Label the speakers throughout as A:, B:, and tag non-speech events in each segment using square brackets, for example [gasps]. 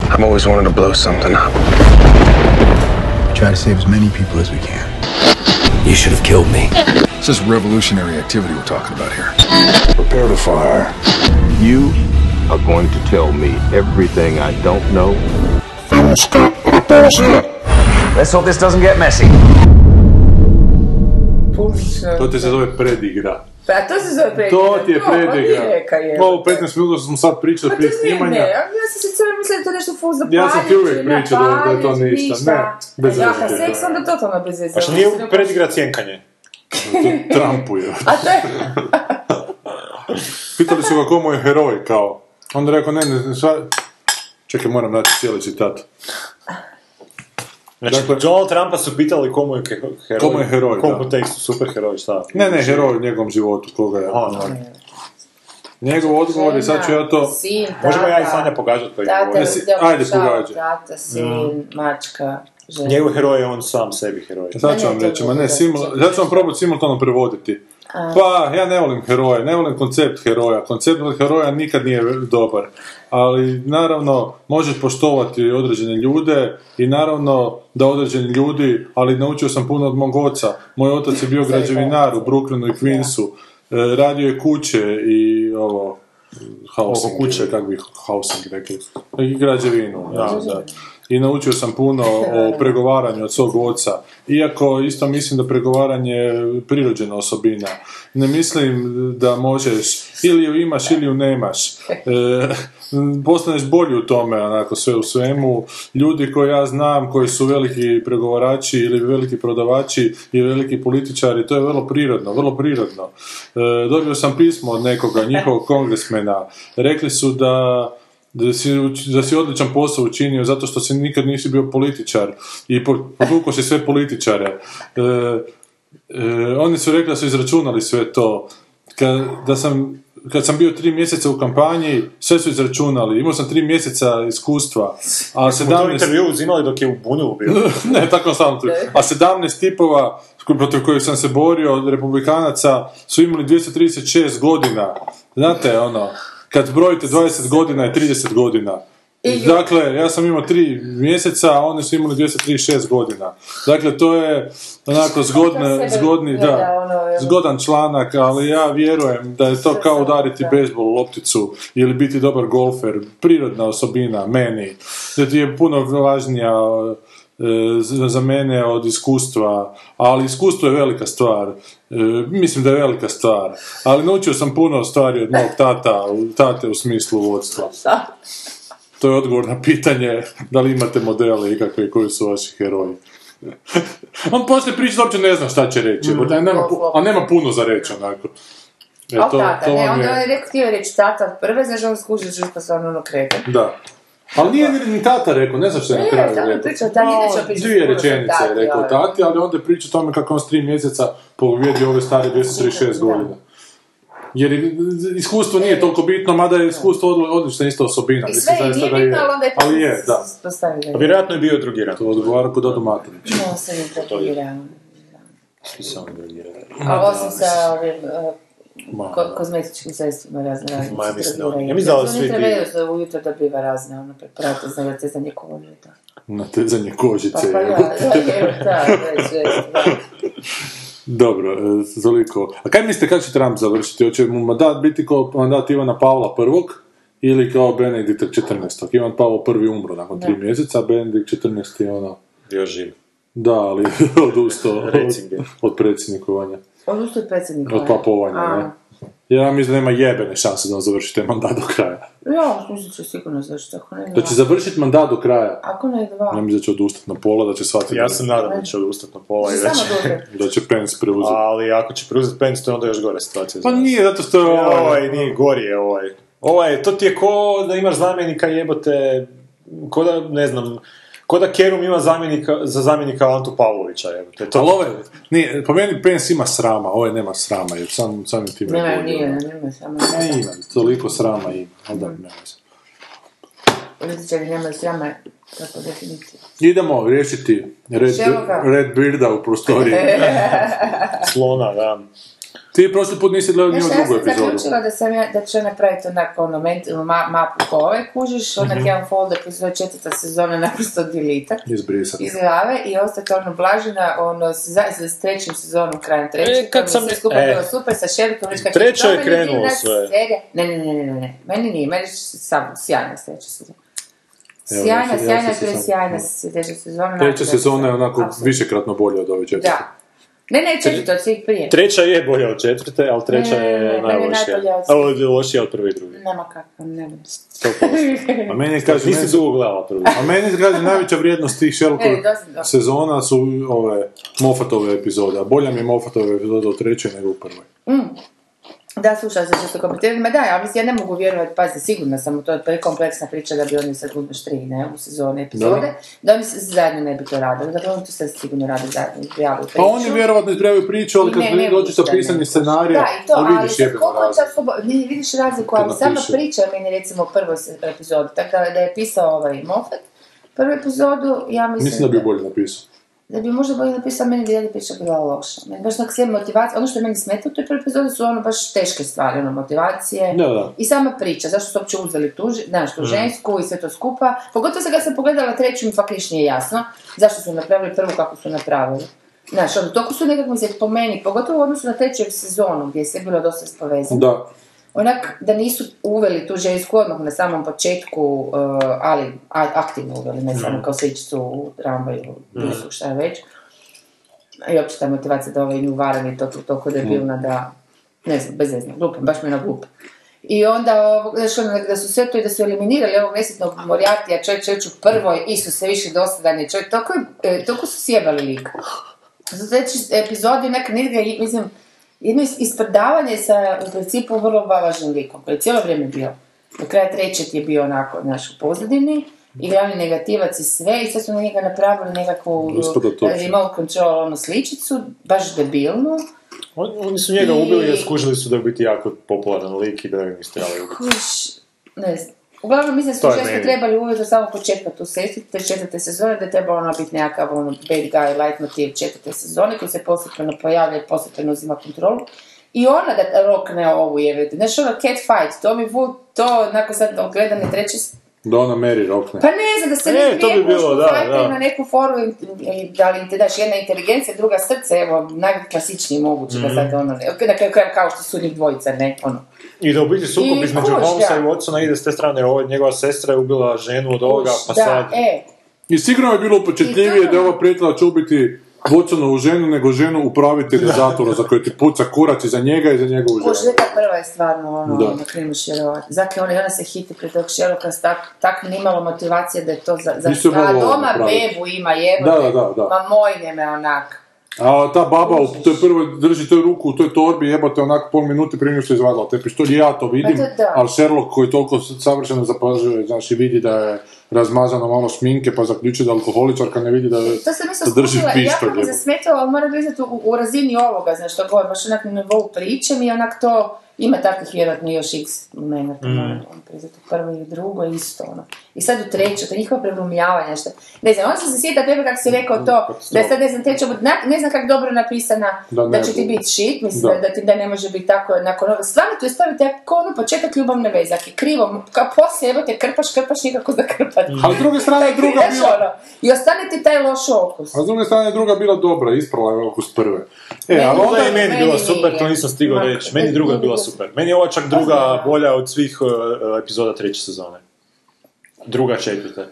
A: I've always wanted to blow something up.
B: Try to save as many people as we can.
C: You should have killed me.
B: This is revolutionary activity we're talking about here. Prepare to fire.
D: You are going to tell me everything I don't know.
E: Let's hope this doesn't get messy.
F: Puša.
G: To ti se zove predigra.
F: eh, Pa to se zove predigra.
G: To ti je ja.
F: To, no, pa
G: predigra.
F: nije neka je.
G: Ovo 15 minuta što smo sad pričali
F: Pa to
G: prije
F: nije, ne,
G: snimanja.
F: ja ja sam se cijelo mislila da je to nešto fuz da
G: Ja sam ti
F: pališ,
G: uvijek
F: ne,
G: pričao da- da je to
F: pališ,
G: ništa. Ne, bez
F: Ja,
G: veze
F: kad
G: ti je
F: seks,
G: to.
F: onda totalno bez veze. no,
H: Pa što nije predigra cjenkanje?
G: Trumpu je.
F: A to je,
G: Pitali su ga ko mu je heroj, kao. Onda je rekao, ne, ne, ne, sva... Čekaj, moram naći cijeli citat.
H: Znači,
G: Dakle-
H: Donald Trumpa su pitali komu je ke- heroj.
G: Komu je heroj,
H: Kom
G: da.
H: kontekstu, super heroj, šta?
G: Ne, ne, heroj u njegovom životu, koga je.
H: Aha, da.
G: Njegov odgovor je, sad ću ja to...
F: Sin, tata,
H: Možemo ja i Sanja pogađati koji je
F: Tata,
H: heroj.
G: Jesi-
F: ja bih
G: ajde,
F: šao,
G: pogađaj. Mhm.
F: Tata, sin, mačka, žena.
H: Njegov heroj je on sam sebi heroj.
G: E, Sad ću vam
F: Ne, ne,
G: reći, ma ne,
F: dobro,
G: simul...
F: dobro.
G: sad ću vam probati simultano prevoditi. Pa, ja ne volim heroja, ne volim koncept heroja. Koncept heroja nikad nije dobar. Ali, naravno, možeš poštovati određene ljude i naravno da određeni ljudi, ali naučio sam puno od mog oca. Moj otac je bio građevinar u Brooklynu i Queensu. E, Radio je kuće i ovo, housing,
H: Ovo kuće.
G: ili kako bi housing rekli, i građevinu. Da, da. I naučio sam puno o pregovaranju od svog oca. Iako isto mislim da pregovaranje je prirođena osobina. Ne mislim da možeš, ili ju imaš ili ju nemaš. E, m, postaneš bolji u tome, onako sve u svemu. Ljudi koje ja znam, koji su veliki pregovarači ili veliki prodavači i veliki političari, to je vrlo prirodno, vrlo prirodno. E, dobio sam pismo od nekoga, njihovog kongresmena. Rekli su da da si, uč- da si odličan posao učinio zato što si nikad nisi bio političar i po- povukao si sve političare. E, e, oni su rekli da su izračunali sve to. Kad, da sam, kad sam bio tri mjeseca u kampanji, sve su izračunali. Imao sam tri mjeseca iskustva. A
H: Smo to
G: 17...
H: intervju uzimali dok je u Bunulu
G: [laughs]
H: bio.
G: ne, tako sam tu. A 17 tipova ko- protiv kojih sam se borio od republikanaca su imali 236 godina. Znate, ono, kad brojite 20 godina je 30 godina. Dakle, ja sam imao 3 mjeseca, a oni su imali 236 godina. Dakle, to je onako zgodne,
F: sebe
G: zgodni,
F: gleda,
G: da,
F: ono, jel?
G: zgodan članak, ali ja vjerujem da je to kao udariti bejsbol lopticu ili biti dobar golfer, prirodna osobina meni, da ti je puno važnija e, za za mene od iskustva, ali iskustvo je velika stvar, E, mislim da je velika stvar, ali naučio sam puno stvari od mog tata, tate u smislu vodstva. To je odgovor na pitanje da li imate modele i kakve koji su vaši heroji. [laughs] On poslije priče uopće ne zna šta će reći, a, nema, pu- a nema puno za reći onako. E,
F: Mm. Al
G: to,
F: tata,
G: to
F: ne,
G: vam
F: onda on je
G: je...
F: rekao, htio je reći tata prve, znaš, on skuži žuška sa ono kreta.
G: Da. Ali nije ni- ni tata rekao, ne znam što je na
F: Ne,
G: kraju
F: samo je
G: rekao.
F: pričao, tati,
G: No,
F: neću pričati
G: Dvije
F: puno o
G: rečenice je
F: tati,
G: rekao
F: ali-
G: tati, ali onda je priča o tome kako on s tri mjeseca pobjedi ove stare 236 godina. Jer je- iskustvo nije toliko bitno, mada je iskustvo odli- odlična isto osobina.
F: I
G: Mislim,
F: sve i
G: zaista
F: nije
G: da je.
F: bitno, ali onda je
G: Ali je, da.
F: Postavljeno.
H: A Pa Vjerojatno je bio drogiran.
G: To odgovara kod Dodo Matović.
F: No, sam je preferirao.
H: Svi su oni drogirani.
F: A osim sa ovim eh,
G: Ma,
F: ko- kozmetičkim sredstvima razne razne.
H: Ma, ja mislim da
F: strukture.
H: oni- ja mislim da
F: Zato
H: svi
F: oni
H: bi-
F: trebaju za ujutro dobiva razne, ono, preparate za natjecanje kolonije i tako.
G: natezanje
F: Pa,
G: kožice.
F: pa ja, da, je, da, već, već, da.
G: Dobro, e, toliko. A kaj mislite kako će Trump završiti? Hoće mu mandat biti kao mandat Ivana Pavla prvog ili kao Benedikta 14. Ivan Pavlo prvi umro nakon tri mjeseca, a Benedikt 14. je ono...
H: Bio živ.
G: Da, ali [laughs] odustao od,
H: Recimo.
G: od predsjednikovanja,
F: Odnosno Ono je predsjednik.
G: od papovanja,
F: A.
G: ne? Ja mislim da nema jebene šanse da on završi taj mandat do kraja.
F: Ja, mislim će sigurno zašto, ako ne
G: Da
F: dva.
G: će završiti mandat do kraja.
F: Ako ne
G: Ja
F: dva.
G: mislim da će odustati na pola, da će shvatiti
H: Ja se nadam da će odustati na pola i da
F: Samo
H: će...
G: [laughs]
F: dobro.
G: da će Pence preuzeti.
H: Ali ako će preuzeti Pence, to je onda još gore situacija. za
G: Pa
H: nas.
G: nije, zato što je
H: Ovaj,
G: ovaj-
H: ovaj nije gori je ovaj. Ovaj, to ti je ko da imaš zamjenika jebote, ko da, ne znam, ko da Kerum ima zamjenika, za zamjenika Antu Pavlovića jebote. To,
G: Ali ovo je- nije, po meni Pence ima srama, ovo nema srama, jer sam, samim tim
F: Nema, nije, nema, samo
G: Ne ima, toliko srama ima, ali da, nema veze.
F: Političari nemaju srama, tako definicija.
G: Idemo riješiti Red,
F: Čeloga. E.
G: Red Bearda u prostoriji.
H: slona, da.
G: Ti prošli put nisi gledao ni
F: Znaš
G: u
F: šta, ja sam
G: drugu epizodu.
F: zaključila da sam ja, da ću ja napraviti onako ono mentalnu ma- mapu ko ovaj kužiš, onak
G: Mhm.
F: jedan folder koji se zove četvrta sezona [laughs] naprosto delitat
G: Izbrisati.
F: iz glave i ostati ono blažena ono, s, za, s- s trećom sezonom, krajem trećeg,
H: E, kad
F: to mi
H: sam-
F: sve skupa
H: e.
F: bilo super sa Šerikom, viš kako
H: Treća je
F: dobro, divna
H: krenulo sve.
F: serija. Ne, ne, ne, ne, ne, ne, meni nije, meni je samo sjajna s treća sezona.
G: Evo,
F: Sjajna,
G: ja sam- ja
F: sjajna,
G: sam
F: to je
G: se sam-
F: sjajna s- treća sezona.
G: Treća
F: naprosto,
G: sezona je onako
F: apsolutno.
G: višekratno bolja od ove četvrte.
F: Da. Ne, ne, četvrta od svih prije.
H: Treća je bolja od četvrte, ali treća
F: Ne, ne, ne,
H: je
F: meni je najbolja
H: najlošija.
F: od svih.
H: Ali je lošija od prve i druge.
F: Nema kako, ne znam.
H: Sto posto.
G: A
H: [laughs]
G: meni je, kaže,
H: Nisi
G: meni,
H: dugo gledala prvu.
G: a meni je, kaže, najveća vrijednost tih
F: Ne,
G: Sherlockovih
F: E, dosta, dosta.
G: sezona su ove Moffatove epizode. A bolja mi je Moffatove epizode u trećoj nego u prvoj.
F: Da, slušala sam često komentirati, ma da, ali mislim, ja ne mogu vjerovati, pazi, sigurna sam u to, to je kompleksna priča da bi oni sad uzmeš tri, ne, u sezoni epizode,
G: Da.
F: da, oni se zajedno ne bi to radili, dakle oni to sad sigurno rade zajedno, izbrijavaju priču.
G: Pa oni vjerovatno izbrijavaju priču, ali
F: I
G: kad
F: ne, ne
G: dođe sa pa
F: puštanje.
G: pisanjem scenarija,
F: Da, i to,
G: ali vidiš
F: ali
G: jebeno
F: koliko
G: razliku.
F: čak obo- ne, vidiš razliku, ali sama
G: napiše.
F: priča je meni recimo u prvoj se- epizodi, tako da, da je pisao ovaj Moffat, prvu epizodu, ja mislim,
G: Mislim da bi bolje napisao.
F: da bi možda bolje napisao, meni bi dalje priča bila loša. Meni baš onak sve motivacije, ono što je meni smeta u toj prvoj epizodi su ono baš teške stvari, ono motivacije.
G: Da, da.
F: I sama priča, zašto su uopće uzeli tu, ž- znaš, tu žensku i sve to skupa. Pogotovo sad kad sam pogledala treću mi fakt niš nije jasno zašto su napravili prvu kako su napravili. Znaš, ono, toliko su nekako mi se po meni, pogotovo u odnosu na treću sezonu gdje je sve bilo dosta spovezano.
G: Da,
F: Onak da nisu uveli tu žensku odmah na samom početku, eh, ali a- aktivno uveli, ne znam, kao sličicu u tramvaju, pisu, šta je već. I opće ta motivacija da ovaj nju varani to toliko debilna da, ne znam, bez znam, glupa, baš mi je na glupa. I onda, ovog, znaš, ono, da su sve to i da su eliminirali ovog nesretnog Morijatija, čovjek čovjek u prvoj, Isuse, više dosadan je čovjek, toliko, je, eh, toliko su sjebali lika. Za treći epizodi nek nigdje, mislim, jedno is- isprdavanje sa u principu vrlo važnim likom, koji je cijelo vrijeme bio. Do kraja trećeg je bio onako naš u pozadini i glavni negativac i sve i sad su na njega napravili nekakvu
G: Gospodo, to će.
F: remote control ono sličicu, baš debilnu.
H: On- Oni su njega
F: I-
H: ubili jer skužili su da je u biti jako popularan lik i da ga nisu trebali ubiti.
F: Kuš, ne znam. Uglavnom, mislim da su
H: To je
F: često
H: meni.
F: trebali uvijek do samog početka tu sestri, te četvrte sezone, da je trebalo ono biti nekakav ono, bad guy, light motiv četvrte sezone, koji se postepeno pojavlja i postepeno uzima kontrolu. I ona da rokne ovu jevete. Znaš, ono, cat fight, to mi Wood, to, onako sad gledane treće... s-
G: da ona Mary rokne.
F: Pa ne znam, da se
H: E,
F: ne
H: to bi bilo, da, da.
F: na neku foru, i- i da li te daš jedna inteligencija, druga srce, evo, najklasičniji moguće
H: Mhm.
F: da sad ono, ne- na kraju krajeva kao što su njih dvojica, ne, ono.
H: I da u biti sukob
F: I
H: između
F: kuš,
H: Holmesa
F: da.
H: i Watsona ide s te strane, ovo, njegova sestra je ubila ženu od ovoga, pa
F: da,
H: sad...
F: e,
G: I sigurno je bilo upečetljivije
F: I to-
G: da je ova prijetila će ubiti Watsonovu ženu nego ženu upravitelja zatvora za koju ti puca kurac i za njega i za njegovu
F: Kuš,
G: ženu.
F: ta prva je stvarno ono,
G: Da.
F: da. ne možeš vjerovati. Zakaj ona, i ona se hiti pred tog Sherlocka s tak, tak nimalo motivacije da je to za... za
G: Nisu
F: a
G: mogli ovo
F: doma
G: napraviti.
F: bebu ima jebote,
G: Da, da, da, da.
F: ma mojne me onak.
G: A ta baba u toj prvoj drži toj ruku u toj torbi jebate onako pol minute prije nego što je izvadila te pištolj. Ja to vidim,
F: Pa to da.
G: ali Sherlock koji toliko savršeno zapažuje, znači vidi da je razmazano malo šminke pa zaključuje da je alkoholičarka ne vidi da je
F: To sam isto
G: da drži
F: skužila i jako
G: pištolj.
F: Ja, mi
G: jebote.
F: zasmetalo, ali moram priznati u, u razini ovoga, znaš što govorim, baš onak na nivou priče mi je onak to, ima takvih vjerojatno još x momenta,
G: Mm.
F: moram priznati, prvo i drugo isto ono. I sad u treću, to njihovo preglumljavanje, što, ne znam, onda sam se sjetila tebe kako si rekao to, da je sad ne znam, treća, bud- na- ne znam kako dobro napisana,
G: Mm, pač Da
F: da,
G: ne
F: će ti
G: bude.
F: biti shit, mislim
G: Da.
F: da, da ti da ne može biti tako nakon ovoga. Stvarno tu je stavite ako ono početak ljubavne veze, ako je krivo, kao poslije, evo te krpaš, krpaš nikako zakrpati.
G: A s druge strane je druga
F: Znaš,
G: bila...
F: ono, I ostane ti taj loš okus.
G: A s druge strane je druga bila dobra, isprala je okus prve. E, ali
H: Onda
G: onda
H: je meni
F: meni
H: bila
F: nije.
H: super, to nisam stigao
F: Ma,
H: reći. Meni
F: meni
H: druga je
F: nije
H: bila
F: bila
H: super. Meni je ova čak druga
F: Ozbiljno?
H: bolja od svih uh, uh, epizoda treće sezone. Druga četvrta.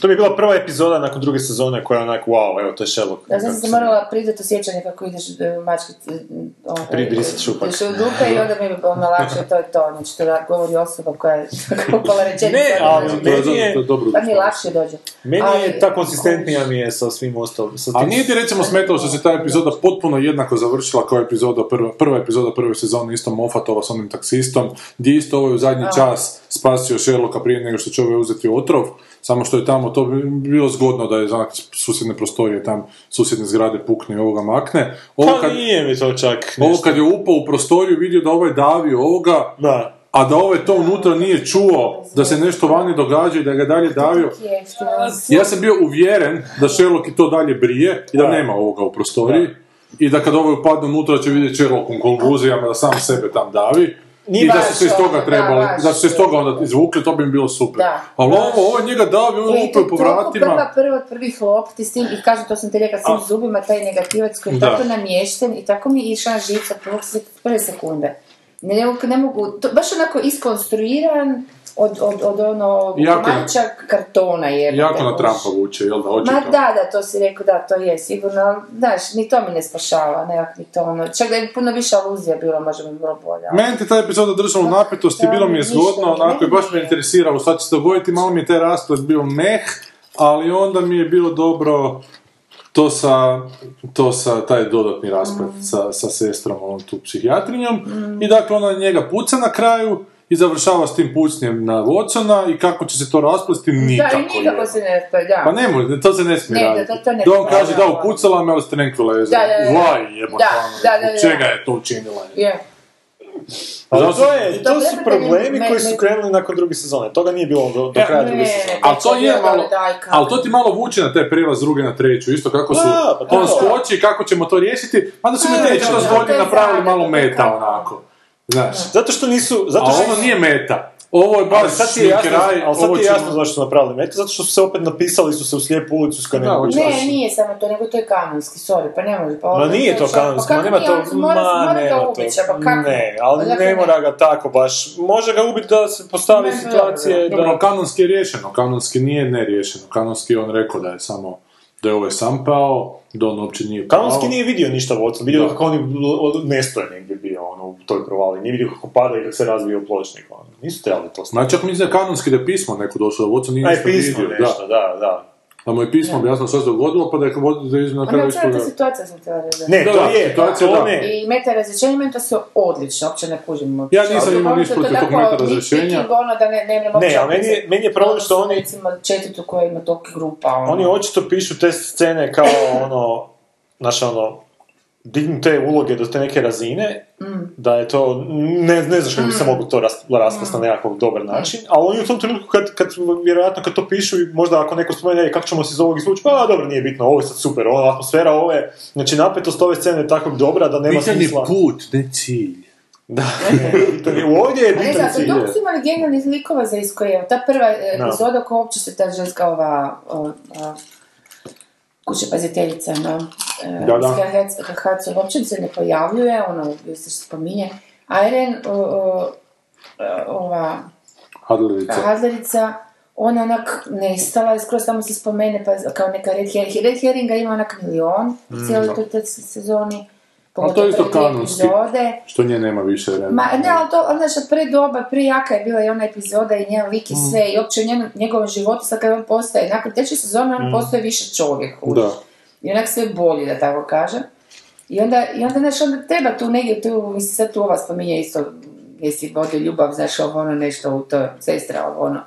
H: To bi je bila prva epizoda nakon druge sezone koja je onak, wow, evo, to je Sherlock.
F: Da, sam
H: Kako
F: se
H: se-
F: morala pridati osjećanje kako ideš e, mački... e, ovaj,
H: Pribrisat šupak.
F: ideš u dupe i onda mi je ono lakše, to je to. Znači, to da- govori osoba koja je kupala rečenica.
H: Ne, ali
F: znači,
G: to je,
H: meni je-
G: to je dobro.
F: Pa mi lakše dođe.
H: Meni je
F: Ali-
H: ta konzistentnija mi je sa svim ostalim. Sa
G: A
H: tim-
G: nije ti recimo smetalo što se ta epizoda potpuno jednako završila kao epizoda prva, prva epizoda prve sezone isto Moffatova s onim taksistom, gdje je isto ovaj u zadnji čas spasio Sherlocka prije nego što će ovaj uzeti otrov, samo što je tamo to bi- bilo zgodno da je znak susjedne prostorije tam susjedne zgrade pukne i ovoga makne. Ovo
H: Pa
G: kad,
H: nije mi to čak
G: ovo
H: nešto.
G: kad je upao u prostoriju i vidio da ovaj davi ovoga,
H: Da.
G: a da ovaj to unutra nije čuo, da se nešto vani događa i da ga je dalje davio.
F: Jeftino.
G: Ja sam bio uvjeren da Sherlock i to dalje brije i da
H: Da.
G: nema ovoga u prostoriji. i da kad ovaj upadne unutra će vidjeti čelo u konkluzijama da sam sebe tam davi.
F: Nije
G: I da
F: baš
G: su se iz
F: ono,
G: toga
F: da,
G: trebali,
F: baš.
G: da su se iz toga onda izvukli, to bi im bilo super.
F: Da.
G: Ali ovo, ovo njega davi,
F: E,
G: on
F: to
G: lupio
F: je
G: po
F: toliko prva,
G: vratima.
F: prva, prvi hlop, ti s tim, i kažem, to sam ti rekla, s tim zubima, taj negativac koji je
G: Da.
F: tako namješten i tako mi je išla žica prvog, se- prve sekunde. Ne, mogu- ne mogu, to, baš onako iskonstruiran od, od, od ono,
G: Jako-
F: komadića kartona. Jer,
G: Jako na Trumpa vuče, jel da, očito.
F: Ma da, da, to si rekao, da, to je sigurno, ali, znaš, ni to mi ne spašava, nekak mi to ono, čak da je puno više aluzija bilo, možda bi bilo bolje. ali-
G: Meni ti ta epizoda držala u napetosti,
F: Da,
G: bilo mi je
F: ništa
G: zgodno,
F: mi
G: onako i
F: ne
G: baš me
F: ide.
G: interesiralo šta će se dogoditi, malo mi je taj rasplet bio meh, ali onda mi je bilo dobro to sa, to sa taj dodatni rasplet
F: Mm.
G: sa, sa sestrom, onom tu psihijatrinjom. I dakle, ona njega puca na kraju i završava s tim pucnjem na Watsona i kako će se to rasplesti, nikako.
F: da, i nikako
G: je.
F: se ne da.
G: Pa nemoj, to se ne smije
F: Ne, da,
G: raditi.
F: to- to ne
G: da on
F: smije,
G: kaže,
F: da,
G: da,
F: da.
G: upucala me, ali ste tranquilizer.
F: Da, da, da.
G: Why, jebote,
F: Da,
G: ono,
F: da, da, da.
G: čega je to učinila?
F: Je.
H: Ali
G: Zato-
H: to, je,
F: Da,
H: to su
F: brate,
H: problemi
F: ne-
H: koji
F: ne-
H: su krenuli nakon druge sezone. Toga nije bilo do, do
G: Ja,
H: kraja
F: ne,
H: druge sezone.
G: Ali to je malo,
F: Daj, kao.
G: ali to ti malo vuče na taj prijelaz s druge na treću, isto kako su,
H: Da, pa to
G: on
H: da.
G: skoči, kako ćemo to riješiti, mada su mi
H: E,
G: te
H: da, da,
F: to je
G: godine napravili
F: zajedno,
G: malo
F: to je
G: meta,
F: tako.
G: onako, znaš,
H: Zato što nisu...
G: a
H: Zato što
G: ovo nije meta, ovo je
H: Ali
G: baš
H: sad ti je jasno,
G: kraj,
H: ali sad
G: ovo
H: ti je
G: ćemo-
H: jasno zašto su napravili metu, zato što su se opet napisali su se u slijepu ulicu s kojom
G: Da,
H: ne mogu
G: hoće-
H: izaći.
F: Ne, nije samo to, nego to je kanonski, sorry, pa ne može. Pa
H: Pa Ma
F: ovo-
H: nije to
F: je šok.
H: kanonsko,
F: Pa
H: ma
F: kako
H: nema
F: nije,
H: to,
F: on mora,
H: ma
F: mora
H: nema
F: ga
H: to.
F: ubit, a pa kako?
H: Ne, ali
F: Odakle
H: ne mora ga tako baš. Može ga ubiti da se postavi
F: Ne, ne,
H: situacije
G: Dobro,
H: da...
G: ali kanonski je riješeno, kanonski nije neriješeno, kanonski je on rekao da je samo, da je ovaj sam pao, da on uopće nije pao.
H: Kanonski nije vidio ništa Watson, vidio
G: Da.
H: kako oni l- l- nestoje negdje bio ono, u toj provali, nije vidio kako pada i kako se razvio pločnik. Ono. Nisu trebali to staviti.
G: Ma čak mislim da je kanonski da je pismo neko došlo, da Watson nije
H: Aj,
G: ništa
H: pismo
G: vidio,
H: nešto, da, da.
G: da, da mu je pismo objasno što se dogodilo, pa da je da je na
F: Pa ne,
G: kraju
F: cijela ta
G: istoga-
F: situacija sam te reći.
H: Ne,
G: Da,
H: to
G: da,
H: je,
G: situacija,
H: to
G: da.
H: ne.
F: I meta razrješenje, meni to se odlično, uopće ono ne kužim.
G: Ja nisam imao
F: ništa
G: ništa protiv tog meta razrješenja.
F: Ono da ne, ne, ne,
H: Ne, ali meni je, meni je problem što oni,
F: Recimo četvrtu koja ima toliko grupa, ono.
H: Oni očito pišu te scene kao ono, znaš ono, dignu te uloge do te neke razine,
F: Mm.
H: da je to, ne, ne znaš kako bi se moglo to ras,
F: Mm.
H: raspast na nekakav dobar način, ali oni u tom trenutku kad, kad, vjerojatno kad to pišu, i možda ako neko spomene "E, kako ćemo se iz ovog izvući, pa dobro, nije bitno, ovo je sad super, ova atmosfera, ovo je, znači napetost ove scene je tako dobra da nema
G: Bitan je
H: smisla.
G: put, ne cilj.
H: Da, bitan je- ovdje je
F: Ne
H: bitan
F: znam,
H: cilj.
F: toliko su imali genijalnih likova za iskoje. Ta prva e,
H: Da.
F: epizoda koja uopće se ta ženska ova... o, a, kuće paziteljica e, na
G: Da, da.
F: Hacov uopće se ne pojavljuje, ono, se spominje. Airen, o, o, e, ova
G: Hadlerica.
F: Hadlerica, ona onak nestala, i skroz tamo se spomene, pa kao neka Red Herring. Red Herringa ima onak milion u cijeloj toj toj sezoni.
G: Mm, to je isto
F: prve dvije
G: kanonski.
F: epizode.
G: Što nje nema više.
F: Ma, ne, ali to, ali znaš, predoba, prejaka je bila i ona epizoda i njen lik i sve, i uopće u njenom, njegovom životu, sad kad on postaje, nakon treće sezone on postaje više čovjek. kužiš.
G: Da.
F: I onak sve bolji, da tako kažem. I onda, i onda, znaš, onda treba tu negdje, tu, mislim, sad tu ova spominje isto, jesi vodio ljubav, znaš, ovo ono nešto u to, sestra, ovo ono.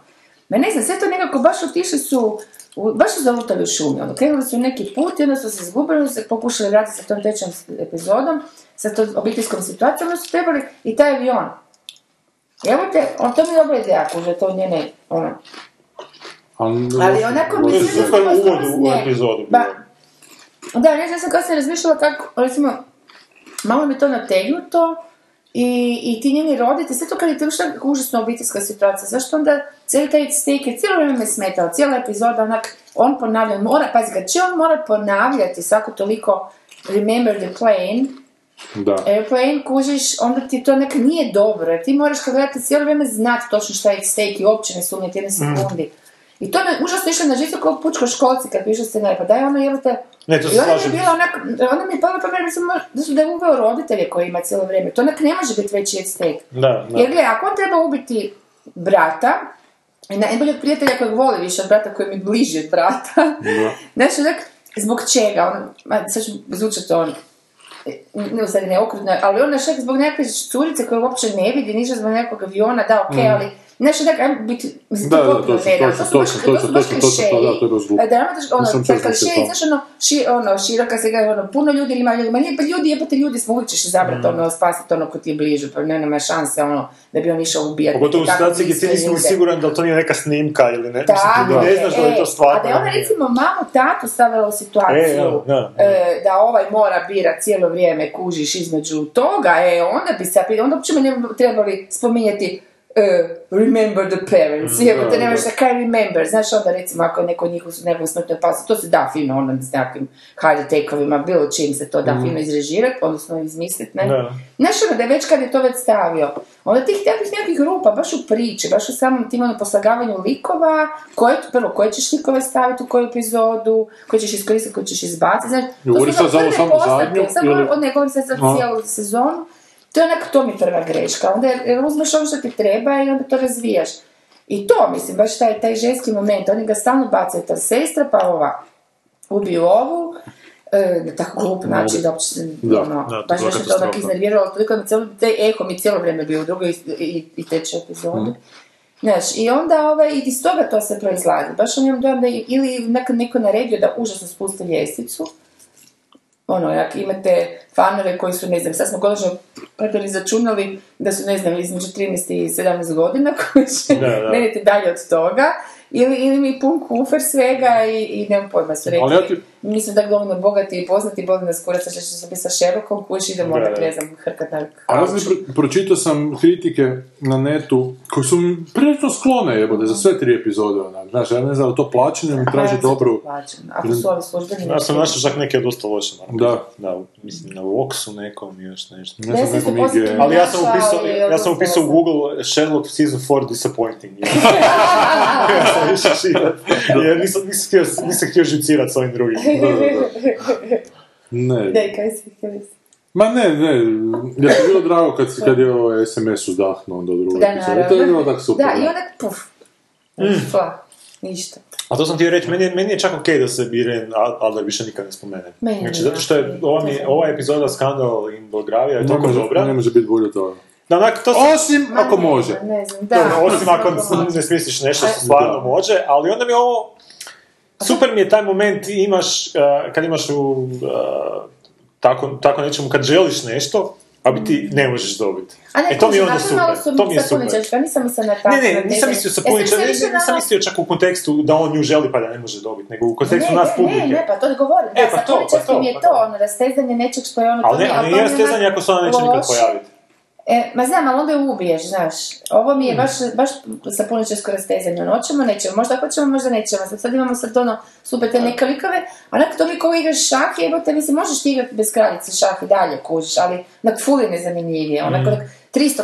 F: Ma ne znam, sve to nekako, baš otišli su, u, baš su zalutali u šumi, ono, krenuli su u neki put i onda su se izgubili, onda su se pokušali vratiti sa tom trećom epizodom, sa tom obiteljskom situacijom, onda su trebali i taj avion. Evo te, on, to mi je dobra ideja, kuže, to njene, ono,
H: Ono,
F: ali onako mi
H: To je
F: se
H: super
F: recimo
H: uvod
F: skroz
H: u
F: ne.
H: epizodu
F: Ba,
H: bio.
F: da, ne znam, ja sam kasnije razmišljala kako, recimo, malo mi je to nategnuto i, i ti njeni roditelji, sve to kad je to išla užasna obiteljska situacija, zašto onda cijeli taj steak je cijelo vrijeme me smetao, cijela epizoda, onak, on ponavlja, on mora, pazi ga, će on mora ponavljati svako toliko Remember the plane,
G: Da.
F: airplane, kužiš, onda ti to nek nije dobro, jer ti moraš kad gledate cijelo vrijeme znati točno šta je steak i uopće ne sumnjati jedne
H: Mm.
F: sekundi. I to me užasno išlo na žicu kao pučko školci kad piše se ne, pa daj ono jebate,
H: Ne, to se
F: i onda mi je
H: slažem.
F: bila onak, onda mi je palo pamet, mislim, mo- da su da je uveo roditelje koji ima cijelo vrijeme. To onak ne može biti veći red steak.
H: Da, da.
F: Jer gle, ako on treba ubiti brata, i najboljeg prijatelja kojeg voli više od brata, koji mi je bliži od brata, [laughs] znači, onak, zbog čega, ono, ma, sad ću zvučati ono, e, ne, ono, u stvari ne okrutno, ali on je čak zbog nekakve curice koju uopće ne vidi, ništa zbog nekog aviona, da, ok, ali Nešto tako, ajmo biti, mislim,
G: Mm. Da,
F: to je
G: da,
F: potpuno
G: točno,
F: nerealno, to su baš-
G: točno,
F: to su baš
G: točno, točno, točno,
F: klišeji.
G: da, to je baš glupo.
F: E, dramatično, ono,
G: Nisam
F: taj
G: čuo sam se
F: klišeji,
G: to.
F: znaš, ono, ši- ono, široka se ga, ono, puno ljudi ili malo ljudi, ma nije, pa ljudi, jebate ljudi smo, uvijek ćeš
H: Mm.
F: izabrati, ono, spasiti ono ko ti je bliže, pa ne, nema šanse, ono, da bi on išao ubijati.
H: Pogotovo u
F: tako
H: situaciji gdje ti
F: bliske
H: nisi
F: ljude.
H: siguran da li to nije neka snimka ili ne.
F: Tako
H: Mislim, ti
F: je,
H: ne znaš da li je
F: e,
H: to stvarno.
F: A da je ona
H: ili nije.
F: recimo mamu tako stavila u situaciju
H: E, da, da, da.
F: e, da ovaj mora birat cijelo vrijeme kužiš između toga, e, onda bi sad, onda uopće mi ne bi trebali spominjati e, remember the parents, iako te nemaš Mm, da kaj remember, znaš onda recimo ako je neko od njih u nekom smrtnoj opasnosti, to se da fino onda s nekakvim hard take-ovima, bilo čim se to da fino izrežirati, odnosno izmisliti, ne?
H: Da.
F: Znaš ono da je već kad je to već stavio, onda tih takvih nekakvih rupa, baš u priči, baš u samom tim ono poslagavanju likova, koje, prvo koje ćeš likove staviti u koju epizodu, koje ćeš iskoristiti, koje ćeš izbaciti, znaš, to
G: Govoriš
F: su
G: sad za
F: prve
G: ovu samo
F: postavke,
G: zadnju
F: Samo
G: ili-
F: od nego se za
G: A.
F: cijelu sezonu, to je onak, to mi je prva greška, onda jer- jer uzmeš ono što ti treba i onda to razvijaš. I to, mislim, baš taj, taj ženski moment, oni ga stalno bacaju, ta sestra, pa ova, ubiju ovu, e, na tako glup način, da uopće se,
G: Da,
F: ono,
H: da, to je
F: baš
H: bila
F: nešto to onak
H: katastrofa.
F: iznerviralo, toliko mi cijelo, taj eho mi cijelo vrijeme bio u drugoj i, i, i trećoj epizodi. Znaš, i onda ovaj, i iz toga to se proizlazi. Baš on imam dojam da je- ili nek- neko naredio da užasno spusti ljestvicu, ono, jak imate fanove koji su, ne znam, sad smo godišnje pardon, izračunali da su, ne znam, između 13 i 17 godina [laughs] koji će
H: Da, da.
F: ne idete dalje od toga. Ili, ili mi pun kufer svega i, i nemam pojma su rekli.
G: Ali ja ti-
F: Mi smo tako dovoljno bogati i poznati, boli nas kuraca što će se biti sa šerokom kući, idemo
H: Da, ono
F: onda,
H: da.
F: ne znam, hrkat na
G: A ja
F: kauču.
G: sam pro- pročitao sam kritike na netu koji su mi prilično sklone jebote za sve tri epizode onak. Znaš, ja ne znam, da li to plaćanje mi traži
F: Ajde,
G: dobru...
F: plaćam. Ako su ovi službeni...
H: Ja sam našao čak neke dosta loše. naravno.
G: Da.
H: Da, mislim na Voxu nekom i još nešto.
G: Ne znam, nekom
F: 10%
G: IG.
H: Ali ja sam
F: Našao
H: upisao,
F: je
H: ja sam
F: odnosno
H: upisao u
F: sam.
H: Google Sherlock Season 4
F: [laughs]
H: Disappointing. Ja sam više širat. Jer nisam, nisam htio, nisam htio živcirat s ovim
F: [laughs]
H: drugim.
G: Ne.
F: Ne, kaj si htjeli reći?
G: Ma ne, ne, ja sam bilo drago kad, si- kad je ovo SMS uzdahnuo onda u drugoj
F: Da,
G: epizodi. To je bilo tako super.
F: Da, i onda puf.
H: Mm.
F: Fla. Ništa.
H: A to sam htio reći, meni je, meni je čak okej da se Biren Adler više nikad ne spomene.
F: Meni je
H: Znači, zato što je ova, mi, ova epizoda Skandal in Belgravija je
G: Ne
H: toliko
G: E, može, ne
H: dobra.
G: može biti bolje od toga.
H: Da, onak, to se-
G: Osim ako
F: Ma ne,
G: može.
F: Ne znam, da. E,
H: Dobro, ono, osim ako
F: [laughs] može.
H: ne smisliš nešto što stvarno može, ali onda mi ovo... Super mi je taj moment imaš, uh, kad imaš u... uh, tako, tako nečemu, kad želiš nešto, a bi ti ne možeš dobiti.
F: A ne,
H: e, to mi je onda
F: kužim, zato malo
H: super.
F: su
H: To mi je
F: sa
H: super.
F: puničarska, nisam mislila na E, tako.
H: Ne, ne, nisam mislio sa Punića, ne, ne, nisam mislio čak u kontekstu da on nju želi pa da ne može dobiti, nego u kontekstu nas publike.
F: Ne, ne, pa to da govorim.
H: E,
F: da,
H: pa
F: sa
H: to, pa
F: puničarskim
H: to,
F: je
H: pa
F: to,
H: to.
F: ono, rastezanje nečeg što je ono... to
H: Ali ne,
F: mi-
H: ali
F: to ono- mi
H: nije
F: je
H: stezanje
F: onak
H: ako se ona neće nikad
F: loše.
H: pojaviti.
F: E, ma znam, ali onda je ubiješ, znaš. Ovo mi je baš, baš sa puničarsko rastezanje. Ono, No, hoćemo, nećemo, možda hoćemo, možda nećemo. Sad, sad imamo sad ono, super te neke likove, a onak to mi kao igraš šah, jebote, mislim, možeš ti igrati bez kraljice šah i dalje, kužiš, ali onak ful je nezanimljivije,
H: Mhm.
F: onako onak 300,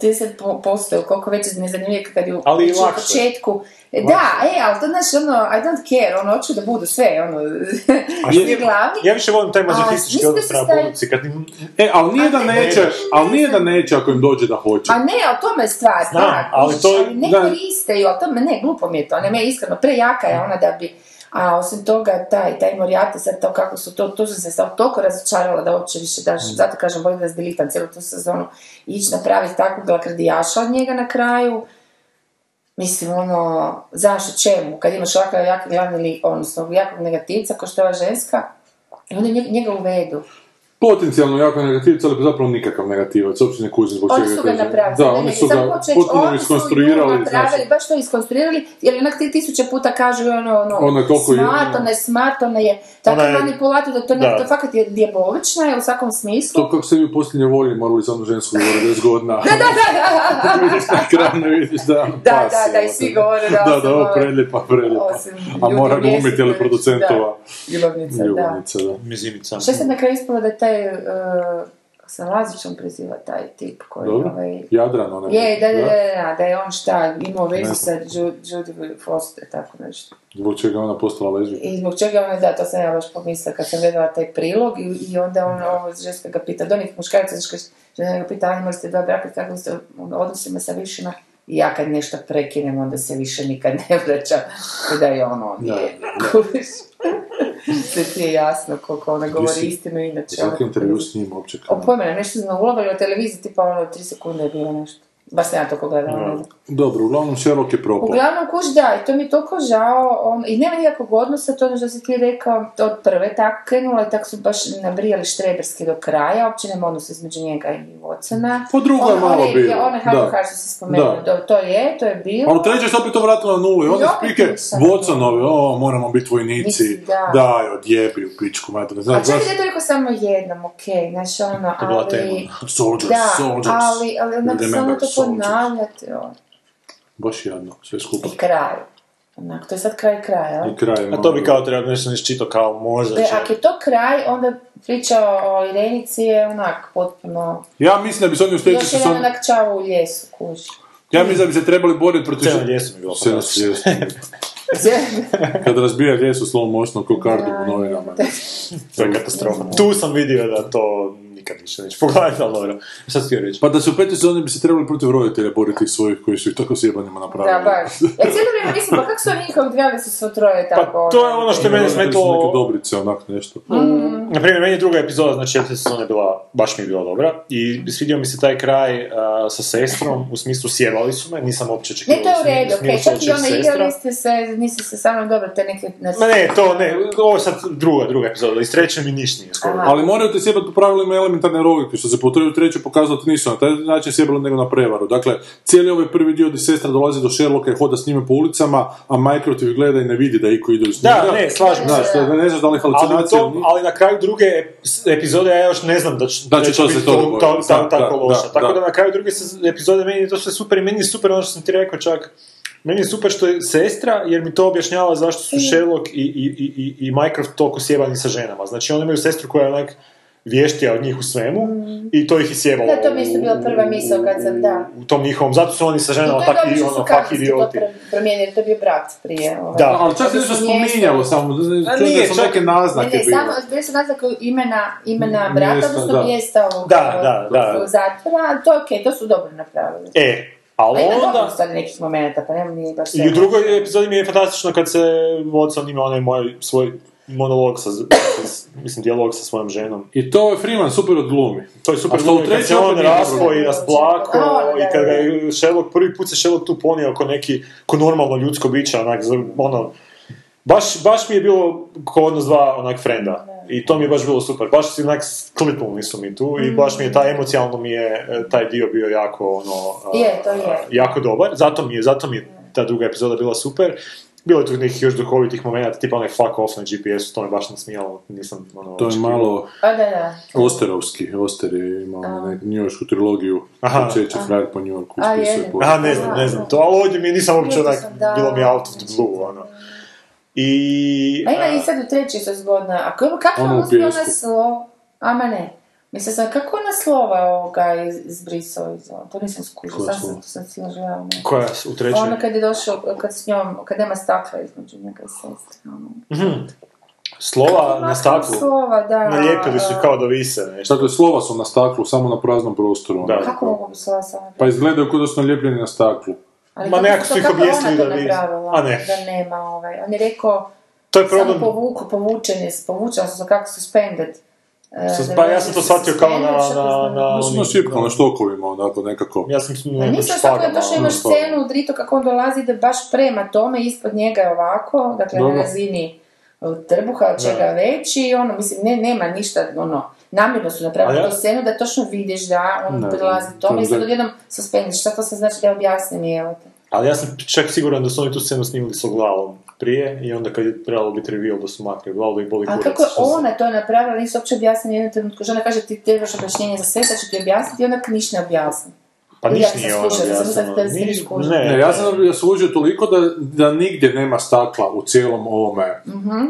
F: 30 posto ili koliko već je nezanimljivije kad je u
H: Ali i
F: u
H: lakše.
F: početku. E, da, e, ali to znaš, ono, I don't care, ono, hoću da budu sve, ono, [laughs] svi glavni.
H: Ja više volim taj
F: A,
H: mazohistički
F: mislim da
H: odnos
F: se
H: prema
F: staje-
H: publici, kad im-
G: E, ali nije da
F: ne,
G: neće,
H: ne.
G: ali nije da neće ako im dođe da
F: A
G: hoće.
F: Pa ne, o tome je stvar,
H: Znam,
F: da,
H: ali
F: kužiš,
H: to je-
F: ne
G: da.
F: koriste ju, o tome ne, glupo mi je to, ne, me iskreno, prejaka je ona da bi, a osim toga, taj, taj Morijata, sad to kako su to, tu sam se sad toliko razočarala da uopće više daš,
H: Mm.
F: zato kažem, bolje da zdelitam cijelu tu sezonu, ići napraviti takvog lakrdijaša od njega na kraju, Mislim, ono, zašto, čemu? Kad imaš ovakav jaki glavni lik, odnosno jakog negativca, kao što je ova ženska, i onda njega, njega uvedu.
G: Potencijalno jako negativac, ali zapravo nikakav negativac, uopće ne kužim zbog
F: Oni
G: čega
F: su ga
G: je to-
F: napravili.
G: Da,
F: Ne,
G: oni
F: ne,
G: su
F: samo
G: ga
F: hoću reći,
G: potpuno
F: oni su nju
G: iskonstruirali, znači, znaš.
F: napravili, baš to iskonstruirali, jer onak ti tisuće puta kažu i ono, ono,
G: Ona je toliko
F: smart,
G: je-
F: ona je smart, ona je tako
H: Ona je-
F: manipulativna, da to ne,
H: da.
F: to fakat je djebovična je u svakom smislu.
G: To kako se vi u posljednjoj volji morali za onu žensku govoriti 10 godina. Da, da, da! [laughs] vidiš na ekranu, vidiš da je ono
F: Da,
G: pas,
F: da, da, i
G: jebote.
F: svi govore da
G: Da,
F: osim
G: da, ovo
F: ove-
G: preljepa, preljepa.
F: osim
G: A
F: ljudi
G: mora
F: mjeseca,
G: glumiti ili producentova.
F: da, Ljubavnica, da.
G: Ljubavnica, da.
H: Mizimica.
F: Što se na kraju ispalo da je taj, uh, sa Lazićom preziva taj tip koji
G: Dobro.
F: ovaj,
G: Jadran, ona
F: Je, da, da, da, da, da je on šta, imao vezu
G: Ne
F: sa Ju- Judy Foster, tako nešto.
G: Zbog čega je ona postala leži.
F: I zbog čega ona, da, to sam ja baš pomislila kad sam gledala taj prilog i, i onda on, ovo ženska ga pita, od onih muškaraca ženska žena ga pita, ali imali ste dva braka, kako ste u odnosima sa višima? I ja kad nešto prekinem, onda se više nikad ne vraćam. I da je ono,
G: Da,
F: je, [laughs] kuviš. Sve ti je jasno koliko ona govori
G: si-
F: istinu inače.
G: Svaki intervju s njim uopće kao...
F: pa- O pojmena, nešto smo ulovili na televiziji, tipa ono, tri sekunde je bilo nešto. Baš sam ja to pogledala. ne znam.
G: Dobro, uglavnom Sherlock je propao.
F: Uglavnom, kuš, da, i to mi je toliko žao, on, i nema nikakvog odnosa, to je ono što si ti rekao, od prve tako krenula i tako su baš nabrijali štreberski do kraja, uopće nema odnosa između njega i Ono, Watsona.
G: Po drugo je
F: On-
G: malo
F: onaj-
G: bilo,
F: Onaj
G: da.
F: Hard što si spomenuo,
G: Da.
F: do- to je, to je bilo.
G: A u trećoj se opet to vratilo na nulu i onda
F: I opet
G: spike
F: nisam.
G: Watsonove, o, moramo biti vojnici,
F: Mislim, da.
G: daj, odjebi u pičku, mater,
F: A
G: znaš,
F: Pa čak
G: znaš,
F: i da je to rekao samo jednom, okej, znaš ono,
H: je bila
F: ali...
H: tema.
G: soldiers,
F: Da,
G: soldiers,
F: ali, ali onak samo
G: remember
F: to
G: soldiers.
F: ponavljati, ono.
G: Baš jadno, sve skupa.
F: i kraj. Onak, to je sad kraj kraja, ali?
G: I kraj,
H: A to bi kao trebalo nešto nešto čito kao možda
F: E,
H: će.
F: ako je to kraj, onda priča o Irenici je onak potpuno...
G: Ja mislim da bi se oni u sljedećoj
F: Još jedan
G: sezoni,
F: onak čao u ljesu, kuži.
G: ja mislim da bi se trebali boriti protiv...
H: Cena ljesu mi je bila
G: Sve na
H: fantastična.
G: svijetu. Kad razbija ljes u slow motionu ko kardu u novinama.
H: To je katastrofa. Tu sam vidio da to nikad više neću pogledati, ali dobro. Šta ti reći?
G: Pa da se u petoj sezoni bi se trebali protiv roditelja boriti svojih koji su ih tako sjebanima napravili.
F: Da, baš. Ja cijelo vrijeme mislim, pa kako su oni njihov dvijali su svo troje tako?
H: Pa to je ono što je meni
G: Roditelji su Neke
H: smetalo...
G: dobrice, onak nešto.
F: Mm.
H: Na primjer, meni je druga epizoda, znači četvrte sezone je bila, baš mi je bila dobra. I svidio mi se taj kraj a, sa sestrom, u smislu sjebali su me, nisam uopće
F: Ne,
H: očekivao.
F: to je u
H: da se
F: redu,
H: smiju
F: okej, čak i
H: sljedeća
F: one
H: sestra.
F: igrali ste se, niste se sa mnom dobro, te neke...
H: Ma ne, to ne, ovo je sad druga, druga epizoda, iz treće mi niš nije skoro.
F: Aha.
G: Ali moraju te sjebati po pravilima elementarne logike, što se po u treću pokazalo da te nisu na taj način sjebali nego na prevaru. Dakle, cijeli ovaj prvi dio gdje sestra dolazi do Sherlocka i hoda s njime po ulicama, a Michael ti gleda i ne vidi da iko ide s njim.
H: Da, ne, slažem se.
G: Znaš, da ne znaš da li je
H: Ali, u
G: halucinacija ili
H: tom,
G: nije.
H: ali na kraju druge ep- epizode ja još ne znam da, ć-
G: Da će Znači, to
H: biti
G: se to
H: to, ta-
G: dogoditi.
H: ta-
G: Da,
H: tako
G: da,
H: loša.
G: da,
H: tako
G: da.
H: da. na kraju druge se- epizode meni je to sve super i meni je super ono što sam ti rekao čak. Meni je super što je sestra, jer mi to objašnjava zašto
F: E.
H: su Sherlock i, i, i, i, i Mycroft toliko sjebani sa ženama. Znači oni imaju sestru koja je onak vještija od njih u svemu i to ih je sjebalo.
F: Mhm. Da, to mi je isto bila prva misao kad sam- da.
H: U tom njihovom, zato su oni sa
F: I to
H: ženama
F: je dobro
H: takvi
F: što su
H: ono, fuck
F: kadrovski to
H: idioti.
F: pro- promijenili, to je bio brat prije. ovaj.
H: Da.
G: Ali čak se nešto spominjalo, samo
H: A
G: čujem
H: nije,
G: da su
H: čak-
G: neke
F: Ne,
G: naznake
F: ne,
G: bile.
F: samo, gdje su naznake imena, imena brata,
G: Mjesta,
F: odnosno
G: da.
F: mjesta ovog ono,
H: Da, da, da.
F: ovog zatvora, ali to je okej, to su dobro napravili.
H: E, ali
F: A ima dobro
H: onda...
F: u stvari nekih momenta, pa nema nije baš
H: I u
F: sve.
H: drugoj epizodi mi je fantastično kad se Watson ima onaj moj svoj monolog sa, s- mislim, dijalog sa svojom ženom.
G: I to je Freeman super odglumi.
H: To je super
G: A što u
H: glumi, kad
G: trećoj
H: se on
G: opet nije
H: raspo
F: dobro.
H: i rasplako
F: A, da,
H: i kad ga
F: da,
H: je Sherlock, prvi put se Sherlock tu ponio ko neki, ko normalno ljudsko biće, onak, za- ono, baš, baš mi je bilo ko odnos dva onak frenda. I to mi je baš bilo super. Baš si onak klipnuli su mi tu i baš mi je
F: Mm.
H: ta emocijalno mi je e, taj dio bio jako ono... a,
F: Je, to je.
H: a, jako dobar. Zato mi je, zato mi je ta druga epizoda bila super. Bilo je tu nekih još duhovitih momenata, tipa onaj fuck off na GPS-u, to me baš nasmijalo, nisam ono...
G: To je
H: očekivao.
G: malo
F: A, da, da.
G: Osterovski. Oster je imao neku njujorsku trilogiju.
H: Aha.
G: Čeće frajer po Njujorku
F: A,
G: ispisuje
F: je.
G: po...
H: Aha, ne znam, ne znam to, ali ovdje mi nisam uopće
F: Nisam,
H: onak,
F: da.
H: bilo mi je out of the blue, ono. I...
F: A ima i sad u trećoj što je zgodna. A kako, kako
G: Ono
F: ono
G: u
F: uspio
G: pijesku.
F: na slova? Ama ne. Mislim sam, kako ona slova je ovoga iz- izbrisao iz ovo? To nisam skužila,
G: Koja
F: sam
G: slova?
F: sam, sam si želela. ne.
H: Koja u trećoj?
F: Ono kad je došao, kad s njom, kad nema stakla između njega i sestre. ono.
H: Mhm. Slova na staklu.
F: Slova, da.
H: Nalijepili su kao da vise nešto.
G: Dakle, slova su na staklu, samo na praznom prostoru. ono.
H: Da.
F: Kako mogu biti slova samo?
G: Pa izgledaju kao da su naljepljeni na staklu.
F: Ali
H: Ma
F: kako
H: nekako
F: to-
H: su ih
F: kako je ona
H: objesili
F: to
H: da vidi.
F: napravila?
H: A ne.
F: Da nema ovaj. On je rekao,
H: To je
F: samo
H: problem.
F: povuku, povučen je, povučen su kako suspended. E,
H: Sus-
F: da
H: pa
F: ne
H: ja
F: može
H: sam to
F: se
H: shvatio kao na-
F: suspended, što
H: na-
F: znam.
H: na-
G: Da Ono su
H: oni-
G: na šipko, na štokovima, onako nekako.
H: Ja sam
F: Pa nisam što je to što imaš
G: ono,
F: scenu u Dritu kako on dolazi da baš prema tome, ispod njega je ovako, dakle
G: Dobro.
F: na razini e, trbuha od čega već i ono, mislim, ne, nema ništa, ono, namjerno su napravili
H: A ja-
F: tu scenu da točno vidiš da on
G: Ne,
F: prilazi
G: to
F: tome i
G: je-
F: sad odjednom suspendiš, šta to sad znači da objasnim i evo te.
H: Ali ja sam čak siguran da su oni tu scenu snimili sa glavom prije i onda kad je trebalo biti reveal da su makli glavu da ih boli
F: A
H: kurac,
F: kako je
H: što sam-
F: ona to napravila, nisu uopće objasnili u jednom trenutku, žena kaže ti trebaš objašnjenje za sve, sad ću ti objasniti i ona ništa ne objasni.
H: Pa
F: Ja
H: niš
F: sam
H: nije ona
F: slušala, sam
H: objasnila.
F: mislila da ono. ste
H: Ni-
F: vi skužili.
H: Ne,
G: Ne, ja sam zaslužio toliko da, da nigdje nema stakla u cijelom ovome
F: Mhm.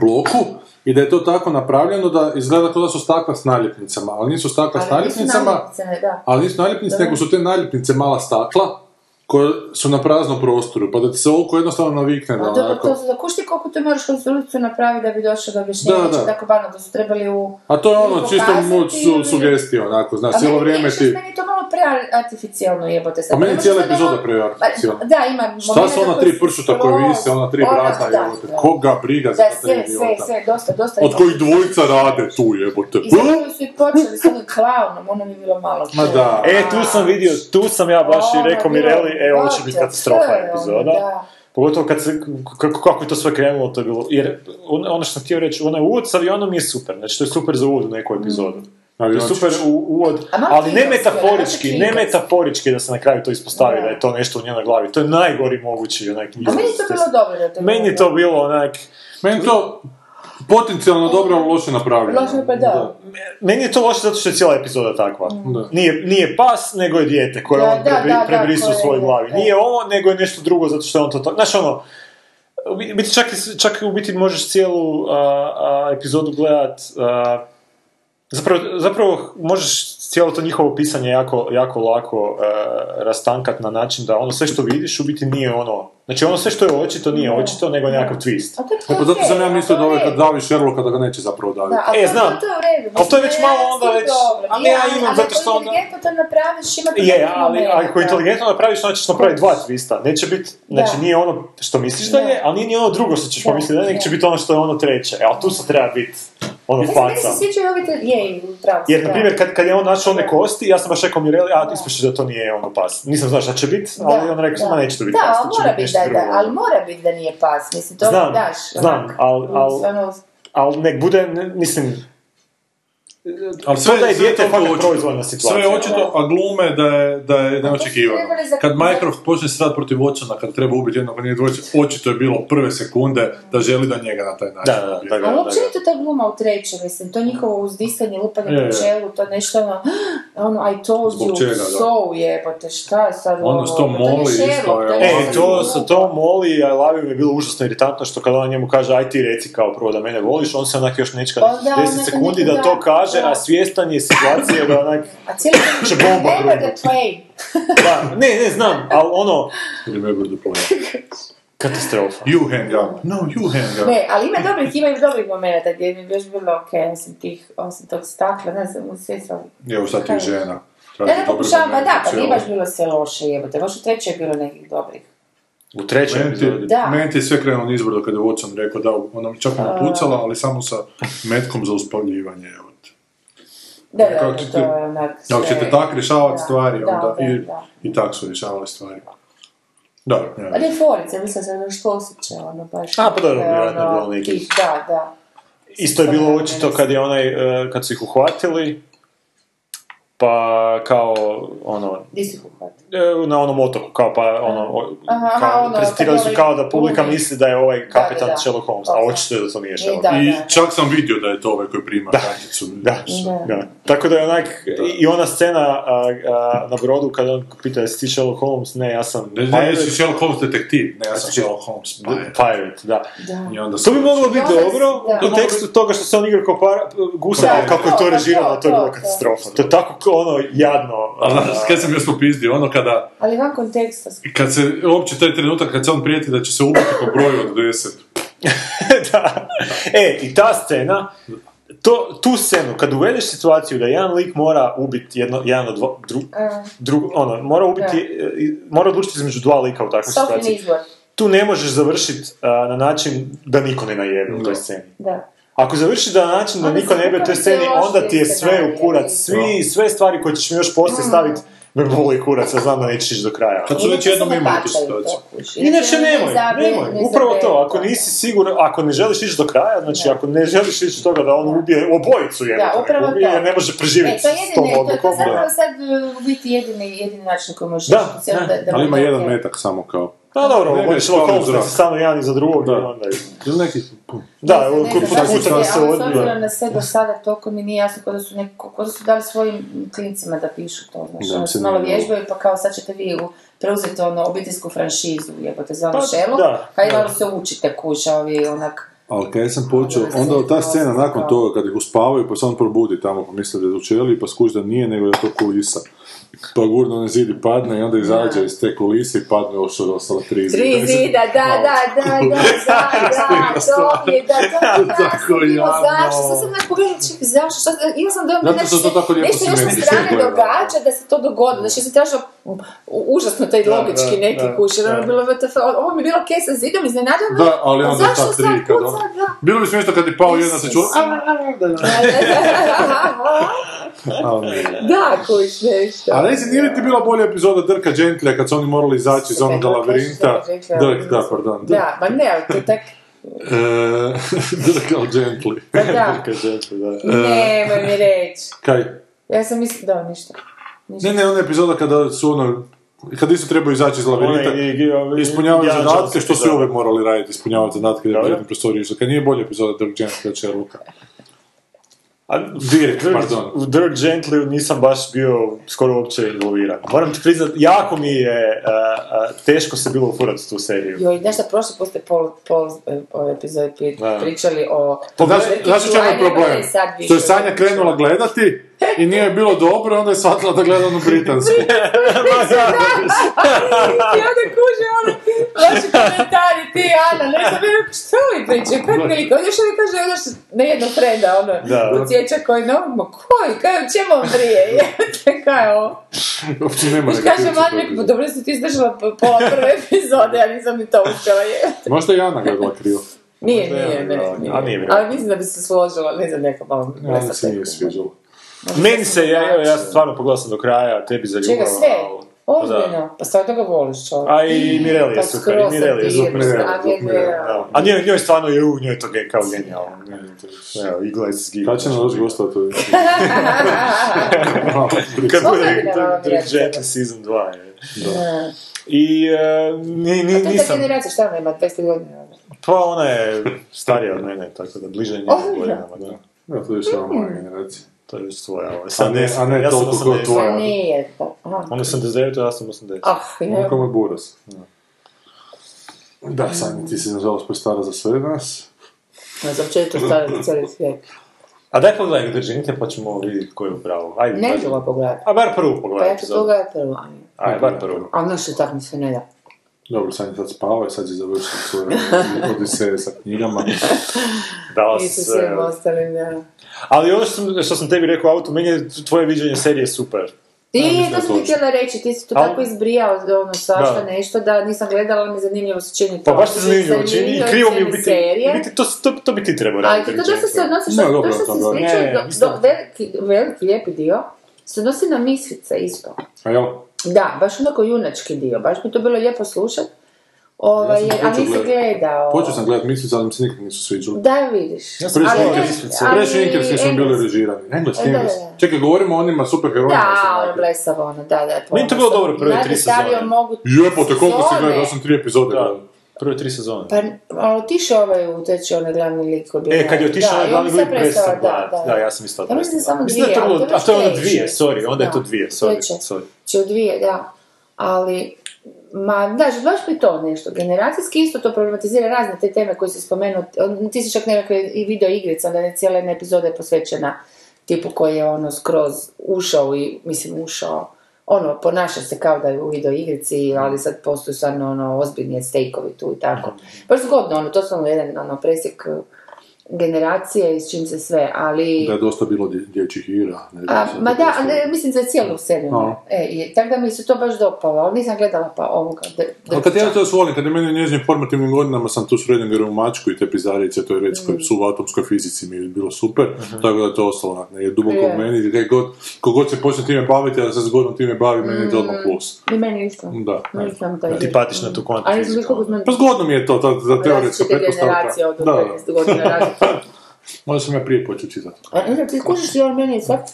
G: bloku i da je to tako napravljeno da izgleda kao da su stakla s naljepnicama, ali nisu stakla s
F: Ali nisu
G: naljepnicama,
F: naljepnice, ne, da.
G: ali nisu naljepnice,
F: Da.
G: nego su te naljepnice mala stakla koje su na praznom prostoru, pa da ti se oko jednostavno navikne na
F: A dobro,
G: onako.
F: to su, da kuš ti koliko to moraš konstrukciju napraviti da bi došao do objašnjenja,
G: Da,
F: da,
G: da.
F: tako banalno, da su trebali u...
G: A to je ono,
F: ili
G: čisto
F: pokazati
G: moć su,
F: ili-
G: sugestija, onako, znaš,
F: A
G: cijelo
F: meni
G: vrijeme
F: nešto,
G: ti...
F: Meni je to malo preartificijalno jebote sad.
G: Pa meni
F: Nema
G: cijela
F: što nema-
G: epizoda preartificijalna.
F: Pa, Da, ima
G: Šta su ona tri pršuta koje vise, ona tri vrata, jebote?
F: jebote,
G: Koga briga za
F: Da,
G: ta
F: sve,
G: tri
F: sve,
G: idiota?
F: sve, dosta, dosta.
G: Od kojih dvojica rade tu, jebote? Hm?
F: I zato su i počeli s onim klaunom, ono mi je bilo malo.
G: Ma da.
H: E, tu sam vidio, tu sam ja baš
F: Ono
H: i rekao
F: bilo
H: Mireli, e, ovo će
F: baš
H: biti katastrofa
F: sve, ono,
H: epizoda.
F: da.
H: Pogotovo kad se, kako, kako je to sve krenulo, to je bilo, jer on- ono što sam htio reći, onaj uvod s avionom je super, znači to je super za uvod u neku epizodu. To je
G: Aviončić.
H: super u- uvod,
F: Mm. A malo
H: ali ne
F: klinkac,
H: metaforički,
F: malo
H: ne
F: klinkac.
H: metaforički da se na kraju to ispostavi
F: Da.
H: da je to nešto u njenoj glavi. To je najgori mogući onak.
F: A meni je to bilo dobro da to je
H: Meni je to bilo onak,
G: Meni to potencijalno dobro, ali loše napravljeno.
F: Loše, pa da.
H: meni je to loše zato što je cijela epizoda takva.
G: Da.
H: Nije, nije pas, nego je dijete koje
F: Da,
H: on
F: da,
H: prebri,
F: da, da,
H: prebrisao u
F: koje
H: svojoj
F: je,
H: glavi.
F: da.
H: Nije ovo, nego je nešto drugo zato što je on to tako... Znaš ono, u biti čak, i- čak u biti možeš cijelu a, a, epizodu gledat... a, zapravo, zapravo možeš cijelo to njihovo pisanje jako, jako lako a, rastankat na način da ono sve što vidiš u biti nije ono... Znači ono sve što je očito nije očito, nego nekakav twist.
F: A to je
G: E pa zato
F: okej,
G: sam ja
F: a
G: mislio
F: to
G: da ovaj
F: je
G: kad
F: u redu.
G: davi Sherlocka da ga neće zapravo daviti.
F: Da, ali
H: E,
F: to-
H: znam.
F: to je u redu,
H: Ali to je
F: mislim,
H: već
F: ne,
H: malo
F: ja
H: onda
F: sam
H: već-
F: dobro.
H: ali ja imam, zato
F: ako
H: što onda-
F: inteligentno to napraviš, ima to
H: Je,
F: nekih
H: ali
F: momenata.
H: ako inteligentno napraviš, onda ćeš napraviti dva twista. Neće biti, znači
F: Da.
H: nije ono što misliš da je, ali nije ni ono drugo što ćeš
F: Da,
H: pomisliti da je, nego će
F: da.
H: biti ono što je ono treće. E, ali tu se treba biti ono
F: Ne znam, meni
H: faca.
F: se sviđaju ovi te- je, u pravu si,
H: Jer, na
F: da.
H: primjer, kad, kad je on našao one kosti, ja sam baš rekao Mireli, a ispošće da to nije ono pas. Nisam znaš šta će biti, ali on rekao, ma neće to biti
F: Da,
H: pas,
F: ali
H: to će
F: mora
H: biti nešto
F: biti da, je-
H: drugo.
F: da, ali mora biti da nije pas, mislim, to
H: Znam,
F: daš.
H: znam,
F: onak,
H: al- al-
F: ono,
H: Ali nek bude, ne- mislim,
G: Ali
H: to da je
G: sve
H: dijete
G: toliko
H: fakat
G: očito.
H: proizvoljna situacija.
G: Sve je očito, a glume da je, da je neočekivano.
F: trebali zapisati.
G: Kad Mycroft počne srat protiv Watsona, kad treba ubiti jednog od njih dvojice, očito je bilo prve sekunde da želi da njega na taj način
H: Da, da,
G: ubije.
H: da, da,
F: Ali
H: da,
F: općenito ta gluma u trećem, mislim, to njihovo uzdisanje, lupanje
G: Je, je.
F: po čelu, to nešto ono, [gasps] ono, I told
G: Zbog
F: you,
G: čega, da.
F: so jebote, šta je sad
G: Ono što
F: ovo,
G: moli
F: to nije
G: isto
F: Sherlock,
G: je
F: to
G: ono-
H: E,
F: sad
H: to,
F: glupo.
H: sa to moli, I love you mi je bilo užasno iritantno što kada on njemu kaže aj ti reci kao prvo da mene voliš, on se onak još nečka
F: Pa da,
H: 10
F: onak
H: sekundi
F: neki
H: da to
F: dan,
H: kaže,
F: da.
H: a svjestan je situacije da onak...
F: A cijeli
H: Će bomba
F: Never the
H: grunut.
F: plane.
H: Da, ne, ne znam, ali ono...
G: Remember the plan.
H: Katastrofa.
G: You hang up. No, you hang up.
F: Ne, ali ima dobrih, ima i dobrih momenta gdje mi je još bilo ok, osim tih, osim tog stakla, ne znam, sve sam...
G: Evo sad ti je žena. Traži
F: Ja ne
G: dobre
F: pokušavam, pa
G: momente
F: da,
G: u
F: pa nije
G: cijelom.
H: ovaj.
F: baš bilo sve loše jebote, baš u trećoj je bilo nekih dobrih.
H: U trećem
G: Meni ti,
H: epizodi.
F: Da.
G: meni ti je sve krenulo nizbrdo kada je Watson rekao da ona mi čak ono pucala, ali samo sa metkom za uspaljivanje. evo te.
F: Da, da,
G: Kako
F: da,
G: ćete-
F: to je onak
G: Ako
F: sve-
G: ćete tak rješavati
F: Da,
G: stvari,
F: da,
G: onda
F: da,
G: i,
F: da.
G: i tak su rješavali stvari. Dobro, ne.
F: Ali je forica, Pa mislim se da što osjeća, ono baš...
H: A, pa dobro,
F: da je
H: vjerojatno je
F: ono,
H: bilo nekih.
F: tih, Da, da.
H: Isto je bilo očito kad je onaj, e, kad su ih uhvatili, pa kao, ono,
F: Gdje si ih uhvatio?
H: e, na onom otoku, kao pa ono, o-
F: Aha,
H: kao,
F: aha, ono,
H: prezentirali
F: kad
H: su
F: ovaj
H: kao da publika
F: glumi.
H: misli da je ovaj kapetan
F: da.
H: Sherlock Holmes, a
F: Dobro.
H: očito je da to nije
F: I
H: Sherlock
F: da,
G: I
F: da.
G: čak sam vidio da je to ovaj koji prima karticu.
H: Da,
F: Da.
H: da. Tako da je onak, i ona scena a, a, na brodu kada on pita jesi ti Sherlock Holmes, ne, ja sam
G: Ne, ne, jesi Sherlock Holmes detektiv. Ne, ja sam Sherlock Holmes. Pa, je.
H: Pirate, da.
F: Da.
G: I onda se-
H: To bi moglo biti
F: Da.
H: dobro
F: Da.
H: u kontekstu toga što se on igra kao par, gusa,
F: Da,
H: ali kako je
F: to,
H: to
F: pa
H: režirano,
F: to,
H: to je
F: to,
H: bilo
F: to.
H: katastrofa. To je tako kao ono jadno.
G: Ali
H: [laughs] a,
G: znaš, kad sam još popizdio, ono kada,
F: Ali van konteksta s-
G: kad se, uopće taj trenutak kad se on prijeti da će se ubiti po broju od 10.
H: da. E, i ta scena, to, tu scenu, kad uvedeš situaciju da jedan lik mora ubiti jedno, jedan od dva, dru,
F: Mm.
H: drugo- ono, mora ubiti, e, i- mora odlučiti između dva lika u takvoj
F: Sofin
H: situaciji.
F: izbor,
H: tu ne možeš završiti na način da niko ne najebi u toj sceni.
F: da.
H: Ako završiš da na način da
F: Onda
H: niko
F: se
H: ne jebe u toj
F: napravi
H: sceni,
F: sve lošije
H: onda ti je sve
F: scenarije.
H: u kurac. Svi, sve stvari koje ćeš mi još poslije staviti, me boli kurac, ja znam da nećeš ići do kraja.
G: Kad su već
F: Inače
G: jednom
F: se ne
G: imali tu
F: bacaju
G: situaciju.
F: to, kužiš.
H: Inače
F: Ne
H: nemoj,
F: izaberu, ne
H: nemoj. Upravo
F: izaberu,
H: to, ako
F: da.
H: nisi siguran, ako ne želiš ići do kraja, znači
F: Da.
H: ako ne želiš ići do toga da on ubije obojicu
F: Da,
H: jebote,
F: upravo
H: ubije
F: to.
H: jer ne može
F: E,
H: preživjeti
F: to je
H: s tom
F: jedini, to je to
H: odlukom.
F: zapravo sad e, u biti jedini, jedini način koji možeš
H: Da,
F: ići, cijelo
H: da.
G: Ali ima
F: bude
G: jedan
F: ok.
G: metak samo kao.
H: Pa dobro,
G: Ne
H: ovo je
G: greš kao u zrak.
H: šlokom, samo jedan iza drugog i
G: Da.
H: onda...
G: Ili neki...
H: Da, ovo
F: Ne
H: kod
F: znam zašto
G: kucam
H: kucanja
F: je,
H: se
F: ali s
H: odbija.
F: obzirom na sve do sada, toliko mi nije jasno kod da su, neko, ko da su dali svojim klincima da pišu to, znaš,
G: Da,
F: ono
G: se
F: su malo
G: nije moglo.
F: vježbaju, pa kao sad ćete vi u- preuzeti ono obiteljsku franšizu, jebote, za ono
H: Pa,
F: šelu,
H: da,
F: pa i
H: da.
F: ono se učite kuća, ovi onak
G: Ali kad ja sam počeo,
F: Onda se
G: onda ta
F: to
G: scena nakon
F: kao-
G: toga, kad ih uspavaju, pa se on probudi tamo, pa misle da je dočeli, pa skuži da nije, nego da je to kulisa. Pa gurno na zid i padne i onda izađe iz te kulise i padne još od ostala tri zida.
F: Tri
G: Mislim,
F: zida, da, da, da, da, da, da, to je, da, to je
G: Tako
F: jasno, bilo
G: jadno.
F: zašto, sad sam nek pogledala, čekaj, zašto, šta, imala sam dojam da
G: Zato što to tako lijepo
F: nešto još sa
G: simetrično
F: strane
G: izgleda.
F: događa, da se to dogodilo, znači ja sam tražila u- užasno taj
H: Da,
F: logički
H: da,
F: neki
H: da,
F: kuš, jer ono
H: da.
F: je bilo, WTF, ovo mi je bilo kej sa zidom, iznenadilo me,
G: Da, ali
F: a
G: onda
F: Pa zašto
G: ta tri,
F: sad
G: kad
F: kuca,
G: on-
F: da.
G: Bilo bi smiješno kad je pao jedna se čuo,
F: Isus.
G: "A, a, a", da, da. ali nije.
F: Da, kuš, nešto.
G: A reci, nije li ti bila bolja epizoda Drka Džentlja kad su oni morali izaći iz onoga
F: Super, kako je
G: labirinta?
F: što je rekla.
G: Drk, da, pardon. Drk.
F: Da, ma ne, ali to je tak,
G: [laughs] E, Drka Gently.
F: pa
H: [laughs]
G: [laughs]
F: da,
G: E.
F: nemoj mi reći,
G: Kaj?
F: ja sam mislila, da, ništa.
G: Ne, ne, ona epizoda kada su ono, kad isto trebaju izaći iz labirinta, ispunjavaju zadatke, što su i uvijek morali raditi, ispunjavati zadatke, da
H: Dobro.
G: bi jednu prostoriju išli. Kad nije bolja epizoda Dirk James kada će ruka.
H: Dirk, Dirk,
G: pardon.
H: u Dirk Gently nisam baš bio skoro uopće involviran. Moram ti priznat, jako mi je a, a, teško se bilo ufurat u tu seriju.
F: Joj, znaš šta, prošli put ste pol, pol e, ove epizode pri,
H: Da.
F: pričali o...
G: To Pa znaš,
F: Veliki
G: znaš u čemu je
F: Kleiner,
G: problem?
F: ali sad više
G: Što je Sanja
F: ne
G: krenula gledati i nije joj bilo dobro i onda je shvatila da gleda onu
F: [laughs]
G: britansku. [laughs]
H: [laughs]
F: I onda kuže, ono, vaši komentari, ti, Ana, ne znam, vjerujem, što vi pričaju, kako mi liko, još oni kaže, ono što, na jednog frenda, ono,
H: Da.
F: ucijeća koji, no, ma koji, kaj, o čemu on prije, [laughs] jebote, kaj je ovo?
G: Uopće nema
F: I kaže,
G: negativca.
F: man, rekao, dobro da si ti izdržala po- pola prve epizode, ja nisam ni to uspjela, je.
G: Možda je Ana gledala krivo.
F: Nije, nije, ne,
H: A nije
F: nije.
H: vjerojatno.
F: Ali mislim da bi se složila, ne znam, neka malo...
G: Ja mi se nije sviđalo.
H: Meni se, ja, evo, ja stvarno pogledao sam do kraja, tebi zaljubao.
F: znači- Čega, sve?
H: Da.
F: Ozbiljno, pa stvarno ga voliš čovjek.
H: A i Mireli je
F: Pa
H: super, i
F: skroz sam
H: Mireli je
F: divna,
H: super.
G: Mirela,
F: a ne,
G: Mirela,
F: ne,
H: Da. A njoj, njoj stvarno je, u, njoj je to ge- kao genijalno. Evo, igla je zgibla.
G: Kad će nam doći gostova to?
F: [laughs]
G: [laughs] Malo priča.
H: Kad
F: Mogla bi
H: bude
F: da vam
H: Dirk
F: reći.
H: Gently season 2. je.
F: ne.
H: I e, ni, ni,
F: A to je ta
H: nisam,
F: generacija, šta ona ima, 200 godina?
H: pa ona je starija od mene, tako da bliže njemu
F: Oh,
H: godinama, da.
G: Ja, to je više ova moja generacija.
H: To je već tvoja, ovo je
G: A ne-
H: 70,
G: a ne
H: ja sam
G: toliko kao
H: 80.
G: tvoja.
F: Pa nije to. Aha.
H: On je 89, a ja sam 80.
F: Ah, ja.
G: Kako mu je buras. Da, Sanja, ti si nažalost postara za sve nas.
F: Ja sam četvrtu stara za cijeli svijet.
H: A daj pogledaj Dirk Gently, pa ćemo vidjeti ko je u pravu. Ajde,
F: Ne
H: ajde.
F: ću ga pogledati.
H: A bar prvu
F: Pa
H: pogledaj
F: ja ću
H: epizodu.
F: pogledati prvo. ajde.
H: Ajde, bar prvu.
F: A ono što tako mi se ne da.
G: Dobro, Sanja sad spava i sad je završila svoje odiseje sa knjigama.
H: Dala
F: I sa
H: se Pa sve.
F: svim ostalim, da.
H: eh, Ali ono što sam, što sam tebi rekao, auto, meni je tvoje viđenje serije super.
F: Ti,
G: mislim
F: to
G: da
F: sam ti
G: to
F: htjela reći, ti si to
H: Al-
F: tako izbrijao ono svašta
H: Da.
F: nešto da nisam gledala, ali mi je zanimljivo se čini to.
H: Pa baš se zanimljivo čini i krivo mi je u
F: cijele
H: biti,
F: serije.
H: u biti to, to, to bi ti trebao
F: Ali
H: raditi.
F: to dosta se
H: No,
F: odnosi,
G: Ne,
F: što,
G: dobro,
F: to što si
G: dobro.
F: ispričao,
H: Ne,
F: do-
H: mislim-
F: do- veliki, veliki lijepi dio, se odnosi na mislice isto.
G: A jel?
F: Da, baš onako junački dio, baš mi to bilo lijepo slušat. Ovaj,
G: Ja sam
F: a
G: počeo
F: nisi
G: gledat-
F: gledao.
G: Počeo sam gledat mislice, ali mi se nikad nisu sviđali.
F: Da, vidiš.
H: Ja sam
G: Previše
H: Ali-
G: engleskih
H: ali-
G: previše engleskih su mi bili režirani. Engleski,
F: Da, da,
G: engleski.
F: da.
G: Čekaj, govorimo o onima superherojima.
F: Da,
G: osim
F: ono
G: majke.
F: blesavo, ono, da, da.
H: Meni je to bilo dobro prve tri sezone.
F: mogu
G: Jebote, koliko si gledao, da sam tri epizode
H: Da.
G: gledao.
H: Prve tri sezone.
F: Pa, ali otišao ovaj u teči onaj glavni lik koji je bio-
H: E, kad je otišao
F: Da,
H: onaj
F: i
H: glavni
F: on se
H: lik
F: prestao,
H: prestao pa,
F: da, da.
H: Da, ja sam isto
F: Ja mislim da
H: prestao.
F: samo
H: Mislim da je
F: dvije,
H: to
F: ali
H: bilo,
F: to je
H: a to je ono
F: već
H: dvije,
F: treće.
H: sorry, onda je to
F: Da,
H: dvije, sorry,
F: treće.
H: sorry.
F: Će u Znači, dvije, da. Ali, ma, znaš, baš mi to nešto. Generacijski isto to problematizira razne te teme koje si spomenuo. On- Ti si čak nekakve i video igrice, onda je cijela jedna epizoda je posvećena tipu koji je ono skroz ušao i, mislim, ušao ono, ponaša se kao da je u video igrici, ali sad postoju stvarno ono, ozbiljni stejkovi tu i tako. Baš zgodno, ono, to su ono jedan ono, presjek eh, generacije i s čim se sve, ali...
G: Da je dosta bilo dje- dječjih igra. ne znam,
F: A,
G: sad
F: ma
G: to
F: da,
G: dosta-
F: a ne, mislim za cijelu seriju.
G: A.
F: E, i, tako da mi se to baš dopalo, ali nisam gledala pa ovoga. D-
G: Ali kad ja to svolim, kad je meni u njezinim formativnim godinama sam tu s Redingerom u Mačku i te pizdarice toj redskoj
F: Mm.
G: subatomskoj fizici mi je bilo super, tako da je to ostalo onak, je duboko
F: Mhm. Je.
G: u meni, i kaj god, kogod se počne time baviti, ja se s godom time bavim, meni je to odmah plus.
F: I meni isto.
G: Da, eto.
F: Mm. Nisam da
H: Ti patiš na tu kontu
F: A nisam viš koliko smo
G: Pa zgodno mi je to, ta, ta teoretska
F: različite
G: pretpostavka.
F: generacije od
G: Da, da.
F: 15 godina razlike.
G: Možda sam ja prije počeo čitati.
F: A ne znam, ti kužiš i on meni svaki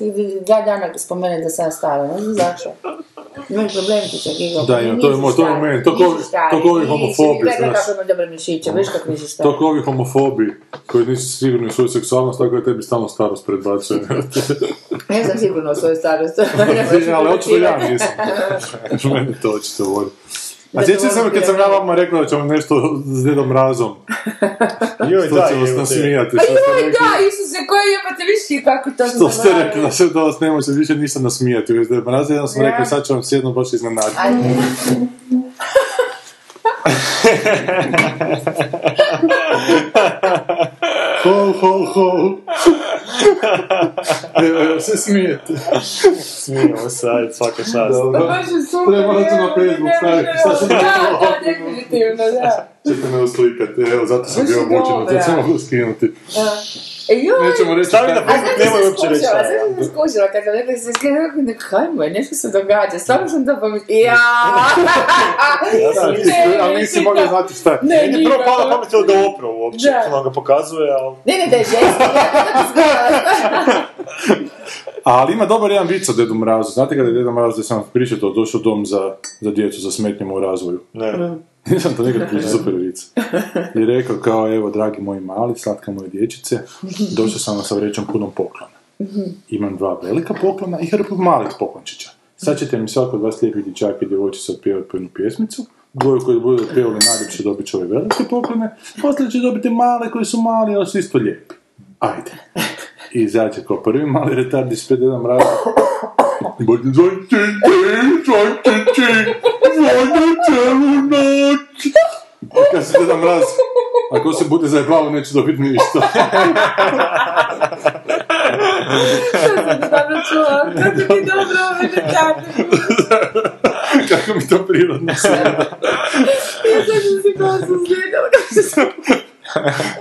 F: dva dana spomene da sam stara, ne znam zašto. Imam problem ti čak igra.
G: Da, imam, to je moj- to je meni, to ko- to ko ovi homofobi,
F: znaš.
G: znaš.
F: Kako ima dobre mišiće, viš kako nisi stara.
G: To kao ovi homofobi koji nisu sigurni u svoju seksualnost, tako da tebi stalno
F: [laughs]
G: starost predbacuje.
F: Ne znam Pa
G: Значи,
F: значи, [laughs] sigurno o svojoj starosti.
G: [laughs] ali očito ja nisam. Meni to očito voli. A sjećam se ono kad sam ja vama rekao da ćemo nešto s Dedom Razom.
H: [laughs] Joj,
G: Što
H: da,
G: će vas
H: jebote.
G: nasmijati.
F: Pa
G: što ste
F: joj,
G: rekli-
F: da, Isuse, koji jebate viški, kako to
G: Što ste
F: zaboravili.
G: rekli, da se da vas ne može više nisam nasmijati. Uz Deda Mraza jedan sam
F: Da.
G: rekao, sad ću vam se jednom baš iznenaditi.
F: Ajde.
G: [laughs] Ho, ho,
F: [laughs]
G: ho. Evo, evo, se smijete.
H: Smijemo se, ajde, [laughs] svaka čast.
F: Pa
G: Dobro.
F: baš je super.
G: Treba
F: evo,
G: to na Facebook
F: ne,
G: staviti,
F: ne,
G: sad sam
F: Da,
G: rekao.
F: da, definitivno, da.
G: Ćete me uslikati, evo, zato sam
F: Baš
G: bio
F: je
G: obučen,
F: dobra.
G: to sam mogu skinuti.
F: Da. E, joj,
G: Nećemo reći
H: Stavi
G: šta-
H: na
F: A sad
H: Nemoj
F: sam
H: uopće reći
F: skužila,
H: šta je.
F: sad sam skužila kad sam rekla, sam skužila, kajmo je, nešto se događa, stvarno sam to pomislila. Ja, ah! [laughs]
G: Ja sam
F: Ne,
G: mislio, ali nisi
F: mislim
G: mogla
F: da-
G: znati šta je.
F: Ne,
H: Meni je prvo
F: nije
H: pala
F: dobro.
H: pamet ili ga oprao uopće,
F: Da.
H: što nam ga pokazuje, ali...
F: Ne, ne, da je ženski, ja sam skužila.
G: pa, Ali ima dobar jedan vic o Dedu Mrazu. Znate kada je Deda Mraz, da sam pričao to, došao dom za, za djecu, za smetnjama u razvoju.
H: Ne.
F: Mm.
G: [laughs] Nisam to nikad pričao, super vic. I rekao kao, evo, dragi moji mali, slatka moje dječice, došao sam vam sa vrećom punom poklona. Imam dva velika poklona i hrpu malih poklončića. Sad ćete mi svako od vas lijepih dječaka i djevojčica otpjevati po jednu pjesmicu, dvoje koji budu otpjevali najljepše dobit će ove velike poklone, poslije će dobiti male koji su mali, ali su isto lijepi. Ajde. I izađe kao prvi mali retard ispred jedan mraza. Bodi zajti, zajti ti, vodi cijelu noć. I kad se jedan mraz, ako se bude zajebalo, neće dobiti ništa.
F: Što sam ti dobro čula, kako ti dobro ove detalje.
G: Kako mi to prirodno se.
F: Ja sad sam se kao sam zgledala, kako sam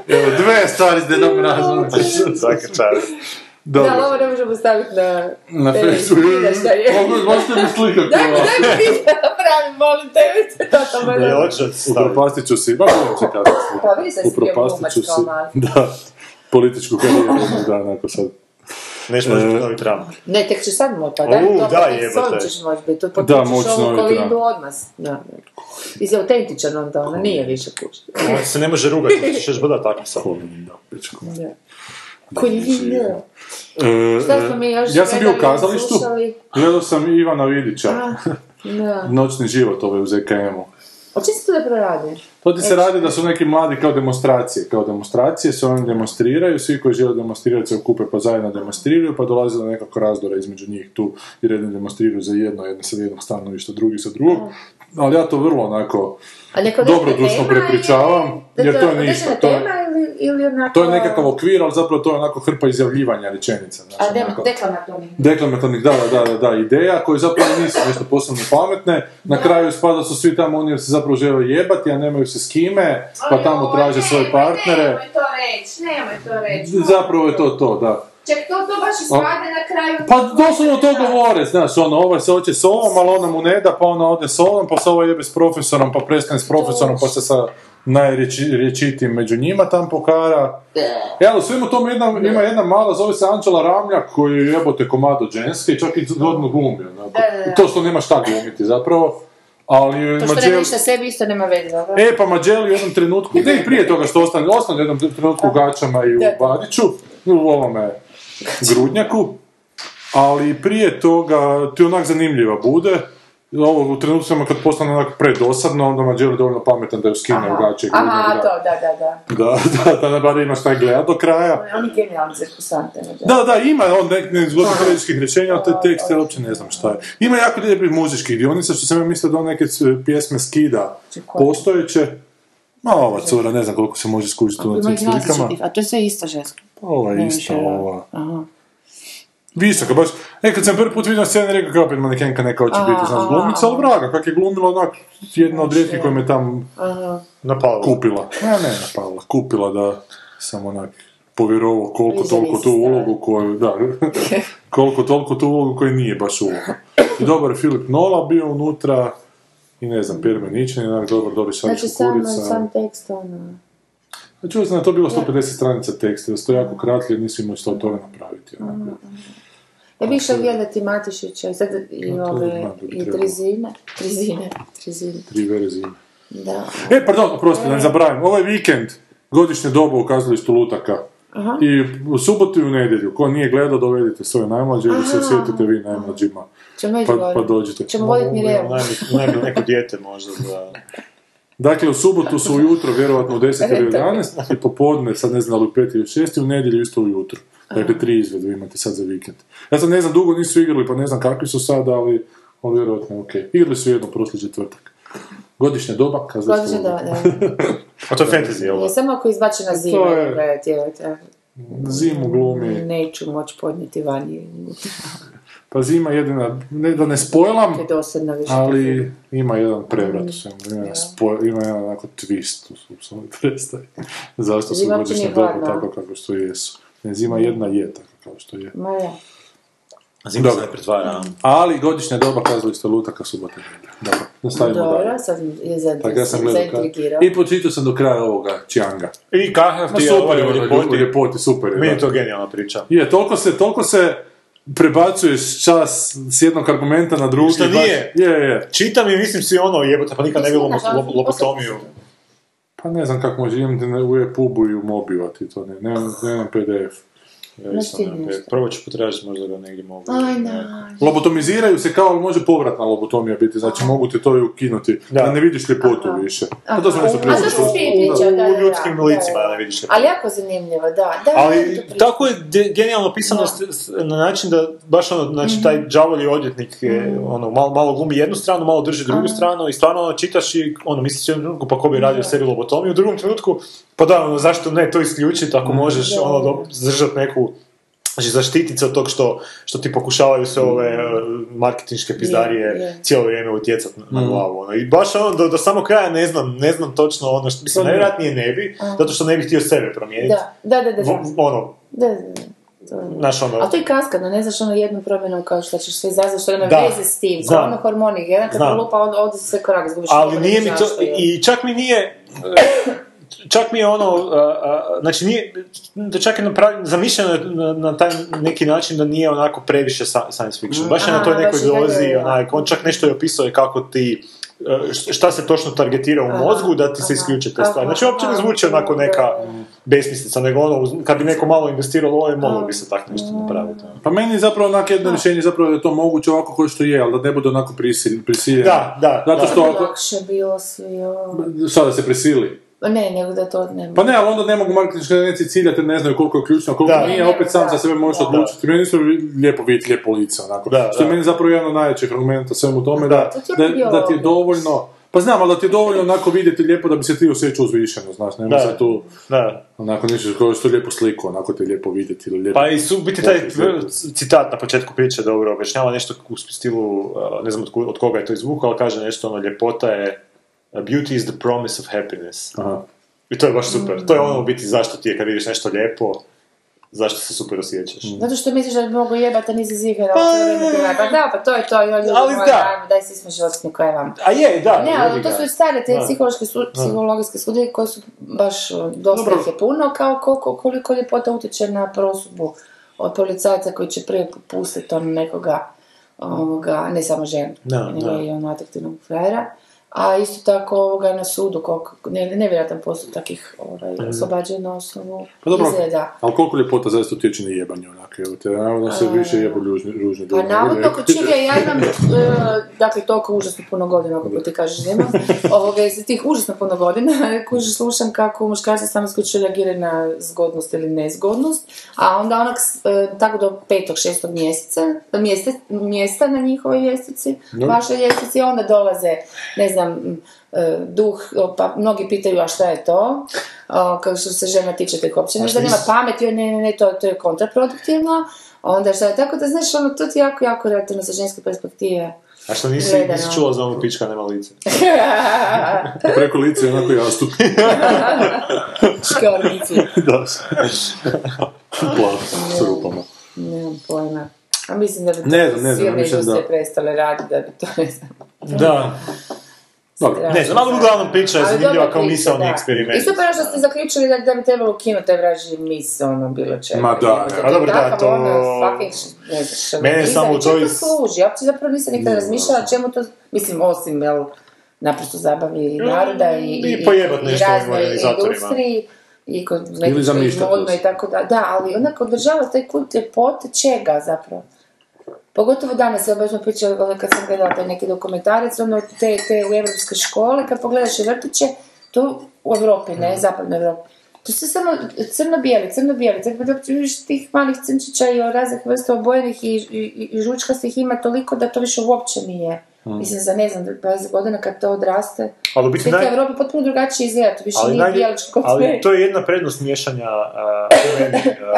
G: Evo, dve stvari s dedom mrazom.
H: [laughs] Svaka čast.
F: Da, ali
G: Dobro.
F: ovo ne možemo staviti na... É,
G: Na né?
F: e,
G: fesu.
F: vidjeti šta je.
G: Mogu- Možete mi slikati
F: Daj mi,
G: ovo.
F: daj mi video [laughs] napravim, molim te, vidite to to me
H: Ne,
F: dobro.
H: hoće da se stavi.
G: Upropastit ću si, baš moram se kasnije slikati.
F: Pa vidi sad si bio
G: Upropastit
F: glumac
G: ću
F: kao
G: si,
F: mali.
G: da, političku karijeru jednog dana, ako sad
H: Nešto možeš ponoviti ramo.
F: Ne, tek će sad moj, pa daj
H: U,
F: mi to,
H: da,
F: pa tek s
H: jebote.
F: ovim ćeš moći biti, pa
G: Da,
F: ti
G: moći
F: ćeš ovu
G: novih
F: koju
G: drama.
F: idu odmah. Da, da. Ti si autentičan onda, ona nije više kući.
H: On se ne može rugati, zato što ćeš bodat takav sam.
G: kolin, da, pričku.
F: Koljina.
G: E,
F: Šta
G: e,
F: smo mi još
G: ja sam bio u
F: gledali,
G: kazalištu,
F: slušali?
G: gledao sam Ivana Vidića,
F: A, pa, Da.
G: Noćni život ovaj u ZKM-u.
F: O čem se tu da proradi?
G: To ti se radi da su neki mladi kao demonstracije, kao demonstracije, se oni demonstriraju, svi koji žele demonstrirati se okupe pa zajedno demonstriraju, pa dolazi do nekako razdora između njih tu, jer jedni demonstriraju za jedno, jedni sa jednog stanovišta, drugi sa drugog, ali ja to vrlo onako,
F: A neka
G: dobrodušno prepričavam, jer to je ništa, to je,
F: tema ili, ili onako...
G: to je nekakav okvir, ali zapravo to je onako hrpa izjavljivanja rečenica. znaš,
F: A de,
G: onako.
F: deklamatorni.
G: deklamatornih, da, da, da, da, ideja koje zapravo nisu nešto posebno pametne. Na kraju ispada su svi tamo oni jer se zapravo žele jebati, a nemaju se s kime, pa tamo traže svoje partnere.
I: Nemoj to reći, nemoj to reći.
G: Zapravo je to to, da.
I: Ček, to, to baš ispada na kraju.
G: Pa doslovno to govore, znaš, ono, ovaj se hoće s ovom, ali ona mu ne da, pa ona ode s ovom, pa se ovaj jebe s profesorom, pa prestane s profesorom, pa se sa najrječitim među njima tam pokara. Evo, E, u svemu tomu jedna, ima jedna mala, zove se Anđela Ramljak, koju je jebote komado ženske, čak i zgodno glumi, onako. To što nema šta glumiti zapravo, ali
F: To što ne ništa sebi isto nema veze, dobro?
G: E, pa Mađeli u jednom trenutku, ne i prije toga što ostane, ostane u jednom trenutku u gačama i u
F: Da.
G: Badiću, u ovome grudnjaku, ali prije toga ti onak zanimljiva bude, ovo u trenutcima kad postane onako predosadno, onda Mađeli dovoljno pametan da ju skine u gače i grudnjak,
F: Aha, to,
G: da.
F: da, da, da.
G: Da, da, da, da, bar imaš taj gleda do kraja.
F: On je genijalan cirkusante, ne da.
G: Da, da, ima on nek nezgodnih političkih rješenja, ali te tekst ja uopće ne znam šta je. Ima jako lijepih muzičkih dionica, što sam ja mislio da on neke s- pjesme skida
F: Znači, koje?
G: postojeće. Ma ova cura, ne znam koliko se može skužiti tu na tim Znači, slikama.
F: A to je sve isto žensko.
G: Pa Ova je
F: znači, Ne,
G: ista,
F: više, da.
G: ova.
F: Aha.
G: Visoka, baš. E, kad sam prvi put vidio scenu, rekao kao opet manekenka neka hoće
F: Aha,
G: biti, znaš,
F: aha,
G: glumica, ali
F: aha. Znači,
G: vraga, kak je glumila onak jedna od rijetkih koja me tam
H: Napalo.
G: kupila. Ne, ne, napala, kupila da sam onak povjerovao koliko
F: Bliže
G: toliko
F: nisi
G: tu
F: stala.
G: ulogu koju,
F: [laughs]
G: da, koliko toliko tu ulogu koju nije baš uloga. I dobar je Filip Nola bio unutra, i ne znam, Pierre Meničan, onak dobar Doris
F: Znači,
G: Šarić
F: sam,
G: Kukurica.
F: sam tekst, ono...
G: Pa Čuo sam da je to bilo 150 stranica teksta, da su to jako kratili, jer nisu imali što od toga napraviti. onako.
F: Mhm. Ja bi išla gledati Matišića i sad i
G: Znači, to
F: ove,
G: znam da bi
F: i
G: trebalo.
F: Trizine, Trizine, Trizine,
G: Tri verzije.
F: da.
G: Ovaj E, pardon, oprosti, da ne zaboravim. Ovo je vikend, godišnje doba u kazalištu Lutaka. I u subotu i u nedjelju, ko nije gledao, dovedite svoje najmlađe ili se sjetite vi najmlađima.
F: Ćemo među
G: Pa, pa dođite.
F: Ćemo voditi Mirelu.
H: Najmi neko dijete možda za...
G: Dakle, u subotu su ujutro, vjerojatno u 10 ili 11, i popodne, sad ne znam ali u 5 ili 6, i u nedjelju isto ujutro. Dakle, tri izvedu imate sad za vikend. Ja sad ne znam, dugo nisu igrali, pa ne znam kakvi su sad, ali, ali vjerojatno je okej. Igrali su jedno prošli četvrtak. Godišnja doba, kazali
F: Godišnja doba, da.
H: A Pa to je fantasy, jel?
F: Nije samo ako izbače na zimu,
G: je-
F: gledajte, evo, te-
G: Zimu glumi.
F: neću moći podnijeti vani,
G: Pa zima jedina, ne da ne spojlam,
F: to
G: [laughs]
F: je dosadno više.
G: ali ima jedan prevrat u svemu, ima, jedan spo- ima jedan onako twist u svom- u svojoj predstavi. [laughs] Zašto su
F: Zima uopće
G: godišnje
F: nije
G: doba
F: hladna.
G: tako kako što jesu. Ne, zima jedna je tako kao što je.
F: Ma ja.
H: Zimno se
G: Dobro.
H: ne pretvara.
G: Ali godišnja doba kazališta lutaka subota i nedjelja. Dobro, nastavimo dalje.
F: Dobro, sad je
G: Tako ja sam
F: zainteres-
G: gledao kraj.
F: zaintrigirao.
G: I počitao sam do kraja ovoga Čianga.
H: I kakav
G: Ma
H: ti je
G: super je
H: ovaj
G: ono,
H: ljepoti?
G: ljepoti, super je.
H: Meni
G: da.
H: je to genijalna priča.
G: Je, toliko se, toliko se prebacuješ čas s jednog argumenta na drugi.
H: Što
G: baš-
H: nije.
G: Je, je.
H: Čitam i mislim si ono jebote, pa nikad ne bi
F: Mislim,
H: lobo-
F: nažalost,
H: lobo- lobotomiju.
G: Pa ne znam kako može, imam te na- u e-pubu i u mobiju, a ti to ne, nemam, nemam PDF.
H: Ja isto
F: ti
H: nemam.
F: nešto.
H: E, Prvo ću potražiti možda ga negdje mogu.
F: Aj,
H: Ne.
F: na.
G: Lobotomiziraju se kao, ali može povratna lobotomija biti, znači mogu te to i ukinuti, da,
H: Da.
G: ne vidiš ljepotu više. Pa to smo nešto
F: A to
G: pričali.
F: se smije priča, da, da, da.
H: U ljudskim
F: da,
H: licima
F: da.
H: ne vidiš ljepotu.
F: Ali jako zanimljivo, da. da
H: Ali
F: to priča.
H: tako je de- genijalno pisano
F: Da. Mhm.
H: s- s- na način da baš ono, znači taj đavolji odvjetnik je, ono, malo, malo glumi jednu stranu, malo drži drugu stranu i stvarno ono, čitaš i ono, misliš u jednom trenutku pa ko bi radio sebi lobotomiju, u drugom trenutku pa da, ono, zašto ne to isključiti ako možeš
F: Da.
H: ono, do- zadržat neku Znači zaštititi se od tog što, što ti pokušavaju se ove e, marketinške pizdarije
F: Mhm. Je, je.
H: cijelo vrijeme utjecat na, na glavu. Ono. I baš ono, do, do samog kraja ne znam, ne znam točno ono što, mislim,
G: Pa ne.
H: najvjerojatnije ne bi,
F: Aha.
H: zato što ne bi htio sebe promijeniti.
F: Da, da, da, da. da.
H: V- ono,
F: Da, da, da. To je-
H: naš ono,
F: A to je kaskadno, ne znaš ono jednu promjenu kao što ćeš se izazvati što nema
H: Da.
F: veze s tim. Kao
H: Znam.
F: ono hormoni, jedan kad
H: Znam.
F: prolupa, onda ovdje se sve korak zgubiš.
H: ali
F: Dobro,
H: nije
F: ne
H: mi
F: znaš
H: to,
F: što je.
H: i čak mi nije, čak mi je ono, a, a, znači nije, da čak je napravljeno, zamišljeno je na, na taj neki način da nije onako previše sa- science fiction, baš je
F: A,
H: na toj nekoj
F: baš je tako,
H: dozi,
F: da.
H: onaj, on čak nešto je opisao i kako ti, e, š- šta se točno targetira u
F: Aha,
H: mozgu da ti se
F: aha.
H: isključe te
F: Aha,
H: stvari. Znači, uopće ne
F: aha,
H: zvuči onako neka
F: da,
H: besmislica, nego ono, uz- kad bi neko malo investiralo, ovo je moglo bi se tako
F: Mm.
H: nešto napraviti. ono.
G: Pa meni je zapravo onako jedno rješenje zapravo da je to moguće ovako kao što je, ali da ne bude onako prisil, prisiljeno.
H: Da, da,
G: Zato
H: da.
G: što ako,
F: Lakše bilo svi ovo.
G: šta da se prisili?
F: Ne, nego da to nema.
G: Pa ne, ali onda ne mogu marketinške agencije ciljati, jer ne znaju koliko je ključno, a koliko
H: Da.
G: nije, opet sam
F: Da.
G: za sebe možeš
F: Da.
G: odlučiti. Meni su lijepo vidjeti, lijepo lice, onako.
H: Da,
G: što je
H: da.
G: meni zapravo jedan od najvećih argumenta svemu tome, da,
H: Da.
F: To ti je
G: da,
F: bio
G: da ti je
F: ovo.
G: dovoljno, pa znam, ali da ti je dovoljno onako vidjeti lijepo da bi se ti osjećao uzvišeno, znaš, nema
H: Da.
G: sad tu
H: Da.
G: onako nešto kao što je lijepo sliku, onako te je lijepo vidjeti ili lijepo...
H: Pa i su u biti taj
G: Opis, da.
H: c- citat na početku priče dobro objašnjava nešto u stilu, uh, ne znam od, ku- od koga je to izvukao, ali kaže nešto ono, ljepota je uh, Beauty is the promise of happiness.
G: Aha.
H: I to je baš super. To je
F: Mm.
H: ono u biti zašto ti je kad vidiš nešto lijepo, zašto se super osjećaš.
F: Zato što misliš da bi mogu jebati, a nisi zihara. Pa da, pa to je to. Joj, ljudi
H: Ali
F: moji,
H: da.
F: ajmo, daj svi smo životinje koje vam.
H: A je, da.
F: Ne, ali
H: jebi
F: to
H: ga.
F: su i stare te
H: Da.
F: psihološke su, psihologijske studije koje su baš e, dosta
G: Dobro.
F: ih je puno, kao koliko, koliko ljepota utječe na prosudbu od policajca koji će prije popustiti ono nekoga, ovoga, ne samo ženu,
H: Da,
F: nego
H: da.
F: i ono atraktivnog frajera. A isto tako ovoga na sudu, koliko, ne, nevjerojatan postotak ih
H: Mhm.
F: ovaj, oslobađaju na osnovu
G: Pa dobro,
F: izgleda.
G: ali koliko ljepota zaista utječe na jebanje onako, evo te, naravno se više jebu ružni, ružni
F: Pa
G: drugi nego
F: navodno,
G: lijepi.
F: ako čekaj, ja imam, e, dakle, toliko užasno puno godina, kako ti kažeš da imam, ovoga, iz tih užasno puno godina, [laughs] kužiš, slušam kako muškarci samo isključivo reagiraju na zgodnost ili nezgodnost, a onda onak, s- e, tako do petog, šestog mjeseca, mjeste, mjesta na njihovoj ljestvici, vašoj ljestvici, onda dolaze, ne znam, m, e, duh, o, pa mnogi pitaju, a šta je to? O, kako što se žena tiče, tek uopće ne zanima pamet, joj ne, ne, ne, to, to je kontraproduktivno, onda šta je, tako da znaš, ono, to ti je jako, jako relativno sa ženske perspektive.
H: A što nisi,
F: Gledano.
H: nisi čula za onu pička nema
F: [laughs]
H: lice?
G: Preko lice je onako jastup,
F: Škornici.
G: da, plav s rupama.
F: [laughs] Nemam pojma. A mislim da bi to
G: Ne znam, ne znam,
F: silne
G: mislim da-
F: industrije prestale raditi, da bi to ne znam.
H: Da.
G: Dobro,
H: Ne znam, ali uglavnom priča je
F: Ali
H: zanimljiva
F: dobra
H: kao
F: priča,
H: misalni
F: da.
H: eksperiment.
F: Isto pa ono što ste zaključili da, da bi trebalo ukinuti taj vraži mis, ono, bilo čega.
G: Ma da,
F: Ono,
G: ne.
F: je
H: A dobro, da,
F: takav,
H: to-
F: ono, fucking š- ne znam, šovinizam.
H: Mene samo
F: I čemu
H: to
F: to
H: iz-
F: služi, ja uopće zapravo nisam nikada razmišljala čemu to, mislim, osim, jel, naprosto zabavi naroda i,
H: I pojebat nešto ovim organizatorima.
F: industriji, i kod
G: Ili zamišljati
F: modno
G: dosta.
F: i tako da. Da, ali onako održava taj kult ljepote čega zapravo. Pogotovo danas, ja baš smo pričali ono, kad sam gledala taj neki dokumentarac, ono te, te u evropske škole, kad pogledaš i vrtiće, to u Europi,
H: Mhm.
F: ne, zapadnoj Europi. To su samo crno-bijeli, crno-bijeli, tako da vidiš tih malih crnčića i raznih vrsta obojenih i, i, i žučkastih ima toliko da to više uopće nije. Mislim, za ne znam, 20 godina kad to odraste,
H: Mhm. Ali u biti
F: sve
H: naj-
F: te Europa potpuno drugačije izgleda, to više
H: ali,
F: nije
H: najlje-
F: bijeličko kod sve.
H: ali to je jedna prednost miješanja uh,
F: [laughs]
H: meni,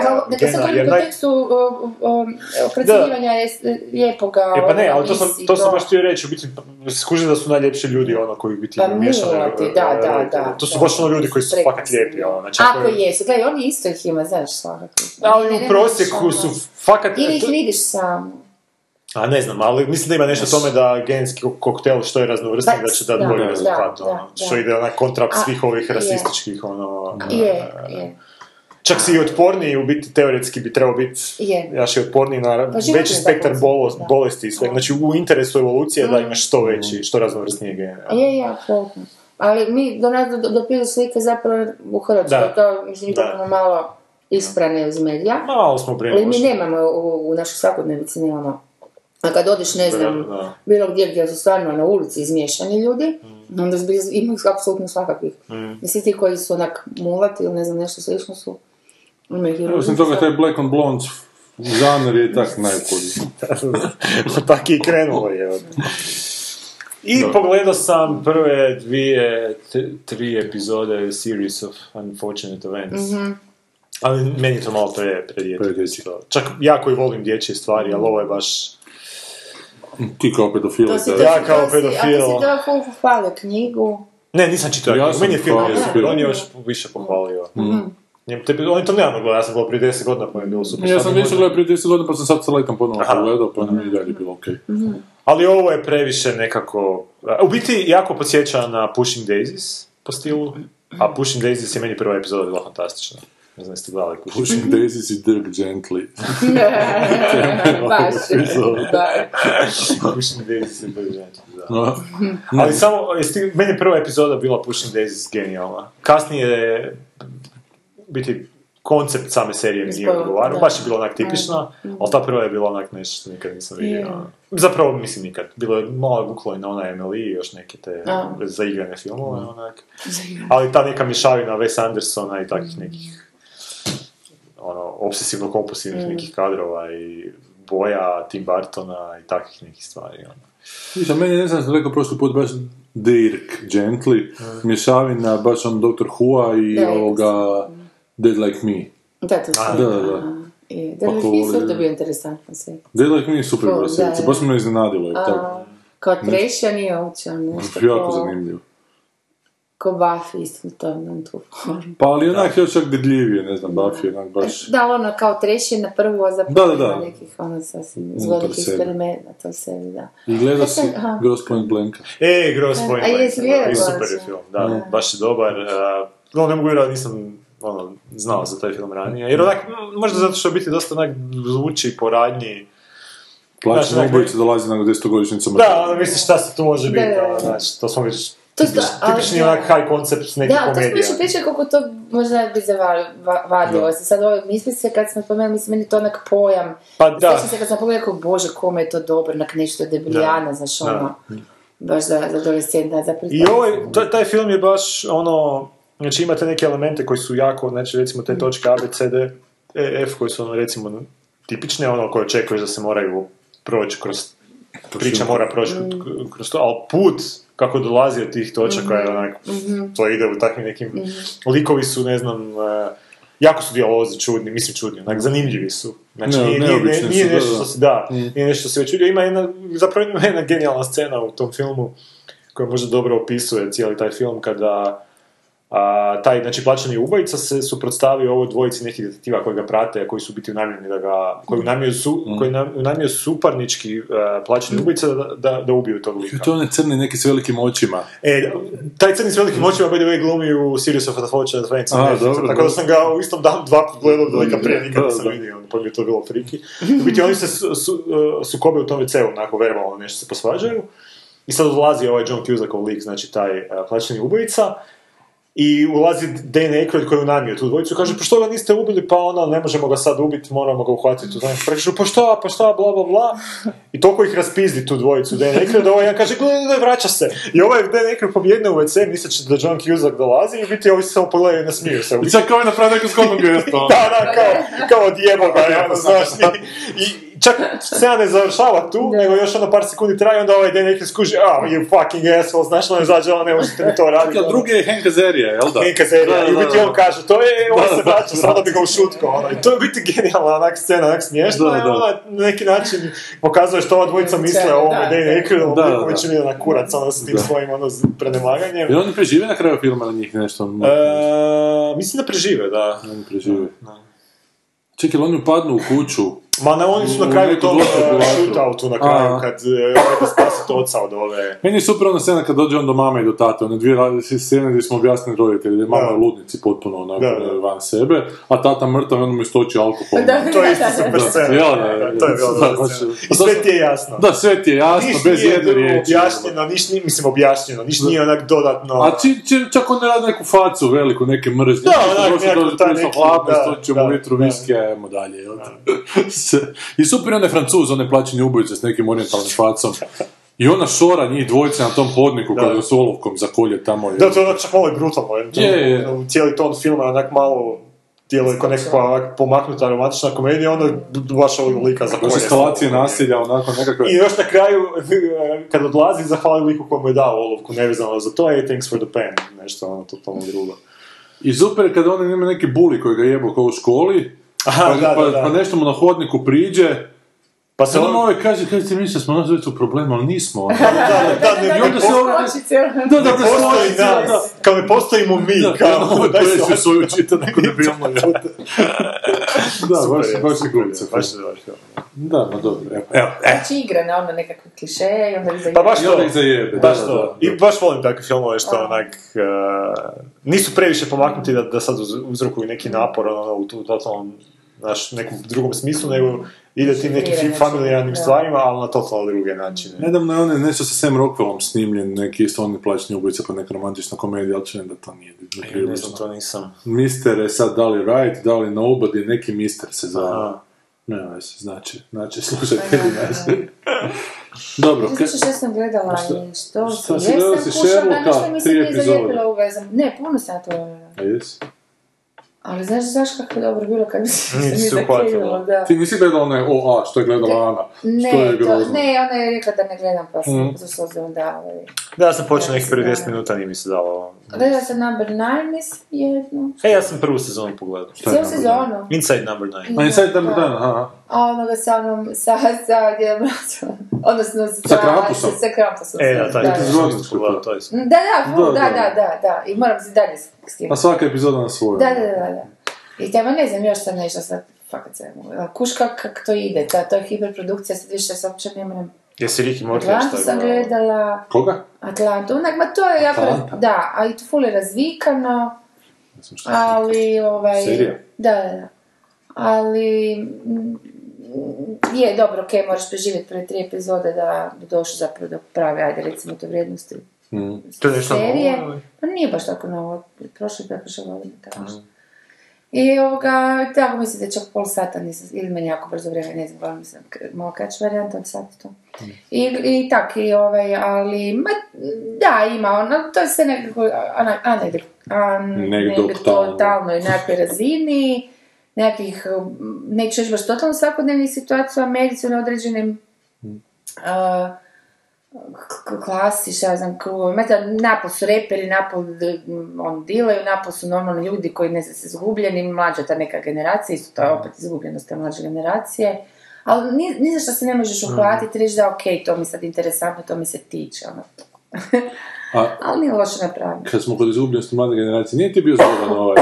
F: Ali,
H: uh,
F: dakle, sad
H: gena,
F: govorim
H: jer
F: u
H: naj-
F: kontekstu o, o, o, okracivanja je- lijepoga.
H: E pa ne,
F: ono,
H: ali to sam,
F: nisi
H: to sam baš htio reći, u biti skužim da su najljepši ljudi ono koji u biti
F: Pa
H: miješani,
F: mila ti, da, da,
H: e,
F: da,
H: To su
F: da.
H: baš ono ljudi koji su
F: Prekrasni.
H: fakat lijepi, ono, znači
F: Ako
H: ako je-
F: jesu, gledaj, oni isto ih ima, znaš, svakako. Ne, ne,
H: Ali
F: ne,
H: u prosjeku
F: ono.
H: su fakat...
F: Ili ih
H: to-
F: vidiš samo.
H: A ne znam, ali mislim da ima nešto tome da genski kok- koktel što je raznovrstan,
F: Da,
H: da će dati
F: Znači- Pa, da,
H: bolji
F: da,
H: rezultat,
F: da,
H: ono,
F: da.
H: što ide onak kontra
F: A,
H: svih ovih
F: je.
H: rasističkih, ono...
F: Je, je.
H: Čak si i otporniji, u biti teoretski bi trebao biti
F: Je.
H: jaš i otporniji na ra-
F: Pa život
H: veći
F: je
H: spektar
F: tako,
H: bolo-
F: da. Mm.
H: bolesti i svega. Znači u interesu evolucije da imaš što veći, što raznovrsnije gene. ono.
F: Je, je, apsolutno. Ali mi do nas do- do- dopiru slike zapravo u Hrvatskoj,
H: Da.
F: to mislim
H: Da.
F: da smo malo isprane uz medija.
H: Malo smo
F: Ali mi
H: brainwashed. [laughs]
F: nemamo u, u našoj svakodnevici, nemamo. A kad odiš, ne znam,
H: Da, da.
F: bilo gdje gdje su stvarno na ulici izmiješani ljudi,
G: Mm.
F: onda zbilja ima apsolutno svakakvih. I svi ti koji su onak mulati ili ne znam nešto slično su, ima ih i
G: Osim
F: ružnih
G: toga, taj
F: stvari.
G: Black on Blonde žanr je tak najbolji.
H: Tako je Pa i krenulo je. od- I pogledao sam prve dvije, t- tri epizode Series of Unfortunate Events.
F: Mhm.
H: Ali meni je to malo pre, pre djete.
G: Predječji.
H: Čak ja koji volim dječje stvari, ali ovo je baš...
G: Ti kao pedofil.
F: To si
G: da.
F: to-
H: Ja kao
F: to si- A ti
H: pedofil.
F: si to full pohvalio
G: [laughs]
F: knjigu.
H: Ne, nisam čitao.
G: Ja
H: Ja
G: sam
H: meni je film,
G: hvalio film.
H: on je još više pohvalio.
F: Mhm.
H: Njem- te- on je to nemamo gledao, ja sam gledao prije 10 godina pa mi je bilo super.
G: Ja
H: Sad
G: sam
H: mi
G: više
H: možda-
G: gledao prije 10 godina, pa sam sad sa letom ponovno
H: Aha.
G: pogledao, pa mi je i dalje bilo okej.
H: Ali ovo je previše nekako... a, U biti jako podsjeća na Pushing Daisies po stilu, a Pushing Daisies je meni prva epizoda bila fantastična. Ne znam jeste gledali Pushing
G: Pushing Daisies i Dirk Gently.
F: Baš. da.
H: Pushing Daisies je bila žena, da.
F: [laughs]
G: No,
H: Ali samo, jesti, meni je prva epizoda bila Pushing Daisies genijalna. Kasnije je, u biti, koncept same serije mi nije
F: Ispalo,
H: odgovarao,
F: da.
H: baš je bila onak tipična, ali ta prva je bila onak nešto što nikad nisam vidio. Zapravo, mislim, nikad. Bilo je malo vuklo i na onaj Emily i još neke te
F: A.
H: zaigrane filmove, onak. Ali ta neka mješavina Wes Andersona i takvih nekih ono, obsesivno kompulsivnih nekih kadrova i boja Tim Bartona i takvih nekih stvari. Ono.
G: Mislim, meni je, ne znam što rekao prošli put, baš Dirk Gently, mješavina baš on Dr. Hua i
F: Da,
G: ovoga Dead Like Me.
F: Da, to si.
G: Da, da, da.
F: I, da,
G: Pa
F: mi
G: to
F: je isto
G: volim.
F: to bio interesantno sve.
G: Dead Like Me je super
F: To,
G: bila
F: da,
G: serica,
F: da.
G: baš me iznenadilo je
F: A,
G: tako.
F: Kao trešja nije uopće ono nešto.
G: Jako
F: ko-
G: zanimljivo.
F: Ko Buffy isto to imam tu formu.
G: Pa ali onak još čak dirljivije, ne znam, Buffy, onak baš...
F: Da, ali ono kao treši na prvu, a
G: Da,
F: zapravo
G: da,
F: ima
G: da.
F: nekih ono sasvim
G: Unutar
F: zgodnih
G: sebe.
F: eksperimenata u sebi, da.
G: I gledao
F: E,
G: si
F: sad, aha.
G: Gross Point Blanka.
H: E, Gross Point
F: A
H: Blank,
F: jesi gledala
H: i super je
F: konačno?
H: film, da, baš je dobar. uh, No, ne mogu vjerovati, nisam ono, znao za taj film ranije. Jer onak, m, možda zato što u biti dosta onak zvuči po radnji. Znaš,
G: Plaćan
H: onak-
G: ubojica dolazi na 10-godišnjicu
H: Da, ono misliš šta se tu može biti,
F: Da, da,
H: ono,
F: da.
H: znači, to smo već
F: To je
H: tipič-
F: da, ali
H: tipični
F: da.
H: onak high concept neke
F: Da, to smo
H: komedije.
F: više pričali kako to možda bi zavadilo se. Sad ove mislice kad smo spomenuli, mislim, meni je to onak pojam.
H: Pa da,
F: Sjećam se kad sam pogledala, kako, bože, kome je to dobro, onak nešto debljana, znaš,
H: Da.
F: ono, baš za, za adolescent, da, za
H: I ovaj, taj, taj film je baš ono, znači imate neke elemente koji su jako, znači recimo te točke A, B, C, D, E, F koji su ono recimo tipične, ono koje očekuješ da se moraju proći kroz, priča mora proći kroz to, ali put kako dolazi od tih točaka je onak, to ide u takvim nekim, likovi su ne znam, eh, jako su dijalozi čudni, mislim čudni, onak zanimljivi su. Znači,
G: Ne,
H: nije, nije,
G: neobični
H: nije
G: su, da,
H: nešto
G: da. Mhm.
H: što se, da, nije nešto što se već vidio. Ima jedna, zapravo ima jedna genijalna scena u tom filmu koja možda dobro opisuje cijeli taj film kada a, taj, znači, plaćani ubojica se suprotstavio ovoj dvojici nekih detektiva koji ga prate, a koji su u biti u namjeri da ga, koji u namjeri su,
G: Mm.
H: koji nam- u namjeri su suparnički eh, plaćeni ubojica da, da, da ubiju tog lika.
G: To je onaj crni neki s velikim očima.
H: E, taj crni s velikim očima by the way glumi u Series of Unfortunate Events.
G: A, dobro,
H: tako
G: dobro. Mm,
H: da sam ga u istom danu dva put gledao dvojka prije, nikad
G: Da,
H: nisam
G: da.
H: vidio, pa mi je to bilo friki. U biti oni se su, su, uh, sukobe u tom WC-u, onako verbalno nešto se posvađaju. I sad dolazi ovaj John Cusackov lik, znači taj uh, plaćeni e, ubojica. i ulazi Dan Aykroyd koji je unamio tu dvojicu, kaže, pa što ga niste ubili, pa ono, ne možemo ga sad ubiti, moramo ga uhvatiti u zadnjem prekršaju, pa šta, pa šta, bla, bla, bla. I toliko ih raspizdi tu dvojicu, Dan Aykroyd, da ovaj jedan kaže, gle, ne, vraća se. I ovaj Dan Aykroyd pobjedne u WC, misleći da John Cusack dolazi i u biti ovi se samo pogledaju i nasmiju se.
G: I sad kao je napravio neku skodnu gestu. [laughs] ono.
H: [laughs] Da, da, kao, kao odjebo ga, ja, ono, znaš, i, i čak scena ne završava tu, nego još ono par sekundi traje, onda ovaj Dan neki skuži, ah, you fucking asshole, znaš, ono izađe, ono, ne možete mi to raditi.
G: Čekaj, a drugi je Henk Azerija, jel da?
H: Henka serija,
G: Da,
H: i u
G: da,
H: biti
G: da.
H: on kaže, to je, on
G: Da, da,
H: se vraća,
G: da.
H: sada bi ga ušutkao, ono, i to je u biti genijalna onak scena, onak smiješna,
G: Da,
H: i
G: da.
H: ono, na neki način pokazuje što ova dvojica misle o ovome
F: Da,
H: Dan
F: da.
H: Aykroyd,
G: Da, da, da.
H: ono, Vuković je na kurac, ono, s tim
G: Da.
H: svojim, ono, z- prenemaganjem.
G: I oni prežive na kraju filma na njih nešto? ono,
H: E, mislim da prežive, da.
G: Oni prežive. Čekaj, jel oni upadnu u kuću.
H: Ma na oni su
G: U
H: na kraju
G: neku
H: tog
G: dvostruku
H: e,
G: vatru.
H: shootoutu na kraju,
G: A.
H: kad e, treba spasiti oca od ove...
G: Meni je super ona scena kad dođe on do mame i do tate, one dvije različite scene gdje smo objasnili roditelji, da je mama
H: Da.
G: u ludnici potpuno onako
H: Da, da.
G: van sebe, a tata mrtav i on mu istoči alkohol.
H: To je isto super
G: Da.
H: scena.
G: Jel,
H: da,
G: da,
H: da, to je bila
G: da,
H: dobra
G: baš-
H: scena.
G: a
H: I
G: to
H: sve
G: su-
H: ti je jasno.
G: Da, sve ti je jasno,
H: Niš
G: bez jedne riječi. ono.
H: objašnjeno, niš nije, mislim objašnjeno, niš nije onak dodatno...
G: A či, či- čak on ne radi neku facu veliku, neke mržnje.
H: Da, onak, nekako taj neki, da,
G: mu
H: da,
G: litru
H: da.
G: viskija, ajmo dalje. Jel? [laughs] Se- I super je onaj francuz, onaj plaćeni ubojica s nekim orientalnim facom. I ona šora njih dvojice na tom hodniku
H: Da.
G: kada su olovkom zakolje tamo. jel?
H: Da, to je onak čak malo i brutalno. Je,
G: Je, je.
H: Cijeli ton filma je onak malo djeluje kao nekakva onak pomaknuta romantična komedija, onda baš ovog lika za
G: Baš eskalacije nasilja, onako nekakve...
H: I još na kraju, [laughs] kad odlazi, zahvali liku komu je dao olovku, nevezano za to, je thanks for the pen, nešto ono, totalno drugo.
G: I super je kada on ima neki buli koji ga jebo kao u školi,
H: Aha,
G: pa,
H: da, da,
G: pa-
H: da.
G: pa nešto mu na hodniku priđe,
H: Pa se
G: Sad on
H: ono...
G: ovaj kaže, kaj ti misliš da smo nas dvojice u problemu, ali nismo.
H: [laughs]
G: ono.
H: Da, da, da, ne,
G: I onda se ovaj... Da, da, da,
H: postoji
G: da, da, da.
H: nas, kao ne postojimo mi,
G: Da, ono,
H: kao, [laughs]
G: kao,
H: daj
G: koje
H: se
G: su
H: ovo-
G: svoju čita neko debilno, ja. ono- Da, baš,
H: [laughs] Super je,
G: baš je
H: super
G: glumica.
H: je, Baš je, baš je.
G: Da, ma dobro, evo. e, evo.
F: Znači igra na ono nekakve klišeje i onda vi
H: Pa baš
G: I onda
H: to.
G: ih zajebe.
H: Baš
G: da, da,
H: to.
G: da.
H: I baš volim takve filmove što onak... eh, nisu previše pomaknuti da, da sad uz- uzrokuju neki napor ono, u tu totalnom, znaš, nekom drugom smislu, nego ide tim nekim
F: Šokiranje,
H: familijarnim
F: da.
H: stvarima, ali na totalno druge načine.
G: Nedavno je onaj nešto sa Sam Rockwellom snimljen, neki isto oni plaćni ubojica pa neka romantična komedija, ali čujem da to nije. Ne,
H: Ne znam, E, to nisam.
G: Mister je sad da li Right, da li Nobody, neki Mister se zove.
H: Aha.
G: Ne, ne, znači, znači,
F: Pa
G: slušajte, znači. Dobro,
F: Ne
G: kaj-
F: znam što sam gledala
G: Šta-
F: i što...
G: šta si
F: jesam
G: gledala si
F: kušala,
G: Sherlocka,
F: nešto mi se
G: tri
F: nije
G: epizode.
F: zalijepila u vezama. Ne, puno sam to gledala.
G: a jesi?
F: Ali znaš, znaš kako je dobro bilo kad mi se
H: Nisi se uhvatila.
F: zakinulo, da.
G: Ti nisi gledala onaj OA što je gledala Ana?
F: Ne,
G: što je ono?
F: to,
G: grozno?
F: ne, ona je rekla da ne gledam, pa sam
G: Mhm.
F: mm. za suze onda... ovaj.
H: Da, ja sam počeo nekih prije
F: Da.
H: 10 minuta, nije mi se dalo.
F: Gledala sam Number 9, mislim, jednu.
H: E, ja sam prvu sezonu pogledao.
G: Šta je
F: Cijelu
G: Number
F: sezonu.
H: Inside Number 9.
G: Ma i sad tamo dan, aha.
F: A onoga sa mnom, sa, sa, gdje je mlađa. [laughs] Odnosno, sa...
G: Sa Krampusom.
F: Sa Krampusom.
H: E, da, taj
F: da,
H: da,
G: da.
H: sam isto pogledao, to je
F: da, da, ful,
G: Da,
F: da,
G: da.
F: da, da, da, I moram se dalje s s tim.
G: A svaka epizoda na svoju.
F: Da, da, da, da. I tamo ne znam još sad nešto sad, fakat se, kuška kako to ide, ta, to je hiperprodukcija, sad više se uopće ne moram.
H: Jesi Ricky Morty još
F: Atlantu sam gledala,
G: Koga?
F: Atlantu, onak, ma to je jako,
G: Atlanta?
F: da, a i to ful je razvikano,
G: Ne znam šta.
F: ali, ovaj...
G: Serija?
F: Da, da, da. Ali, mm, je, dobro, okej, moraš preživjeti prve tri epizode da bi došao zapravo do prave, ajde, recimo, do vrijednosti
G: Mm.
H: To je nešto
F: serije.
H: novo, ili?
F: Pa nije baš tako novo, prošle prekoše godine, tako nešto. I ovoga, tako mislim da čak pol sata nisam, ili meni jako brzo vrijeme, ne znam, glavno mislim, malo kač varijanta od sata to. I, i tak, i ovaj, ali, ma, da, ima, ono, to je se nekako, ana, anegd, an,
G: Anegdotalno.
F: anegdotalno i nekakvoj razini, nekakvih, mm, neću reći baš totalno svakodnevnih situacija, medicinu određenim, a, k- k- klasi, šta ja znam, krugovi, meta, napol su reperi, napol d- m, on dilaju, napol su normalno ljudi koji ne znam se izgubljeni, mlađa ta neka generacija, isto to
G: Mhm.
F: je opet izgubljenost te mlađe generacije, ali ni, ni za što se ne možeš
G: Mhm.
F: uhvatiti, reći da ok, to mi sad interesantno, to mi se tiče, ono.
G: A-
F: ali nije loše napravljeno.
G: Kad smo kod izgubljenosti mlade generacije, nije ti bio zgodan ovaj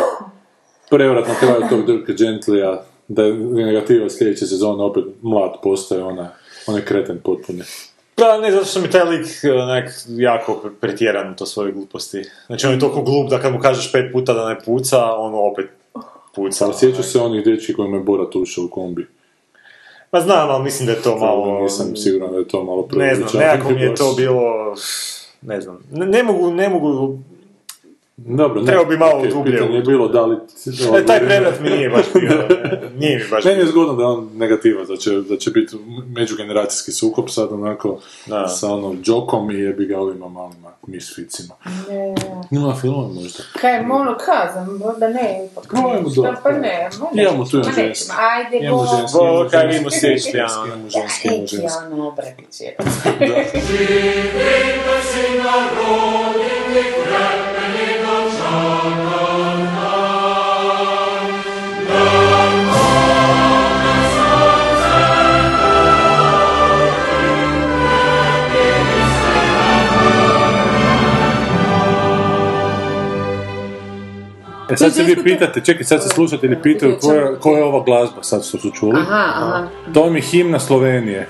G: prevrat na kraju tog Dirka Gentlija, da je negativa sljedeće sezone opet mlad postaje ona, onaj kreten potpuni.
H: Pa ne, zato što mi taj lik eh, onak jako pre- pretjeran u to svoje gluposti. Znači on je toliko glup da kad mu kažeš pet puta da ne puca, on opet puca.
G: Ali Pa, sjećaš se onih dječji kojima je Borat ušao u kombi.
H: Ma Pa znam, ali mislim da je to malo... ono,
G: Nisam siguran da je to malo
H: Ne znam,
G: [laughs] preuveličavanje
H: nekako mi je
G: baš.
H: to bilo... Ne znam, ne, ne mogu, ne mogu
G: Dobro, ne.
H: Trebao bi malo
G: okej,
H: dublje
G: Pitanje je
H: u-
G: bilo da li... ovaj,
H: E, taj prevrat mi nije baš bio,
G: [laughs]
H: ne, nije mi baš
G: Meni je
H: bio.
G: zgodno da je on negativan, da će, da će biti međugeneracijski sukob sad onako
H: Da.
G: sa onom džokom i jebi ga ovima malima misficima.
F: Ne,
G: Nima filmova možda.
F: kaj ono kazam, onda ne, ipak
G: Probajmo
F: Šta
G: dobro.
F: pa ne, ma ne.
G: Imamo tu
F: Ma
G: jedan
F: nećemo,
G: ženski.
F: Ajde,
G: Imamo
F: go.
G: ženski,
H: Bo,
G: imamo
H: kaj vi mu
G: ženski, ono.
H: sjećate,
G: imamo ženski, imamo
F: Ajde,
G: ženski.
F: ono, obratić je.
G: E sad se vi pitate, čekaj, sad se slušatelji pitaju koja koja je ova glazba sad što su čuli.
F: Aha, aha.
G: To mi je himna Slovenije.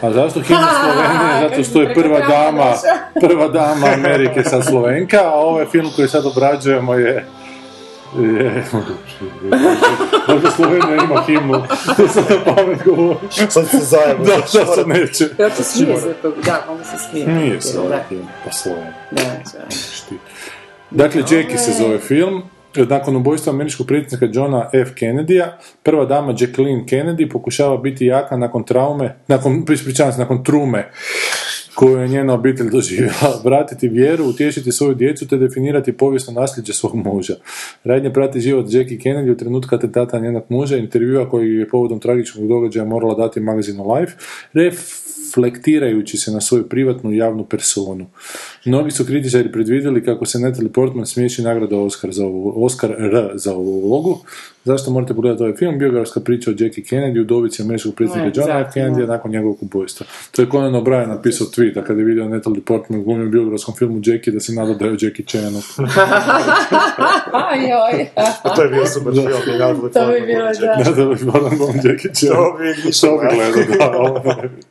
G: A zašto himna Slovenije? Zato što je
F: Preko
G: prva
F: Franka
G: dama, [laughs] prva dama Amerike sa Slovenka, a ovaj film koji sad obrađujemo je... je- Možda Slovenija ima himnu, to sam na pamet govorim.
J: Sad se zajebo.
G: Da, da se neće.
F: Ja se smije se to, da, on se smije.
G: Nije Slovenija
F: Da,
G: himna, pa Slovenija.
F: da, da.
G: Šti. Dakle, Jackie se zove film. Nakon ubojstva američkog predsjednika Johna F. Kennedyja, prva dama Jacqueline Kennedy pokušava biti jaka nakon traume, nakon, ispričavam se, nakon trume koju je njena obitelj doživjela, [laughs] vratiti vjeru, utješiti svoju djecu te definirati povijesno nasljeđe svog muža. Radnje prati život Jackie Kennedy u trenutku atentata njenog muža, intervjua koji je povodom tragičnog događaja morala dati magazinu Life, reflektirajući se na svoju privatnu i javnu personu. Mnogi su kritičari predvidjeli kako se Natalie Portman smiješi nagrada Oscar, za ovu, Oscar R za ovu ulogu. Zašto morate pogledati ovaj film? Biografska priča o Jackie Kennedy, udovici američkog
F: Ne,
G: predsjednika Johna F.
F: exactly,
G: Kennedy nakon njegovog ubojstva. To je Conan O'Brien napisao tweet, a kada je vidio Natalie Portman glumi u biografskom filmu Jackie, da se nada da je o Jackie Chanu. [laughs]
F: Aj, oj,
J: To je bio super film. i Natalie
F: to bi
J: Portman
F: bilo
J: Gulić.
F: da.
G: Natalie Portman glumi Jackie Chan.
J: To bi
G: Što bi
J: išlo, ja.
G: gledao, da, ovo
H: [laughs]
G: ne bi.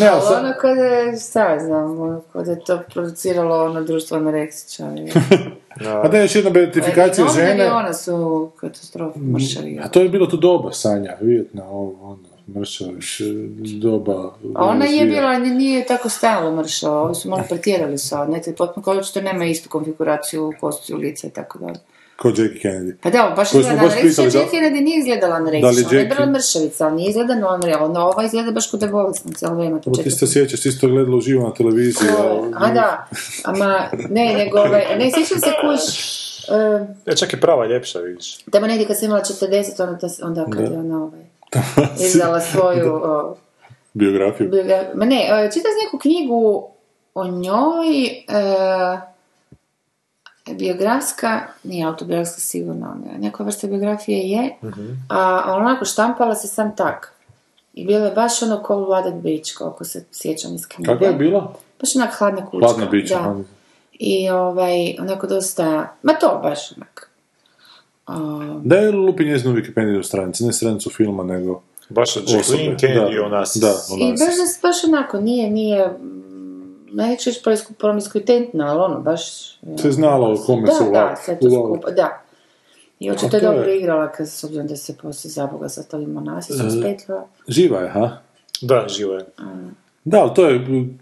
G: Ne, ali
F: Ali
G: sad,
F: ono kod je, šta ja znam, ono kod je to produciralo ono društvo anoreksiča.
G: [laughs] a Pa da je još jedna beatifikacija
F: Ovaj,
G: žene. Mm.
F: ona su katastrofa mršavi.
G: A to je bilo tu doba Sanja, Vijetna, ovo, ono, mršaviš, doba... ono,
F: A ona je
G: razvija.
F: bila, nje- nije tako stajalo mršava, ovi su malo pretjerali sa, ne, te potpuno kao što nema istu konfiguraciju kostiju lica i tako dalje.
G: Ko Jackie Kennedy.
F: Pa da, baš
G: Koju smo
F: izgleda
G: baš
F: anoreksiča,
G: pitali, da-
F: Jackie Kennedy nije izgledala
G: Da li
F: anoreksiča, ona je
G: Jackie-
F: bila mršavica, ali nije izgleda normalno, ona ova izgleda baš kod je bolesna cijelo vrijeme.
G: Ovo ti se sjećaš, ti si to gledala uživo na televiziji. a-
F: A da, ama, ne, nego, ovaj, ne, sjećam se kuš, e,
J: E, čak i prava je ljepša, vidiš.
F: Tamo negdje kad sam imala 40, onda, to- onda kad je ona ovaj, izdala svoju... o,
G: Biografiju.
F: biogra- ma ne, e, čitam neku knjigu o njoj, e, biografska, nije autobiografska sigurno, ne, neka vrsta biografije je,
G: Mhm.
F: a, a onako štampala se sam tak. I bilo je baš ono Cold Blooded Beach, koliko se sjećam iz knjige.
G: Kako je bila?
F: Baš onak hladna kućka.
G: Hladna bića.
F: da. I ovaj, onako dosta, ma to baš onak. a,
G: Da je lupi njezinu Wikipediju stranicu, ne stranicu filma, nego...
J: Baš od
G: Jacqueline
J: Jacqueline
G: Osobe, Kennedy, da.
J: Kennedy,
G: ona
J: ona
G: s- Da, ona-
F: I baš, da- baš onako, nije, nije, mm, neću reći promisku- promiskuitentna, ali ono, baš...
G: Se je znala o kome se
F: Da, da,
G: ova-
F: sve to
G: ova-
F: skupa, da. I
G: A
F: očito je
G: to je-
F: dobro igrala, kad, s obzirom da se poslije zaboga sa to ima nasjećom
G: E.
F: spetla.
G: Živa je, ha?
J: Da, živo je.
G: Da, ali to je mm,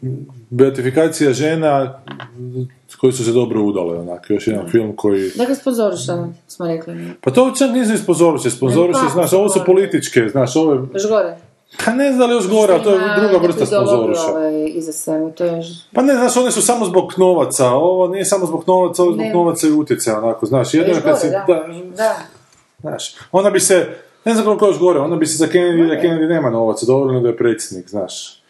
G: beatifikacija žena mm, koje su se dobro udale, onak, još jedan film koji...
F: Dakle, sponzoriša, smo rekli. ne?
G: Pa to čak nisu ni sponzoriše, sponzoriše,
F: Ne, pa,
G: znaš, ovo su
F: sponzoriše.
G: političke, znaš, ovo je...
F: Još gore.
G: Pa ne znam da li još gore, ali to je
F: Ima
G: druga vrsta
F: neki dogovor,
G: sponzoriša.
F: ovaj, Iza sebe, to je još...
G: Pa ne, znaš, one su samo zbog novaca, ovo nije samo zbog novaca, ovo je zbog
F: Ne.
G: novaca i utjecaja, onako, znaš, jedno
F: Još
G: je kad si,
F: gore, da.
G: da,
F: Da.
G: znaš, ona bi se, ne znam koliko još gore, ona bi se za Kennedy, da Kennedy nema novaca, dovoljno da je predsjednik, znaš.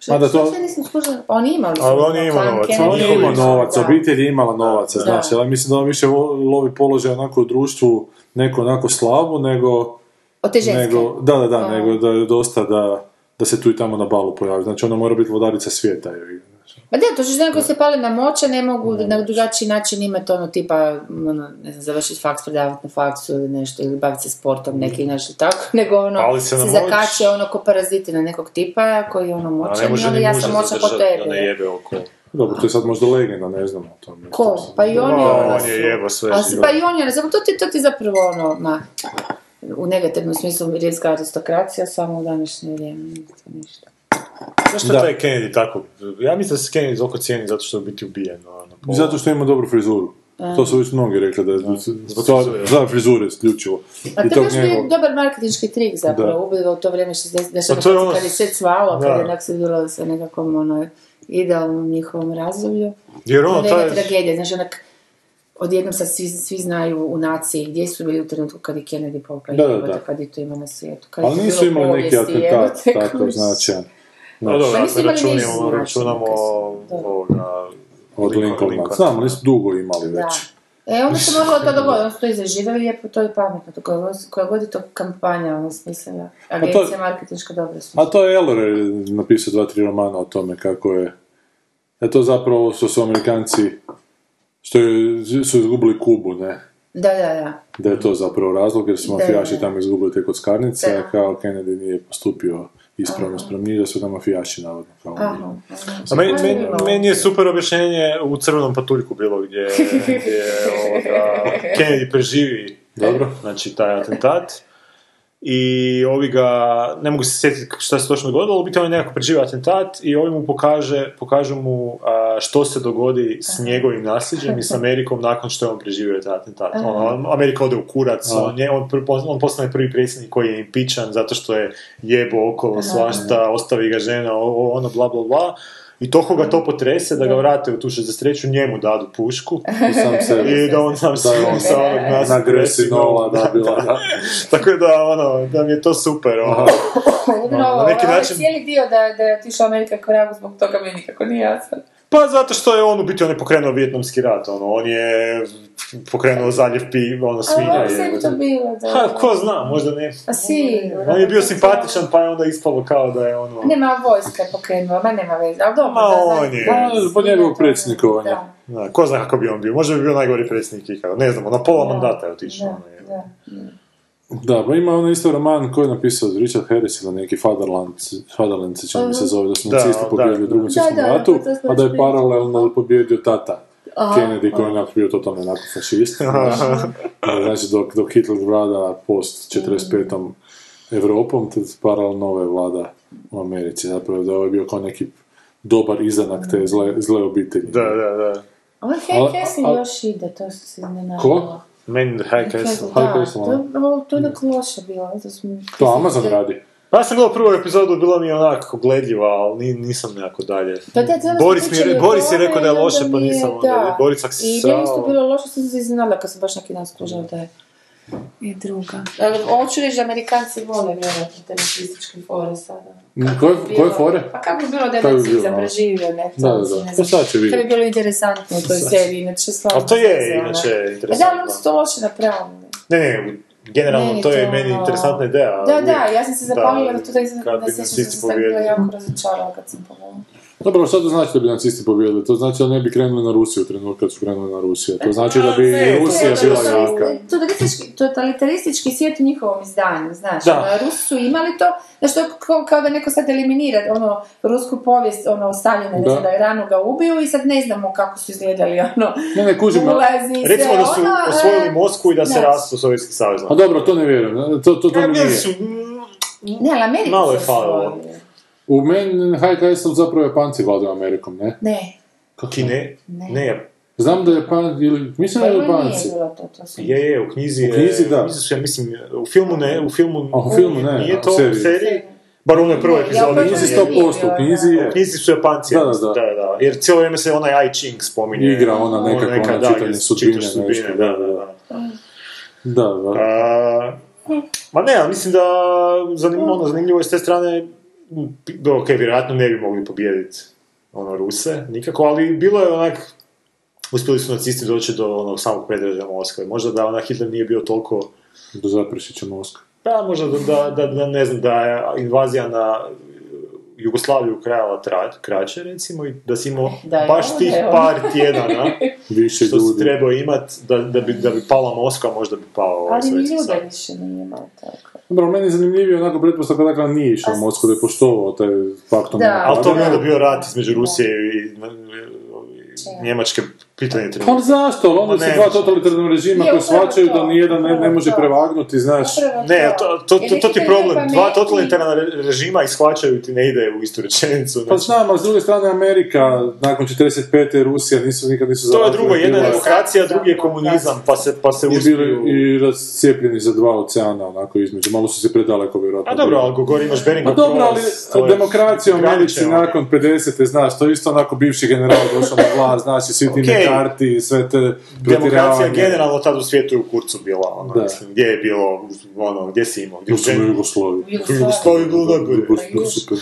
F: Što,
G: Mada
F: da
G: to-
F: to... nisam Pa skužila? On ima li
J: Ali on je imao novac,
G: Pa on je imao novaca,
F: Da.
G: obitelj je imala novaca, znaš, ali mislim da on više vo- lovi položaj onako u društvu, neko onako slavu, nego,
F: Od te ženske.
G: nego, da, da, da,
F: A.
G: nego da je dosta da, da se tu i tamo na balu pojavi, znači ona mora biti vladarica svijeta, je li, znaš.
F: Ma da, to što nekako se pale na moće, ne mogu
J: Mm.
F: na drugačiji način imati ono tipa, ono, ne znam, završiti faks, predavati na faksu ili nešto, ili baviti se sportom neki, nešto tako, [laughs] nego ono,
J: Mm. Ali se na moć-
F: zakače ono ko paraziti na nekog tipa koji je ono
J: A ne
F: moćan,
J: može
F: ali
J: ni
F: ja
J: muža
F: sam moćna po
J: zadržati da ne
F: tebi.
J: jebe oko.
G: Dobro, to je sad možda legenda, ne znam o tome.
F: Ko? Pa i oni
J: Ma,
F: ono
J: on je jebo sve
F: A s-
J: živo.
F: pa i oni ono, zapravo to ti, to ti zapravo ono, ma, u negativnom smislu rimska aristokracija samo u današnje vrijeme, ništa, ništa.
H: Zašto
G: Da.
H: taj Kennedy tako? Ja mislim da se Kennedy toliko cijeni zato što je u biti ubijen. Ono, po-
G: Zato što ima dobru frizuru. To su već mnogi rekli da je stvar,
H: frizure.
G: za frizure isključivo.
F: A
G: I
F: Pa to
G: tog
F: baš bio
G: njegovog-
F: dobar marketinški trik zapravo, ubivo u to vrijeme 60, nešto
H: Pa to je ono
F: kad je
H: s-
F: sve cvalo,
H: da.
F: kad je onak se bilo da se nekakvom ono, idealnom njihovom razdoblju.
H: Jer ono,
F: Ono
H: taj...
F: je tragedija, znaš, onak, odjednom sad svi, svi znaju u naciji gdje su bili u trenutku kad je Kennedy pokoj,
G: Da, da,
F: jebote,
G: da.
F: kad je to ima na svijetu. Kad
G: Ali
F: je
G: nisu
F: bilo
G: imali neki znači,
F: povijesti,
G: atentat
F: [laughs] jebote,
G: tako
F: kužiš.
G: značajan.
H: No, dobro,
F: Pa
H: ako
F: nisu imali
H: računamo-
F: niz značajnika
H: računamo
F: su, da.
H: ovoga...
G: Od
H: Lincoln-
G: Lincolna.
H: Lincoln.
G: Znam, ali su dugo imali
F: Da.
G: već.
F: E, onda se moglo to dogoditi, onda su to izraživali lijepo, to je pametno, to koja, god- koja god je to kampanja, ono smislila. Agencija marketinška dobra su.
G: Pa A to je Elore napisao dva, tri romana o tome kako je... E to zapravo što su Amerikanci... Što je, su izgubili Kubu, ne?
F: Da, da, da.
G: Da je to zapravo razlog jer su
F: Mhm. Da,
G: mafijaši
F: da.
G: tamo izgubili te kockarnice,
F: Da.
G: a kao Kennedy nije postupio ispravno sprem njih, da su ga mafijaši navodno kao ubili.
F: Aha.
H: A meni, meni,
F: ono,
H: meni je super objašnjenje u crvenom patuljku bilo gdje, gdje ovoga, Kennedy preživi
G: Dobro.
H: znači, taj atentat. I ovi ga, ne mogu se sjetiti k- šta se točno dogodilo, u biti on je nekako preživio atentat i ovi mu pokaže, pokažu mu a, što se dogodi s njegovim nasljeđem i s Amerikom nakon što je on preživio taj atentat. Ono, Amerika ode u kurac,
G: Aha.
H: on, je, on, pr- on postane prvi predsjednik koji je impičan zato što je jebo okolo svašta, ostavi ga žena, o- o- ono bla bla bla. I toliko ga to potrese da ga vrate u tu 63 njemu dadu
G: [laughs]
H: pušku
G: I
F: [laughs]
G: sam
H: i
G: sebe.
H: da on sam
G: Da je
H: [laughs]
G: on
H: sa onog nas
G: na gresi nova
H: da.
G: da bila, da.
H: [laughs] Tako da, ono, da mi je to super, [laughs]
G: [laughs]
H: ono.
F: Upravo,
H: na neki
F: ovaj
H: način-
F: cijeli dio da, da je otišla Amerika korak zbog toga mi nikako nije jasan.
H: Pa zato što je on u biti, on je pokrenuo vjetnamski rat, ono, on je pokrenuo zaljev pi, ono,
F: Ali
H: svinja.
F: ovako sve bi to
H: je.
F: bilo, da.
H: Ha, ko zna, možda ne.
F: A sigurno.
H: On je bio simpatičan, pa je onda ispalo kao da je ono...
F: Nema vojska je pokrenula, ma nema veze, ali dobro.
H: Ma,
F: da,
H: on
F: da,
H: je.
F: da,
G: Pa, zbog njegovog predsjednikovanja.
F: Da,
H: Da, ko zna kako bi on bio, možda bi bio najgori predsjednik ikada, ne znamo, na pola mandata je otišao.
F: da,
H: ono, je.
F: da.
G: Da, pa ima ono isto roman koji je napisao Richard Harris ili neki Fatherland, Fatherland se čini mi se zove, da su
H: Da,
G: nacisti
H: da,
G: pobijedili
H: da.
G: u drugom
F: Da,
G: svjetskom
F: da,
G: ratu,
F: to smo
G: a da je
F: već
G: paralelno pobijedio tata Kennedy koji je onako bio totalno onako fašist. znači, dok, dok Hitler vlada post 45. Evropom, tad paralelno ove vlada u Americi. Zapravo da je ovo bio kao neki dobar izanak te zle, zle obitelji.
H: Da, da, da.
F: Ovo
G: Ali-
F: Harry Castle
G: ali-
F: još ide, to su se iznenadila.
G: Ko?
H: Meni High Castle.
G: Harry
F: Da,
G: Castle,
F: to,
G: ono.
F: je- ovo- to je onak loše bilo. zato smo-
G: To Amazon radi.
H: Pa ja sam gledao prvu epizodu, bila mi je onako gledljiva, ali ni- nisam nekako dalje.
F: Pa da, to
H: Boris,
F: smo
H: mi, je-
F: pričali o
H: Boris je
F: tome
H: rekao da je
F: i onda
H: loše, pa
F: mi je-
H: nisam
F: da.
H: onda. Boris ak se
F: I meni isto bilo loše, sam se iznenadila kad sam baš neki dan skužila da je je druga. Ali hoću reći da Amerikanci vole vjerojatno te nacističke fore sada.
G: Koje,
F: Bilo-
G: koje fore?
F: Pa kako bi bilo da je
G: Kako bi
F: nacizam
G: bilo, a?
F: preživio, ne?
G: Da, da,
F: to mislim,
G: da.
F: ne
G: Pa
F: znam.
G: sad će
F: To bi
G: vidjeti.
F: bilo interesantno u toj seriji, inače stvarno.
H: Ali to
F: se
H: je
F: ona-
H: inače
F: Pa da, ali oni
H: interesantno.
F: su to loše napravili.
H: Ne, ne, generalno
F: Meni
H: to je
F: to- ono-
H: meni interesantna ideja.
F: Da,
H: ali-
F: da, ja sam se zapalila da, to da izgleda
H: kad
F: da
H: bi
F: se
H: nacisti
F: sam bila
H: pobijedili.
F: jako razočarala kad sam pogledala.
G: Dobro, šta to znači da bi nacisti pobijedili? To znači da ne bi krenuli na Rusiju u trenutku kad su krenuli na Rusiju. To znači da bi
H: ne,
G: i Rusija
F: To je
G: bila
F: to-
G: jaka.
F: Totalitaristički, totalitaristički svijet u njihovom izdanju, znaš.
H: Da.
F: ono, Rusi su imali to, znaš, to je kao, kao da neko sad eliminira ono, rusku povijest, ono, ostavljeno,
G: Da.
F: recimo da je ranu ga ubiju i sad ne znamo kako su izgledali, ono,
G: Ne, ne, kužim. a-
F: ulazi i sve,
H: Recimo da su
F: ono, e,
H: osvojili Mosku i da se
F: da.
H: rastu Sovjetski savez.
G: A Pa dobro, to ne vjerujem. To, to, to
H: Ne,
G: mi
H: bili
G: nije.
H: su, mm,
F: Ne, ali Ameriku
H: Malo je
F: su
H: falilo.
F: osvojili.
G: U meni HKS zapravo Japanci vladaju Amerikom, ne?
F: Ne,
H: Kine,
F: Ne.
H: ne,
G: Znam da je Japan, ili, mislim da je
F: prvo nije
G: Japanci.
F: bilo to, to su...
H: je, je, u knjizi je,
G: U knjizi, da.
H: u knjizi su, ja mislim, u filmu ne, u filmu,
G: A, u filmu ne, a,
H: nije
G: u
H: to, u
G: seriji.
H: seriji, bar u onoj prvoj
F: Ne, ja
H: epizodi.
F: u
G: U knjizi
F: Nije
G: 100%, u knjizi
H: U
G: je.
H: knjizi su Japanci,
G: Da,
H: ja
G: da,
H: mislim,
G: da.
H: da, da, Jer cijelo vrijeme se onaj Ai Ching spominje.
G: Igra ona nekako, ona
H: da,
G: čitanje
H: gdje
G: sudbine,
H: čitaš
G: nešto,
H: sudbine, da, da, da.
G: Da, da.
H: A, ma ne, ali mislim da zanimljivo, ono, zanimljivo je s te strane, m, p- ok, vjerojatno ne bi mogli pobijediti ono, Ruse, nikako, ali bilo je onak, uspjeli su nacisti doći do onog samog predređa Moskve. Možda da ona Hitler nije bio toliko,
G: Do zapršića mozga.
H: da, Pa, možda da, da, da, da ne znam, da je invazija na Jugoslaviju krajala tra, kraće, recimo, i da si imao
F: Da je
H: baš
F: ovo,
H: tih
F: da je ovo.
H: par
F: [laughs]
H: tjedana
G: Više
H: što si
G: ljudi.
H: trebao imat, da, da, bi, da bi pala Moskva, možda bi pao ovaj
F: Ali ni
H: Sovjetski savez.
F: ljubav više nije imao tako.
G: Dobro, meni je zanimljivije onako pretpostavka dakle nije išao u Moskvu da je poštovao taj faktom.
F: Da.
H: Ali to bi
F: Da.
H: onda bio rat između Rusije i i- i-
F: Čega?
H: Njemačke pitanje
G: Pa ali
H: trenutka.
G: zašto? Onda
H: Ma
G: su
H: ne,
G: dva
H: zašto?
G: totalitarna režima
F: Je,
G: koji
F: upravo
G: shvaćaju
F: to,
G: da nijedan ne, ne
F: upravo
G: može
F: to.
G: prevagnuti, znaš.
F: Upravo
H: Ne, to, to,
F: Jer pa
H: to, to ti je
F: neki
H: problem.
F: pametniji-
H: Dva totalitarna re- režima ishvaćaju ti ne ide u istu rečenicu.
G: Pa
H: znači.
G: znam, ali s druge strane Amerika, nakon 45. Rusija nisu nikad nisu
H: to je
G: zaradili,
H: drugo, jedna
G: bila
H: je
G: je-
H: demokracija, drugi je komunizam, pa se, pa se
G: i
H: uspiju...
G: bili i rascijepljeni za dva oceana, onako između. Malo su se predaleko, vjerojatno.
H: A Pa dobro,
G: bili.
H: ali govori imaš Bering
G: Pa dobro, ali demokracija u Americi
H: ono.
G: nakon 50. znaš, to je isto onako bivši general došao na vlast, znači svi ti
H: Okej.
G: karti i sve te
H: Demokracija
G: protjeravanje.
H: generalno tad u svijetu je u kurcu bila, ono,
G: Da.
H: mislim, gdje je bilo, ono, gdje si imao, gdje
G: Tu su
H: ženi-
G: u Jugoslaviji.
H: Jugoslaviji bilo najbolje.
G: Jugoslaviji, super.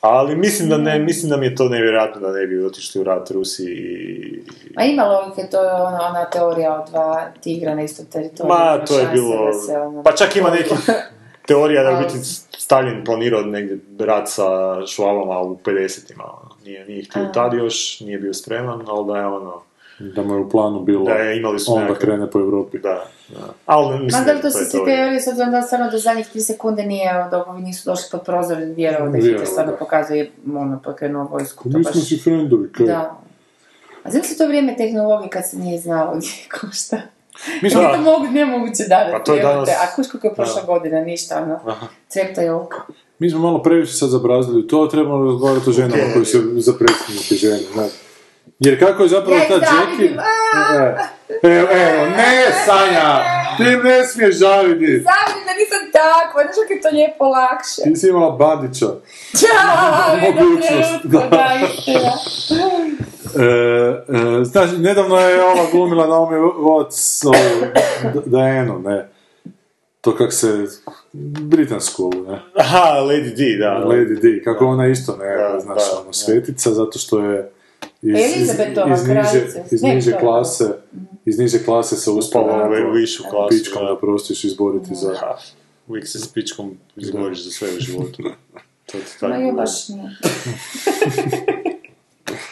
H: Ali mislim da, ne, mislim da mi je to nevjerojatno da ne bi otišli u rat Rusiji i...
F: Ma ima logike, to je ona, ona teorija o dva tigra na istom teritoriju.
H: Ma,
F: nema
H: to je
F: šanse
H: bilo...
F: da se, ono- Pa-
H: Pa čak ima
F: [laughs]
H: nekih teorija da je u biti
F: Ali-
H: Stalin planirao negdje rat sa švabama u 50-ima. ono. Nije, nije htio
F: A.
H: tad još, nije bio spreman, ali da je ono...
G: Da mu je u planu bilo
H: Da je imali su
G: onda
H: nekakve-
G: krene po Europi.
H: Da, da. Ali
F: Ma
H: mislim
F: da
H: da
F: li to
H: je
F: su se
H: teorija.
F: teorije, s obzirom da stvarno do zadnjih 3 sekunde nije, ono, da ovi nisu došli pod prozor, vjerovao da je Hitler
G: Vjerovao,
F: stvarno
G: da.
F: pokazuje, ono, pokrenuo
H: Pa
F: vojsku, to
G: Mi smo
F: baš...
G: si friendovi, kaj?
F: Da. A znači to vrijeme tehnologije kad se nije znalo [laughs] gdje košta.
H: Mi
F: Mi
H: smo-
F: to mogu, nemoguće
H: Pa
F: davati,
H: to je
F: jebote,
H: danas-
F: a kuš kako je prošla godina, ništa, ono, cepta je oko.
G: Mi smo malo previše sad zabrazdili to, trebamo razgovarati o ženama
H: Ok.
G: koji su za predsjednike žene, znaš. Jer kako je zapravo
F: Ja ih
G: ta Jackie...
F: zavidim,
G: E, Evo, evo, ne, Sanja! Ti ne smiješ žaliti!
F: Zavim da nisam takva, znaš kako je to lijepo lakše.
G: Ti si imala Bandića. E,
F: Ćao,
G: Mogućnost,
F: da.
G: da. E, e, znaš, nedavno je ova glumila Naomi Watts, ovu, D- Dianu, ne. To kak se... Britansku ovu, ne.
H: Aha, Lady D, da.
G: Lady D, kako ona isto nekako,
H: Da,
G: znaš,
H: da,
G: ono,
H: da.
G: svetica, zato što je iz, iz,
F: Elizabetova
G: iz niže,
F: kraljica.
G: iz
F: Ne,
G: niže
F: to je to.
G: klase, iz niže klase se uspala
H: Upala u
G: onako
H: višu klasu,
G: pičkom
H: da.
G: da prostiš izboriti za...
H: Ha, Uvijek se s pičkom izgovoriš za sve u životu. To ti tako
F: Ma je
H: bude.
F: baš nije.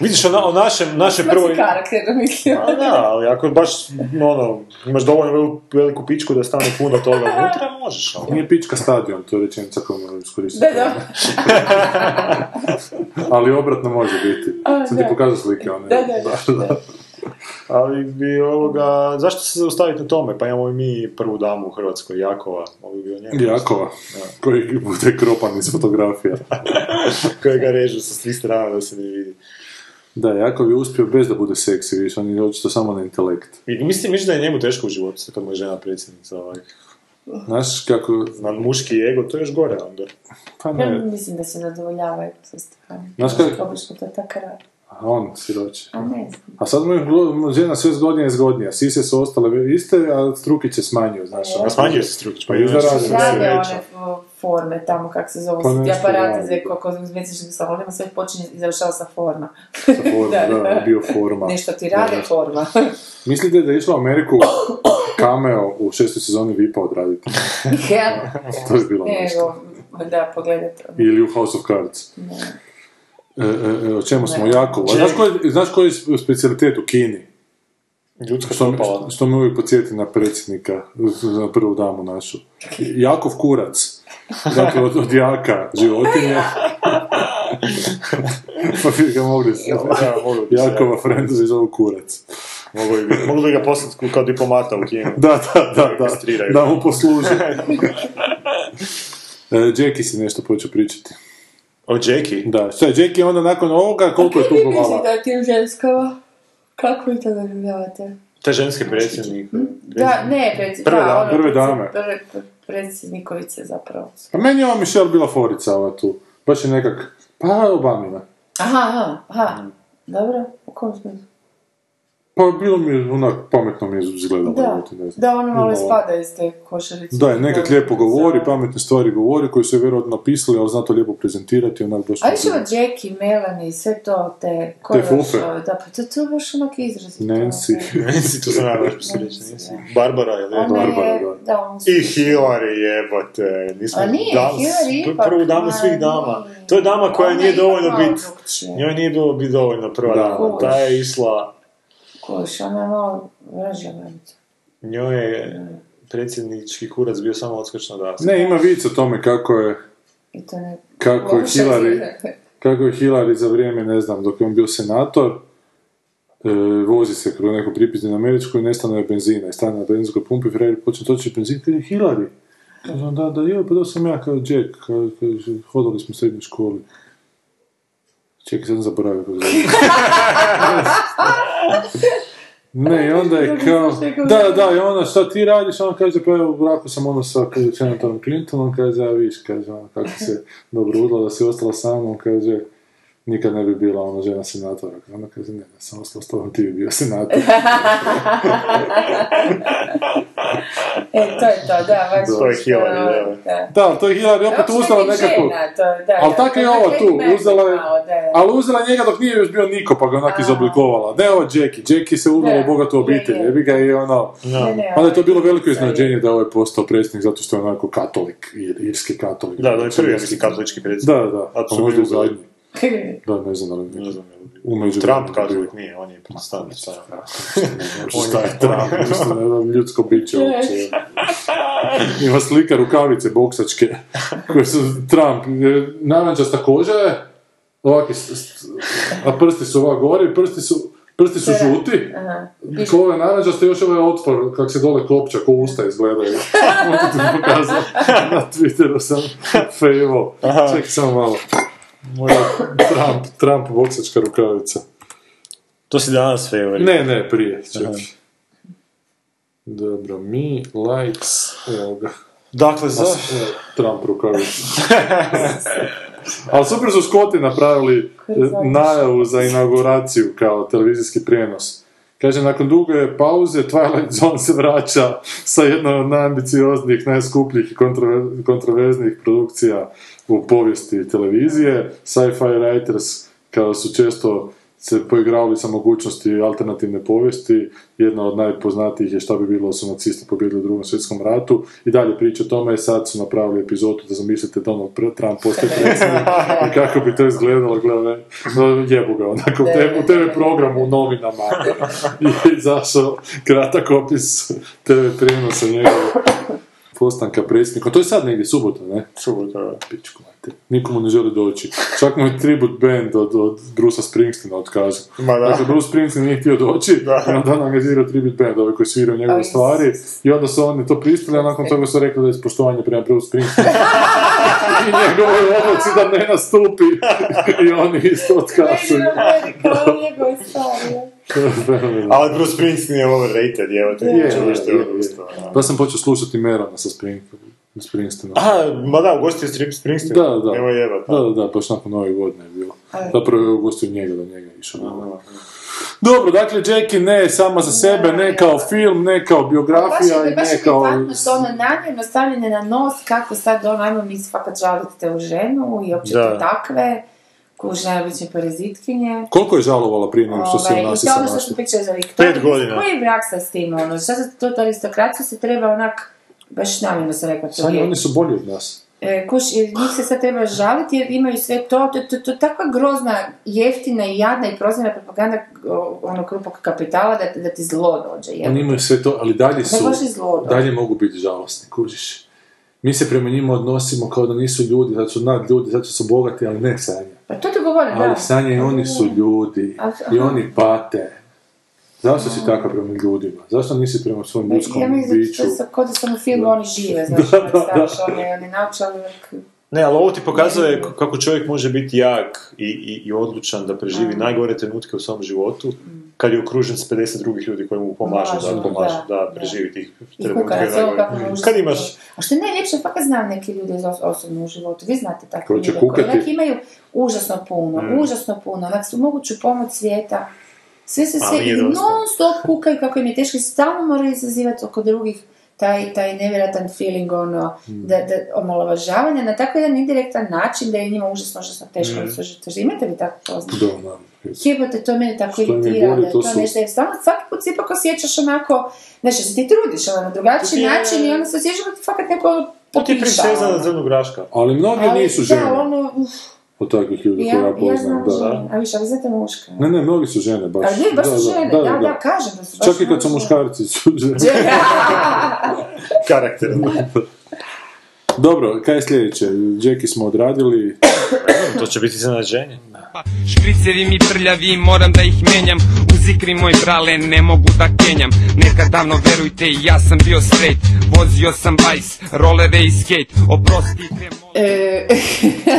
H: Vidiš, o, na, o našem, našem
F: Prvo
H: prvoj...
F: je... karakter, mislim.
H: A da, ali ako baš, ono, imaš dovoljno veliku, veliku pičku da stane puno toga unutra, možeš, ali...
G: Nije pička stadion, to je rečenica koju moram iskoristiti.
F: Da, da.
G: Ali obratno može biti.
F: A,
G: Sam ti
F: da.
G: pokazao slike one.
F: Da, da, da,
G: No.
F: da.
H: Ali bi ovoga, zašto se zaustaviti na tome? Pa imamo i mi prvu damu u Hrvatskoj, Jakova, ovo bi bio njemu.
G: Jakova, koji bude kropan iz fotografija.
H: Kojega režu sa svih strana da se ne vidi.
G: Da, Jakov je uspio bez da bude seksi, više, on je očito samo na intelekt.
H: I mislim, mislim da je njemu teško u životu sad kad mu je žena predsjednica, ovaj.
G: Znaš kako...
H: Na muški ego, to je još gore onda.
G: Pa
F: Ja
G: ne,
F: mislim da se nadovoljavaju sa stvarno.
G: Znaš kako-
F: Obično to tako radi.
G: a on siroče.
F: A ne znam.
G: A sad mu je glo- mu žena sve zgodnije i zgodnija. Sise su ostale iste, a strukić je smanjio, znaš.
H: A smanjuje se strukić, pa
G: Pa i
H: inače
G: zarazi.
H: se sve
F: Rade
H: veća.
F: one fo- forme tamo, kako se zovu,
G: Pa
F: ti
G: nešto
F: aparati
G: rade,
F: za
G: da.
F: koliko mjesečnim salonima, sve počinje i završava sa forma.
G: Sa [laughs] forma, da, bio forma.
F: Nešto ti rade
G: Da.
F: forma.
G: Mislite da je išla u Ameriku cameo u šestoj sezoni Vipa odraditi?
F: ja,
G: No, To je bilo nešto.
F: nego, da, pogledajte.
G: Ili u House of Cards.
F: No.
G: E, e, e, o čemu smo
F: Ne.
G: jako? Znaš koji, znaš koji je specijalitet u Kini?
H: Ljudska
G: Što,
H: stopala.
G: što me uvijek podsjeti na predsjednika, na prvu damu našu. Jakov Kurac. Dakle, od, od jaka [laughs] životinja. pa bi ga mogli se...
H: Da, moglo bi se,
G: Jakova Frenza se zove Kurac.
H: Moglo bi, moglo bi ga poslati kao diplomata u Kinu.
G: Da, da, da, da.
H: Registriraju.
G: Da mu posluži. E, Jackie si nešto počeo pričati.
H: O Jackie?
G: Da, šta je Jackie onda nakon ovoga, koliko je tugovala?
F: da ti je ženskava? Kako vi to doživljavate?
H: Te ženske predsjednik.
F: Hm? Da, ne, predsjednik.
H: Prve dame,
G: prve dame.
F: Prve, predsjednikovice zapravo.
G: A Pa meni je ova Michelle bila forica ova tu. Baš je nekak, pa Obamina.
F: Aha, aha, aha.
G: Mhm.
F: Dobro, u kom smislu?
G: Pa bilo mi je onak pametno mi je izgledalo.
F: Da,
G: evo ti, ne znam.
F: da ono malo
G: Imala-
F: ispada iz te košarice.
G: No. Da, je nekak lijepo govori,
F: Za-
G: pametne stvari govori, koji su je vjerojatno napisali, ali zna to lijepo prezentirati, onak baš...
F: A više od Jackie, Melanie, sve to, te... ko
G: Te
F: je još
G: fufe.
F: ovo, Da, pa to, to je baš onak izraz.
G: Nancy.
H: Nancy, to sam ja baš mislio reći,
F: Nancy,
H: nisi. Barbara, ili?
F: Ona
G: Barbara,
F: je,
G: da.
F: da, on
H: I Hillary, jebote. Nismo
F: A nije,
H: dam-
F: Hillary
H: pr-
F: ipak,
H: Prvu damu
F: ma,
H: svih dama.
F: nije.
H: To je dama koja
F: Ona
H: nije
F: ima
H: dovoljno
F: malo
H: bit...
F: drukčije.
H: Njoj nije bilo biti dovoljno prva
G: Da,
H: dama.
F: da.
H: Ta je išla...
F: Koš, ona je malo vražja majica.
H: Njoj je predsjednički kurac bio samo odskočna dasa.
G: Ne, ima vic o tome kako je,
F: I to ne...
G: kako je
F: Loša
G: Hillary,
F: slika.
G: kako je Hillary za vrijeme, ne znam, dok je on bio senator, e, vozi se kroz neko pripizne na američku i nestane je benzina. I stane na benzinskoj pumpi, frajer počne točiti benzin, kaže Hillary. Kaže on, da, da, joj, pa da sam ja kao Jack, kao, kaže, hodali smo u srednjoj školi. Čekaj, sad sam zaboravio kako se zove. [laughs] Ne, i onda je kao, da, da, i ona šta ti radiš, on kaže, pa evo, u braku sam ono sa kaže, Chanatonom Clintonom, kaže, a viš, kaže, ona kako se dobro udala, da si ostala sa mnom, kaže, nikad ne bi bila ona žena senatora. Ona kaže, ne, ja sam ostala s tobom, ti bi bio [laughs] senator.
F: E, to je to, da, baš.
G: To
J: je Hillary, da.
F: da.
G: Da, ali to je Hillary opet uzela nekako, ali tako je ovo tu, uzela je, ali uzela njega dok nije još bio niko, pa ga onak
F: A.
G: izoblikovala. Ne, ovo je Jackie, Jackie se udala
F: Da,
G: u bogatu obitelj,
F: je, je.
G: jebi ga i ono, Onda je to bilo veliko iznenađenje da je ovaj postao predsjednik zato što je onako katolik, ir- irski katolik.
J: Da, da je prvi, ja mislim, katolički predsjednik.
G: Da, da, a možda i zadnji. Da, ne znam da li
J: Ne
G: je.
J: znam, je li bio.
G: U međuvremenu
J: Trump
G: bio.
J: katolik nije, on je protestant. šta je. ono.
G: Šta Ono je Trump? [laughs] Mislim, ne znam, ljudsko biće uopće. Ima slika rukavice boksačke koje su Trump, e, narančasta koža je, ovaki, s- s- a prsti su ovak gori, prsti su, prsti su žuti, ko ove narančaste, još ovaj otpor, kak se dole kopča, ko usta izgledaju. On ti pokazao na Twitteru sam fejvo. Čekaj samo malo. Moja Trump, Trump boksačka rukavica.
J: To si danas favorite.
G: Ne, ne, prije, čekaj. Dobro, mi, likes, evo ga.
J: Dakle, za...
G: Evo, Trump rukavica. [laughs] Ali super su Skoti napravili e, najavu za inauguraciju kao televizijski prijenos. Kaže, nakon duge pauze Twilight Zone se vraća sa jednom od najambicioznijih, najskupljih i kontrover- kontroverznih produkcija u povijesti televizije. Sci-fi writers kao su često se poigravali sa mogućnosti alternativne povijesti. Jedna od najpoznatijih je šta bi bilo da su nacisti pobjedili u drugom svjetskom ratu. I dalje priča o tome, sad su napravili epizodu da zamislite Donald Pr- Trump postaje predsjednik i kako bi to izgledalo, gledaj, no, jebu ga onako, u te- u TV programu, u novinama. I izašao kratak opis TV prijenosa njegovog postanka predsjednika. To je sad negdje, subota, ne?
J: Subota.
G: Pičku mater. Nikomu ne želi doći. Čak mu je tribut band od, od Brusa Springsteena otkazao.
J: Ma da.
G: Dakle, Bruce Springsteen nije htio doći,
J: Da.
G: i onda on angažirao tribut band, ove koji sviraju njegove
F: Ali-
G: stvari, i onda su oni to pristali, a nakon toga su rekli da je ispoštovanje prema Bruce Springsteenu [laughs] i njegovoj odluci da ne nastupi, [laughs] i oni isto otkazuju. Fenomenalno.
J: Ali Bruce Springsteen je overrated, evo te.
G: Je,
J: Je,
G: je,
J: što je
G: je,
J: ono
G: je.
J: odustao. da.
G: Pa sam počeo slušati Merona sa Spring, Springsteenom.
J: A, ma da, ugostio Strip Springsteen.
G: Da, da.
J: Evo pa. jebat.
G: Da, da, da, baš nakon nove godine je bilo. Zapravo je ugostio njega, da njega je išao. Dobro, dakle, Jackie ne sama za sebe, ne kao film, ne kao biografija i
F: baš
G: ne
F: je
G: kao...
F: nevjerojatno što ono namjerno stavljene na nos kako sad ono, ajmo mi se fakat žaliti te u ženu i opće
J: Da.
F: te takve, ko žena bit će parazitkinje.
G: Koliko je žalovala prije nego što si
F: Ovaj,
G: u
F: I
G: nas
F: to ono što smo pričali za Viktoriju.
J: Pet godina.
F: Koji je brak sa s tim, ono, šta za to aristokraciju se treba onak, baš namjerno sam rekla to riječ.
G: oni su bolji od nas.
F: E, kuš, e, njih se sad treba žaliti jer imaju sve to, to, to, to je takva grozna, jeftina i jadna i prozirna propaganda o, ono krupog kapitala da, da ti zlo dođe. jel?
G: Oni imaju sve to, ali dalje
F: Da
G: su...
F: je baš i zlo dođe.
G: Dalje mogu biti žalosni, kužiš. Mi se prema njima odnosimo kao da nisu ljudi, da su nad ljudi, zato su bogati, ali ne sanja.
F: Pa to ti govorim, da.
G: Ali Sanja i oni su ljudi
F: Ali-
G: i
F: aha.
G: oni pate. Zašto si takva prema ljudima? Zašto nisi prema svom ljudskom
F: Ja mislim da
G: biću?
F: to se kod da sam u filmu oni žive, znači,
G: Da, da, da.
F: znaš, oni, oni načali,
J: Ne, ali ovo ti pokazuje k- kako čovjek može biti jak i, i, i odlučan da preživi najgore trenutke u svom životu kad je okružen s 50 drugih ljudi koji mu pomažu,
F: Pomažu,
J: da, pomažu,
F: da,
J: da,
F: da.
J: preživi tih
F: i kuka
J: trenutke
F: na sve ovo kako
H: Mm.
J: najgore.
F: ne
J: Kad imaš,
F: A što je najljepše, fakat znam neke ljude iz os- osobno u životu, vi znate takve
G: Koji će
F: ljude koji
G: kukati.
F: onak imaju užasno puno, užasno puno, onak su moguću pomoć svijeta, sve se sve
J: Ali nije
F: i
J: dosta.
F: non stop kukaju kako im je teško i stalno moraju izazivati oko drugih taj, taj nevjerojatan feeling ono, da, da omalovažavanje na tako jedan indirektan način da je njima užasno, užasno teško mm. Imate li tako poznat?
G: Da, da.
F: Jebote, to mene tako
G: Što im je
F: iritira,
G: bolje,
F: da je
G: to
F: to
G: su-
F: nešto, jer stvarno svaki put se ipak osjećaš onako, znaš, jer se ti trudiš, ali na drugačiji
J: To ti je-
F: način i onda se osjećaš da ti fakat neko
J: to
H: Па
J: ti je
F: potiša,
J: princeza
F: ono.
J: na zrnu graška.
G: Ali mnogi
F: Ali,
G: nisu
F: Da,
G: žene
F: ono, uf,
G: od takvih ljudi
F: ja,
G: koje ja
F: ja
G: poznam.
F: znam
G: Da.
F: žene, a više, ali znate muška.
G: Ne, ne, mnogi su žene baš.
F: ali ne, baš su žene,
G: да,
F: da, da, kažem da su baš
G: Čak i kad su
F: žene. [laughs]
G: muškarci su žene.
J: Karakter.
G: Dobro, kaj je sljedeće? Jackie smo odradili,
H: to će biti iznenađenje.
K: Špricevi pa mi prljavi, moram da ih mijenjam U zikri moj brale, ne mogu da kenjam Nekad davno verujte, ja sam bio straight Vozio sam bajs, rolere i skate Oprosti, tremolo...
F: E,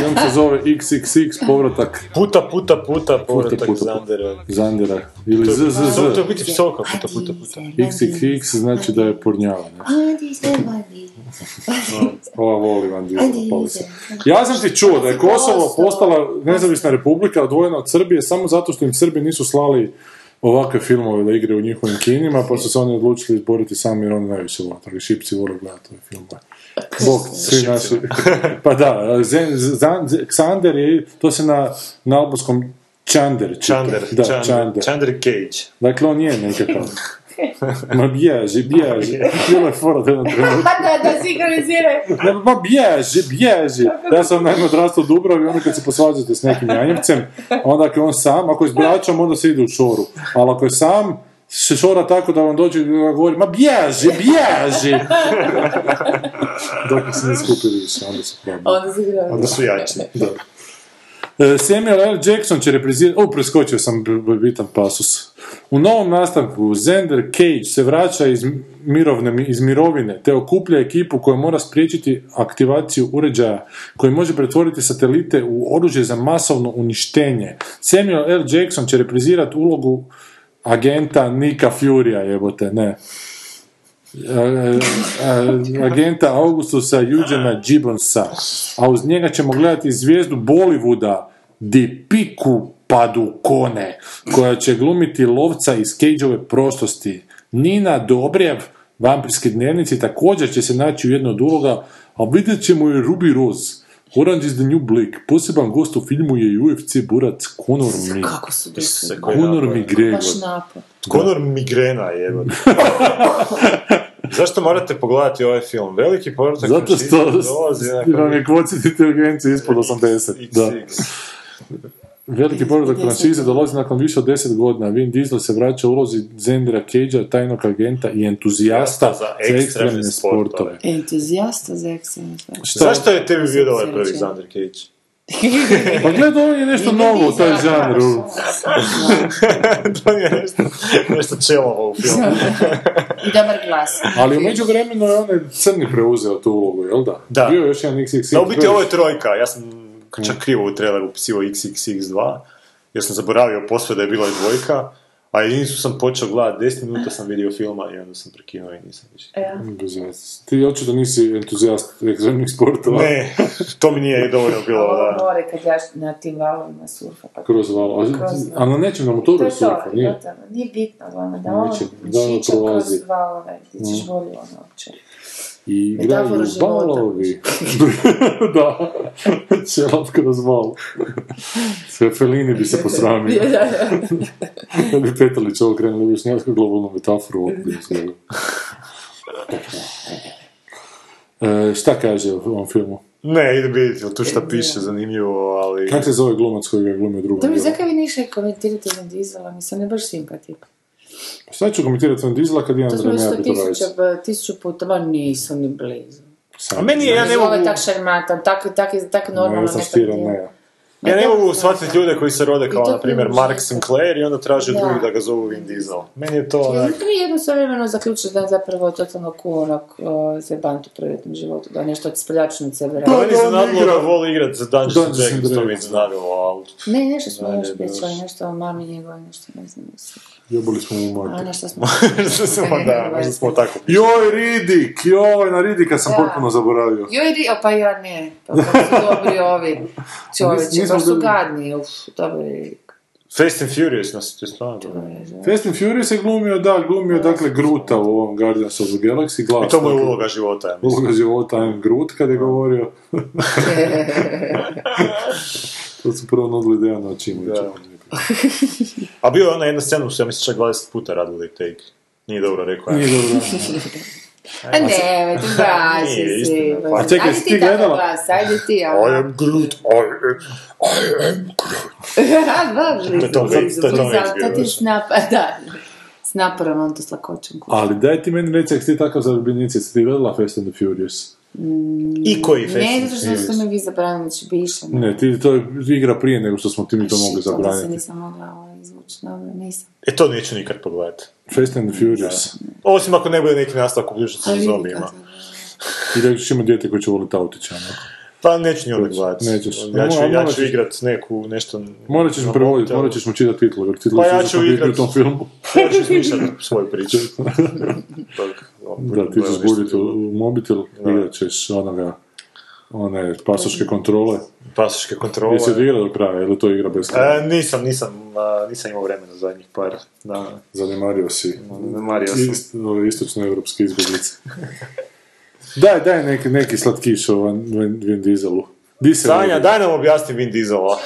G: Film se zove XXX povratak
H: Puta, puta, puta, povratak
G: puta, puta.
H: Zandera.
G: Zandera ili ZZZ.
H: To je u biti psovka, puta, puta, puta.
G: XXX znači da je pornjava. Ova voli Van Diesela, pali se. Ja sam ti čuo da je Kosovo postala nezavisna republika odvojena od Srbije samo zato što im Srbi nisu slali ovakve filmove da igre u njihovim kinima, pa su se oni odlučili izboriti sami jer oni najviše vole, tako šipci vole gledati ove filmove. Bog, svi naši... [laughs] pa da, Zen- Zan- Z- Xander je, to se na, na albanskom Čander čita.
H: Čander,
G: da,
H: Čander,
G: Čander.
H: Čander Cage.
G: Dakle, on je nekakav. Ma bježi, bježi. Bilo je fora da jednom trenutku.
F: pa da, da sinkroniziraju.
G: Ne, ma bježi, bježi. Ja sam naime odrastao u Dubravi, onda kad se posvađate s nekim janjevcem, onda ako je on sam, ako je s braćom, onda se ide u šoru. Ali ako je sam, se šora tako da vam dođe i da vam govori, ma bježi, bježi. Dok se ne skupi više, onda se problem.
F: Onda sinkroniziraju.
H: Da su jači.
G: Da. E, Samuel L. Jackson će reprezirati... O, preskočio sam b- b- bitan pasus. U novom nastavku Zender Cage se vraća iz, mirovne, iz mirovine te okuplja ekipu koja mora spriječiti aktivaciju uređaja koji može pretvoriti satelite u oružje za masovno uništenje. Samuel L. Jackson će reprizirati ulogu agenta Nika Furya, jebote, ne. E, e, e, agenta Augustusa Eugena Gibbonsa, a uz njega ćemo gledati zvijezdu Bollywooda Dipiku Padukone, koja će glumiti lovca iz Cageove prostosti. Nina Dobrjev, vampirski dnevnici, također će se naći u jednoj od uloga, a vidjet ćemo i Ruby Rose, Orange is the New Black, poseban gost u filmu je i UFC burac Conor Mi.
F: Kako su došli?
G: Conor McGregor.
F: Baš napad.
H: Konor migrena je.
G: [laughs]
H: Zašto morate pogledati ovaj film? Veliki povratak
G: Zato što
H: fašizma dolazi
G: vam je kvocit inteligencije ispod 80. Da. Veliki povratak franšize dolazi nakon više od 10 godina. Vin Diesel se vraća u ulozi Zendira Cagea, tajnog agenta i entuzijasta
H: Za
G: za
H: ekstremne
G: ekstremne
H: sportove.
G: sportove.
F: Entuzijasta za ekstremizam.
H: Zašto je tebi bio dobar prvi
F: Sjećam.
H: Xander Cage? [laughs]
G: Pa gledaj, on je nešto novo u taj žanru.
H: to je nešto, nešto čelovo u filmu.
G: [laughs]
F: I dobar glas.
G: Ali u međuvremenu je onaj crni preuzeo tu ulogu, jel da?
H: Da.
G: Bio je još jedan XXX.
H: Da, u biti ovo je trojka. Ja sam
F: Mm.
H: čak krivo u traileru upisio XXX2, jer sam zaboravio posve da je bila i dvojka. A jedinicu sam počeo gledati, 10 minuta sam vidio filma i onda sam prekinuo i nisam više.
F: E,
G: Bez veze. Ti očito nisi entuzijast ekstremnih sportova.
H: Ne, to mi nije dovoljno bilo,
F: Ovo
H: da.
F: more kad ja na tim valovima surfa. Pa
G: Kroz valo. A,
F: Kroz
G: a na nečem na motoru
F: to
G: je
F: je to,
G: surfa, nije?
F: gotovo. Nije bitno, glavno, da on
G: Neće- da ono
F: žiča kroz
G: prolazi. Mm.
F: valove, ti ćeš bolje ono
G: [laughs]
F: uopće.
G: I
F: Metafora
G: igraju
F: života.
G: balovi. [laughs] da, čelap kroz bal. Sve Felini bi se posramio.
F: [laughs]
G: Kad bi Petrlić ovo krenuli u jašnjavsku globalnu metaforu ovdje bi izgledao. E, šta kaže u ovom filmu?
H: Ne, ide vidjeti jel tu šta piše, zanimljivo, ali...
G: Kako se zove glumac koji ga glumi u drugom
F: Dobro,
G: dijelu?
F: zakaj vi ništa komentirate na dizela? Mislim, ne baš simpatik.
G: Sad ću komentirati Van Dizla kad imam
F: To smo
G: vremena
F: isto
G: Petrović.
F: tisuća, b- tisuću puta, ma nisu ni blizu.
H: A meni je, ja ne
F: Ovo je
H: mogu,
F: tak šarmatan, tak, tak, tak normalno.
G: Ja sam
F: nekad
G: štiran,
F: je.
G: ne.
H: ja ne
F: Ma
H: mogu
F: da,
H: shvatiti ljude koji se rode
F: I
H: kao,
F: to
H: na primjer,
F: ne može.
H: Mark Sinclair i onda traže
F: Da.
H: drugi da ga zovu Vin Diesel. Meni je to
F: Ja
H: onak...
F: zato mi jedno svojevremeno zaključila da je zapravo totalno cool onak uh, zebantu u privatnom životu, da je nešto od speljačnice
H: Pa
F: vrata.
H: meni se nadalo da voli igrat za Dungeons and
G: Dungeons and
H: Dragons, to mi je
G: Dragons.
H: iznenadilo, ali... [laughs]
F: Ne, nešto smo
H: Ajde,
F: još
H: dobro.
F: pričali, nešto o mami njegove, nešto ne znam. mislim.
G: Jebali smo mu
F: A
G: majke.
F: nešto smo...
H: Što smo, da, možda smo tako...
G: Joj, Ridik! Joj, na Ridika sam
F: Da.
G: potpuno zaboravio.
F: Joj, di, o, pa ja ne, pa kako su dobri ovi čovječi,
G: Nismo
F: baš su
G: bili-
F: gadni, uf, dobri.
H: Fast and Furious nas je stvarno dobro.
G: Fast and Furious je glumio, da, glumio dakle Gruta u ovom Guardians of the Galaxy, glas.
H: I to mu je
G: dakle,
H: uloga života, ja mislim.
G: Uloga života, I'm Groot, kad je
H: [laughs]
G: govorio. to su prvo nudili Dejana Očimovića.
H: Da. A bio je ona jedna scena, u ja mislim čak 20 puta radili take. Nije dobro rekao. ja.
G: Nije dobro.
F: A E, ne, me tu gaši
H: Nije,
F: si.
H: istina.
F: pa-
G: A čekaj,
F: Ajde
G: si ti
F: tako
G: gledala?
F: glas, ajde ti, a
H: I am Groot, I am, I am
F: A, da, blizu,
H: to već-
F: blizu,
H: to je to
F: blizu,
H: već
F: ali
H: bio,
F: to ti je
H: znaš.
F: s nap- [laughs] da, s naporom, on to s lakoćom kuži.
G: Ali daj ti meni reci, ako si ti takav zaljubljenica, jesi ti gledala Fast and the Furious?
H: I koji festival?
F: Ne, zato što ste mi vi zabranili da bi išla. na-
G: Ne, ti, to je igra prije nego što smo ti mi to mogli
F: Shit, onda se
G: zabraniti.
F: nisam mogla ovaj, izvući, dobro, nisam.
H: E to neću nikad pogledati.
G: Fast and the Furious.
H: Osim ako ne bude neki nastavak uključen sa
F: Ali vidi
H: zombijima.
F: kako je.
G: I rekli ćemo dijete koje će voliti ono. autiće. onako.
H: Pa neću nju gledati.
G: Nećeš.
H: Ja ću,
G: Morat-
H: ja
G: morat
H: ću
G: ćeš-
H: igrat neku nešto...
G: Morat ćeš mu prevoditi, morat ćeš mu čitati titlu, jer titlu
H: Pa
G: su
H: ja
G: užasno
H: ću
G: bitni
H: igrat.
G: u tom filmu.
H: Ja ću izmišljati svoju
G: [laughs]
H: priču.
G: Da, ti ćeš buditi u u mobitel, igrat ćeš onoga, one pasoške kontrole.
H: Pasoške kontrole.
G: Jesi odigrao do kraja, ili to igra bez kraja?
H: E, nisam, nisam, a, nisam imao vremena pa zadnjih par dana.
G: Zanemario si.
H: Zanemario sam.
G: Ist, ove istočnoevropske izbjeglice. [laughs] daj, daj neki, neki slatkiš o Van, Van, Van Dieselu. Di se
H: Sanja,
G: vodi?
H: daj nam objasni Vin Diesela.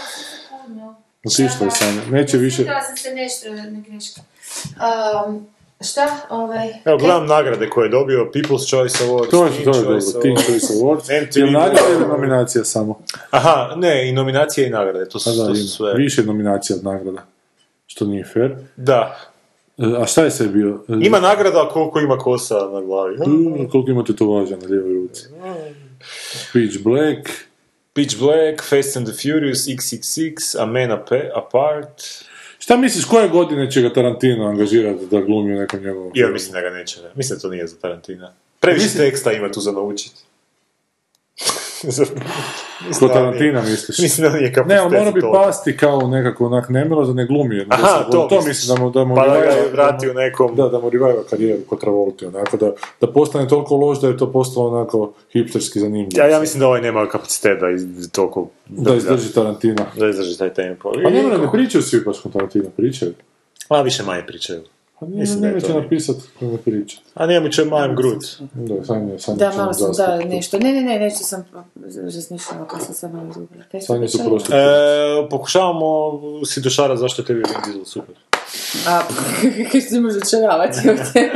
G: Otišla je Sanja. Neće više...
I: Pitala sam se nešto, jedna greška. Um, šta? Ovaj...
H: Evo, gledam nagrade koje je dobio, People's Choice Award,
G: To je, to je dobro. Teen Choice Awards.
H: MTV
G: Je li nagrada ili
H: Awards.
G: nominacija samo?
H: Aha, ne, i nominacije i nagrade, to
G: A
H: su,
G: da,
H: to su
G: ima.
H: sve.
G: Više nominacija od nagrada. Što nije fair. E,
H: Da,
G: A šta je sve bio? E,
H: ima nagrada koliko ima kosa na glavi.
G: Mm, Koliko ima tetovaža na lijevoj ruci? Pitch Black,
H: Pitch Black, Fast and the Furious, XXX, A Man Ap- Apart.
G: Šta misliš, koje godine će ga Tarantino angažirati da glumi u nekom njegovom
H: Ja
G: filmu?
H: mislim da ga neće, ne. mislim da to nije za Tarantina. Previše teksta ima tu za
G: [laughs]
H: naučiti. Za-
G: Ko
H: mislim da
G: Tarantina
H: nije-
G: misliš?
H: [laughs] Mislim da nije
G: Ne, on
H: kapacitet
G: mora
H: za
G: bi
H: to.
G: pasti kao nekako onak nemilo da ne glumi. jer da
H: Aha, to,
G: se- to
H: misliš.
G: mislim da mu, da mu
H: Pa da ga
G: revival-
H: je vrati
G: da
H: u nekom...
G: mu- Da, da mu revival karijeru kod Travolti, onako da, da postane toliko loš da je to postalo onako hipsterski zanimljivo.
H: Ja, ja mislim da ovaj nema kapacitet da iz, toliko...
G: da izdrži Tarantina.
H: da izdrži taj tempo.
G: Pa ne, ne pričaju svi baš kod Tarantina, pričaju.
H: A više manje pričaju.
G: Pa nije,
H: Mislim da je
G: ne
H: to
G: će
H: nije.
G: napisati ne priča.
H: A njemu će majem grud.
G: Da, Sanja, Sanja
F: Da,
G: će
F: malo
G: nam
F: sam, da,
G: zastati.
F: nešto. Ne, ne, ne, nešto sam razmišljala kad sam se malo izgubila. Kaj sam
G: Sanje su
F: pričala?
G: prošle.
H: E, pokušavamo si došara zašto tebi je Vin Diesel
G: [laughs]
H: super.
F: A, [laughs] kaj se može očaravati
G: [laughs]
F: ovdje.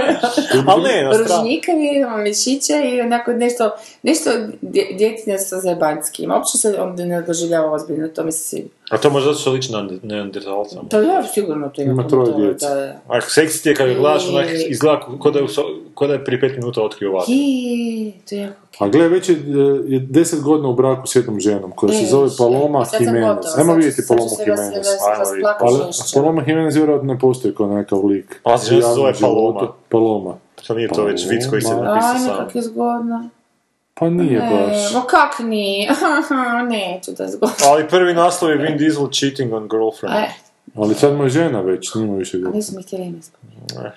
H: Ali ne, na stranu.
F: Ružnjikavi, imamo mišiće i onako nešto, nešto dje- djetinja sa zajebanskim. Uopće se onda ne doživljava ozbiljno, to mi se sviđa.
H: A to možda zato što liči na Neandertalca.
F: To ja sigurno to imam.
G: Ima troje djece.
F: Da, da.
H: A seksi ti je kad ga gledaš, onak
F: I-
H: izgleda ko da je, u so- ko da je prije pet minuta otkrio vatru.
F: I, to je jako
G: A gle, već je, e, je deset godina u braku s jednom ženom koja se
F: E,
G: zove
F: šta?
G: Paloma
F: Sad sam
G: Jimenez.
F: gotova,
G: Ajmo
F: sad ću-
G: vidjeti
F: sad ću
G: Paloma
F: se vas-
G: Jimenez.
F: vas- vas
H: Ajmo
F: plakati
G: Ali
F: žešće.
G: Paloma Jimenez vjerojatno ne postoji kao nekakav lik.
H: A žena se
G: U javnom
H: zove Paloma.
G: životu. Paloma.
H: To nije to već vic koji se
G: Paloma.
H: napisao
F: Ajme,
H: sam.
F: kako je zgodno.
G: Pa nije
F: E,
G: baš.
F: Evo, kak nije? [laughs] Neću da je zgodno.
H: Ali prvi naslov je Vin Diesel cheating on girlfriend.
F: E,
G: Ali sad mu je žena već, nima više
F: [laughs]
G: djece.
F: nisu mi htjeli ime spomenuti.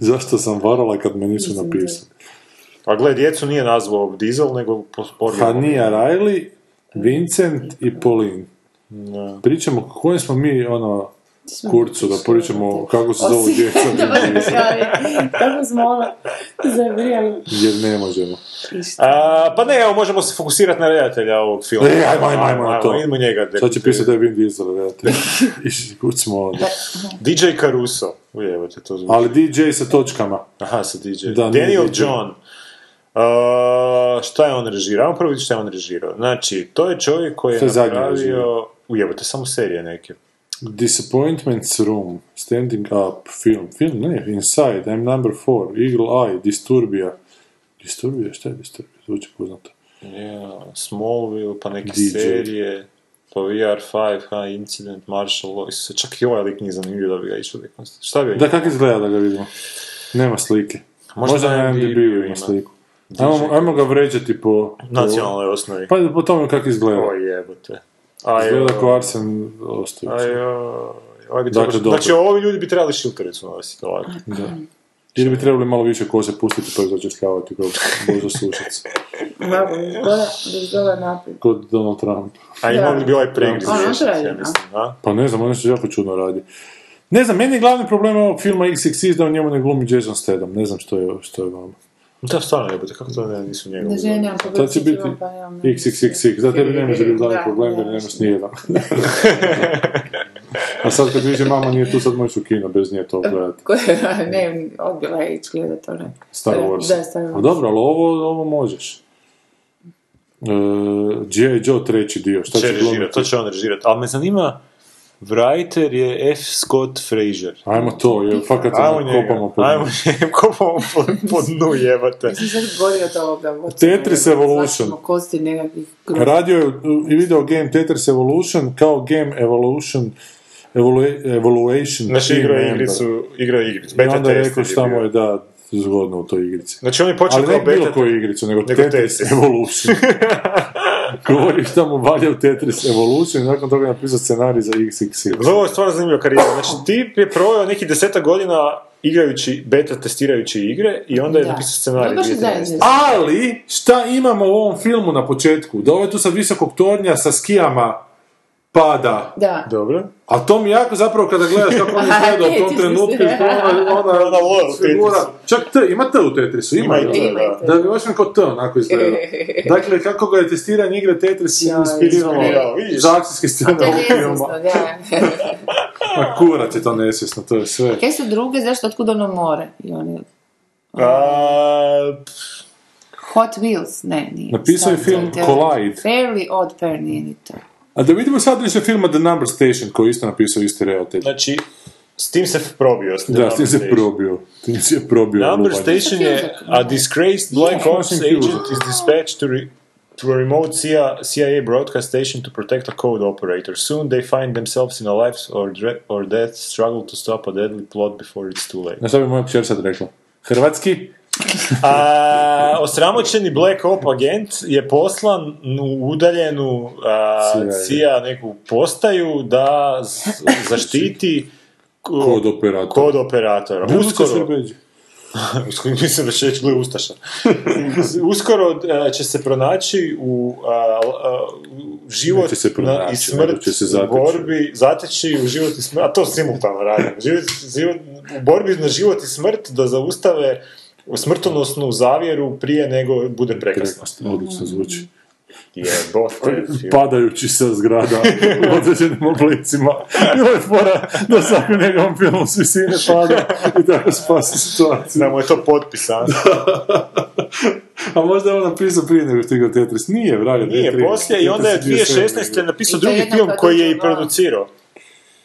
G: Zašto sam varala kad me nisu
F: Nisam
G: napisali?
H: A gle, djecu nije nazvao Diesel, nego posporio.
G: Hania Riley, Vincent i Pauline. Pričamo o kojem smo mi, ono, kurcu, da pričamo kako se zovu
F: Osim- [laughs]
G: djeca.
F: Kako smo ono zabrijali.
G: Jer ne možemo.
H: A, pa ne, evo, možemo se fokusirati na redatelja ovog filma.
G: E, ajmo, ajmo, ajmo na to.
H: Idemo njega.
G: Sad će pisati da je Vin Diesel,
H: [laughs]
G: vjerojatno. Išli kud smo onda.
H: DJ Caruso. Ujevo te to zvuči.
G: Ali DJ sa točkama.
H: Aha, sa DJ.
G: Da, nije
H: Daniel
G: DJ.
H: John. Uh, šta je on režirao? Ajmo prvo vidjeti šta je on režirao. Znači, to je čovjek koji
G: To je
H: je
G: zadnji
H: napravio...
G: režirao.
H: Ujebote, samo serije neke.
G: Disappointments Room, Standing Up, film, film, ne, Inside, I'm Number 4, Eagle Eye, Disturbia. Disturbia, šta je Disturbia? Zvuči poznato.
H: Yeah, Smallville, pa neke
G: DJ.
H: serije, pa VR5, ha, Incident, Martial Law, Isuse, čak i ovaj lik nije zanimljiv da bi ga išao dekonstruirati. Šta bi
G: Da, kako izgleda da ga vidimo? Nema slike.
H: Možda
G: Možda, na
H: na IMDb
G: MDB-u
H: ima.
G: ima sliku. Ajmo, ajmo ga vređati po... po-
H: nacionalnoj osnovi?
G: Pa po tome kako izgleda.
H: O jebote. Aj,
G: Izgleda
H: o,
G: kao Arsen Ostojić.
F: Znači-
H: aj, o, ovaj bi
G: Dakle,
H: trebao-
G: dobro.
H: znači, ovi ljudi bi trebali ovaj šiltericu nositi ovako.
G: Da. Ili bi trebali malo više kose pustiti pa začešljavati kao Božo Sušac.
F: Bravo, izgleda, izgleda naprijed.
G: [laughs] Kod Donald Trump.
H: A i
F: Da.
H: mogli bi ovaj pregriz
F: Ono
H: riješiti,
F: treba,
H: ja mislim, a?
G: Pa ne znam, on nešto jako čudno radi. Ne znam, meni je glavni problem ovog filma XXX da u njemu ne glumi Jason Statham. Ne znam što je, što je vama.
H: Da, stvarno jebote, kako to ne, nisu njegovi.
F: Da žene, nemam
G: To će biti
F: pobjecitima, pa nemam.
G: XXXX. Da, tebi ne može biti glavni
F: Da,
G: problem jer
F: da.
G: nemaš nijedan. [laughs] A sad kad viže mama nije tu, sad možeš u kino bez nje to gledati.
F: Koje- [laughs] ne, odbila je ići gledat one.
G: Star Wars.
F: Da, Star Wars.
G: A dobro, ali ovo, ovo možeš. E, G.I. Joe treći dio, šta
H: Će
G: će
H: režirati,
G: glumiti?
H: to će on režirati. Ali me zanima, Writer je F. Scott Frazier.
G: Ajmo to, je, fakat
H: Ajmo
G: ono,
H: njega,
G: kopamo po
H: ajmo njega, kopamo po, po dnu jebate.
F: Mislim, sad govorio to obravo.
G: Tetris Evolution.
F: kosti nekakvih grupa.
G: Radio je i video game Tetris Evolution kao game Evolution Evolu- Evaluation
H: Znači,
G: Team
H: igrao je
G: Member.
H: igricu, igrao je igricu,
G: I
H: beta
G: onda je rekao
H: test je
G: šta mu
H: bio.
G: je da zgodno u toj igrici.
H: Znači, on je počeo
G: Ali
H: kao
G: ne bilo
H: beta...
G: koju igricu, nego,
H: nego
G: Tetris,
H: Tetris. [laughs]
G: Evolution. Govori šta mu valja u Tetris Evolution i nakon toga je napisao scenarij za XXX.
H: Gle, Ovo je stvarno zanimljiva karijera.
F: [clears throat]
H: Znači, tip je proveo nekih deseta godina igrajući, beta testirajući igre i onda je
F: Da.
H: napisao scenarij.
F: No, baš je
H: 2013.
F: zajedno.
G: Ali, šta imamo u ovom filmu na početku? Da ovaj tu sa visokog tornja sa skijama pada.
F: Da.
H: Dobro.
G: A to mi jako zapravo kada gledaš kako
F: [laughs]
G: on izgleda u tom
F: Tetris,
G: trenutku,
F: mislim. [laughs]
G: ona, ona,
H: Ona lol u
G: figura.
H: Tetrisu.
G: Čak T, ima T u Tetrisu, ima,
H: Ima i
G: ga.
H: T,
F: Ima i
G: Da bi baš kao T
F: [laughs]
G: onako izgleda. Dakle, kako ga je testiranje igre Tetris
F: Ja,
G: inspiriralo
H: inspirirao, vidiš.
G: za akcijske scene
F: To je
G: ovog
F: neizvjesno,
G: filma.
F: da. [laughs]
G: A kurat je to nesvjesno, to je sve.
F: Kaj su druge, zašto, otkud ono more? I oni,
H: A,
F: Hot Wheels, ne, nije.
G: Napisao je
F: Sad,
G: film
F: to je-
G: Collide.
F: Fairly Odd Pair nije ni to.
G: A da vidimo sadržaj filma The Number Station koji je isto napisao isti redatelj.
H: znači, s tim se probio. s tim
G: Da, s tim se
H: Number Station.
G: probio. S Tim se je probio.
H: Number
G: lubanj.
H: Station je a disgraced black
G: Yeah.
H: ops agent is dispatched to, re- to a remote CIA, CIA broadcast station to protect a code operator. Soon they find themselves in a life or, dre- or death struggle to stop a deadly plot before it's too late.
G: Na što bi moja kćer sad rekla? Hrvatski?
H: A, osramoćeni Black Op agent je poslan u udaljenu a,
G: CIA.
H: CIA neku postaju da z- zaštiti k-
G: Kod operatora.
H: kod operatora. Uskoro,
G: Srbeđi.
H: [laughs] uskoro mislim da će reći, gle, Ustaša. [laughs] Uskoro e, će se pronaći u a, a, u život
G: Neće se pronaći,
H: na- i
G: nego
H: smrt
G: će se
H: u
G: zateći.
H: borbi, zateći u život i smrt, a to simultano radim, život, život, u borbi na život i smrt da zaustave smrtonosnu zavjeru prije nego bude prekasno.
G: Prekrasno, odlično zvuči.
H: Jebote,
G: Pa-
H: film.
G: Padajući sa zgrada u određenim oblicima. I ovo je fora da svaki njegovom filmu s visine pada i tako spasi situaciju.
H: da mu je to potpis, a?
G: A možda je on napisao prije nego što je igrao Tetris. Nije, vraga.
H: Nije,
G: 2013.
H: poslije i onda je
G: Tetris
H: 2016.
F: I
H: napisao
F: to je pa
H: drugi
F: jednako
H: film koji je i
F: odlično, da.
H: producirao.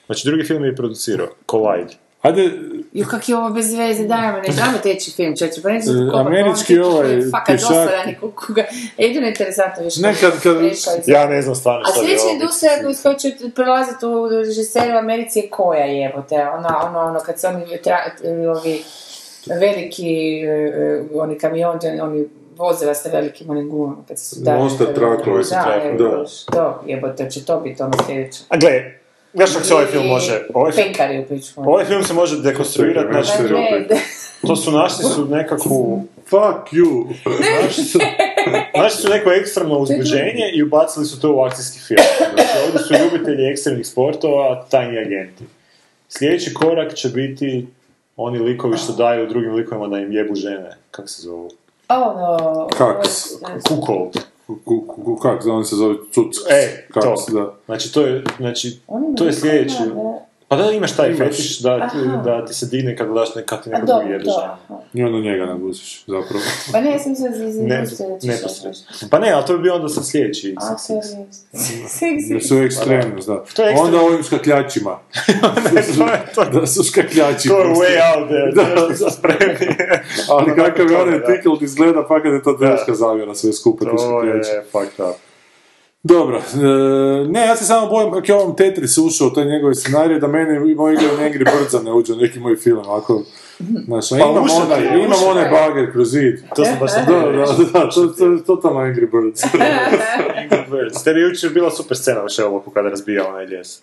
H: Znači, drugi film je i producirao, Collide.
G: Ajde,
F: Ju, kak je ovo bez veze, dajmo, ne znamo teći film, čeče, pa neću
G: E,
F: tako kopati,
G: američki
F: ono,
G: ovaj
F: je Fakat
G: pješak-
F: dosadan je kukuga. E, Jedino je interesantno više.
G: Ne, kad- kad-
F: Prešao je za-
H: Ja ne znam stvarno
F: A
H: što bi
F: sljedeća
H: ovo biti.
F: industrija koju koja će prelaziti u režiseru u Americi je koja jebote, ona, ono, ono, kad se oni tra- ovi veliki, eh, oni kamion, oni vozila sa velikim onim gumama, kad se sudaraju.
G: Monster truckovi su
F: Da,
G: trakovi,
F: evo,
G: da.
F: To, jebote, će to biti ono sljedeće.
H: A gle, znaš kako se ovaj film može... Ovaj film,
F: Penkari u pičku.
H: ovaj film se može dekonstruirati,
G: Čekaj,
H: znači,
G: već
F: Ne, da.
H: to su našli su nekakvu...
G: Fuck you.
H: Našli su, našli su neko ekstremno uzbuđenje i ubacili su to u akcijski film. Znači, ovdje su ljubitelji ekstremnih sportova, tajni agenti. Sljedeći korak će biti oni likovi što daju drugim likovima da im jebu žene. Kako se zovu?
F: Ono...
G: Kaks.
H: Kukol.
G: Ku- ku- ku- Kak, on se zove Cuc.
H: E,
G: Kak
H: to.
G: se da.
H: Znači, to je, znači,
F: Oni
H: to je
F: mi-
H: sljedeći.
F: da.
H: Pa da imaš taj
G: Imaš.
H: fetiš da, ti-
F: Aha.
H: da ti se digne kad gledaš nekak ti
F: A
H: neko drugi
F: dobro,
H: jede ženu.
F: to.
G: I onda njega naguziš, zapravo.
H: [laughs]
F: Pa ne, ja sam se iz
H: Ne,
F: industrije da ćeš
H: ne
F: to
H: posredno.
F: reći.
H: Pa ne, ali to bi bio onda sa sljedeći.
F: A,
H: seksizam.
F: sorry. Seksi.
G: Jer su ekstremno, da.
H: Pa To je ekstremno.
G: Onda
H: [laughs]
G: ovim skakljačima.
H: to je to.
G: Da su skakljači.
H: To je E, way out there,
G: Da,
H: da, da, spremni.
G: Ali kakav je
H: Ono Nakon
G: onaj
H: toga, da.
G: tikl izgleda, pa kad je to teška zavjera sve skupa ti
H: To
G: skakljači.
H: je fucked up.
G: Dobro, e, ne, ja se samo bojim kako je ovom Tetris ušao u taj njegov scenarij, da mene i moj igra Angry Birdsa ne uđe u neki moj film, ako... Znaš, a imam,
H: Pa ušao
G: onaj,
H: je,
G: imam
H: ušao
G: onaj bager kroz zid.
H: To sam baš sad
G: Da, da, da, to, to je totalno Angry Birds.
H: [laughs] Tebi je jučer bila super scena u Sherlocku kada razbija onaj ljes.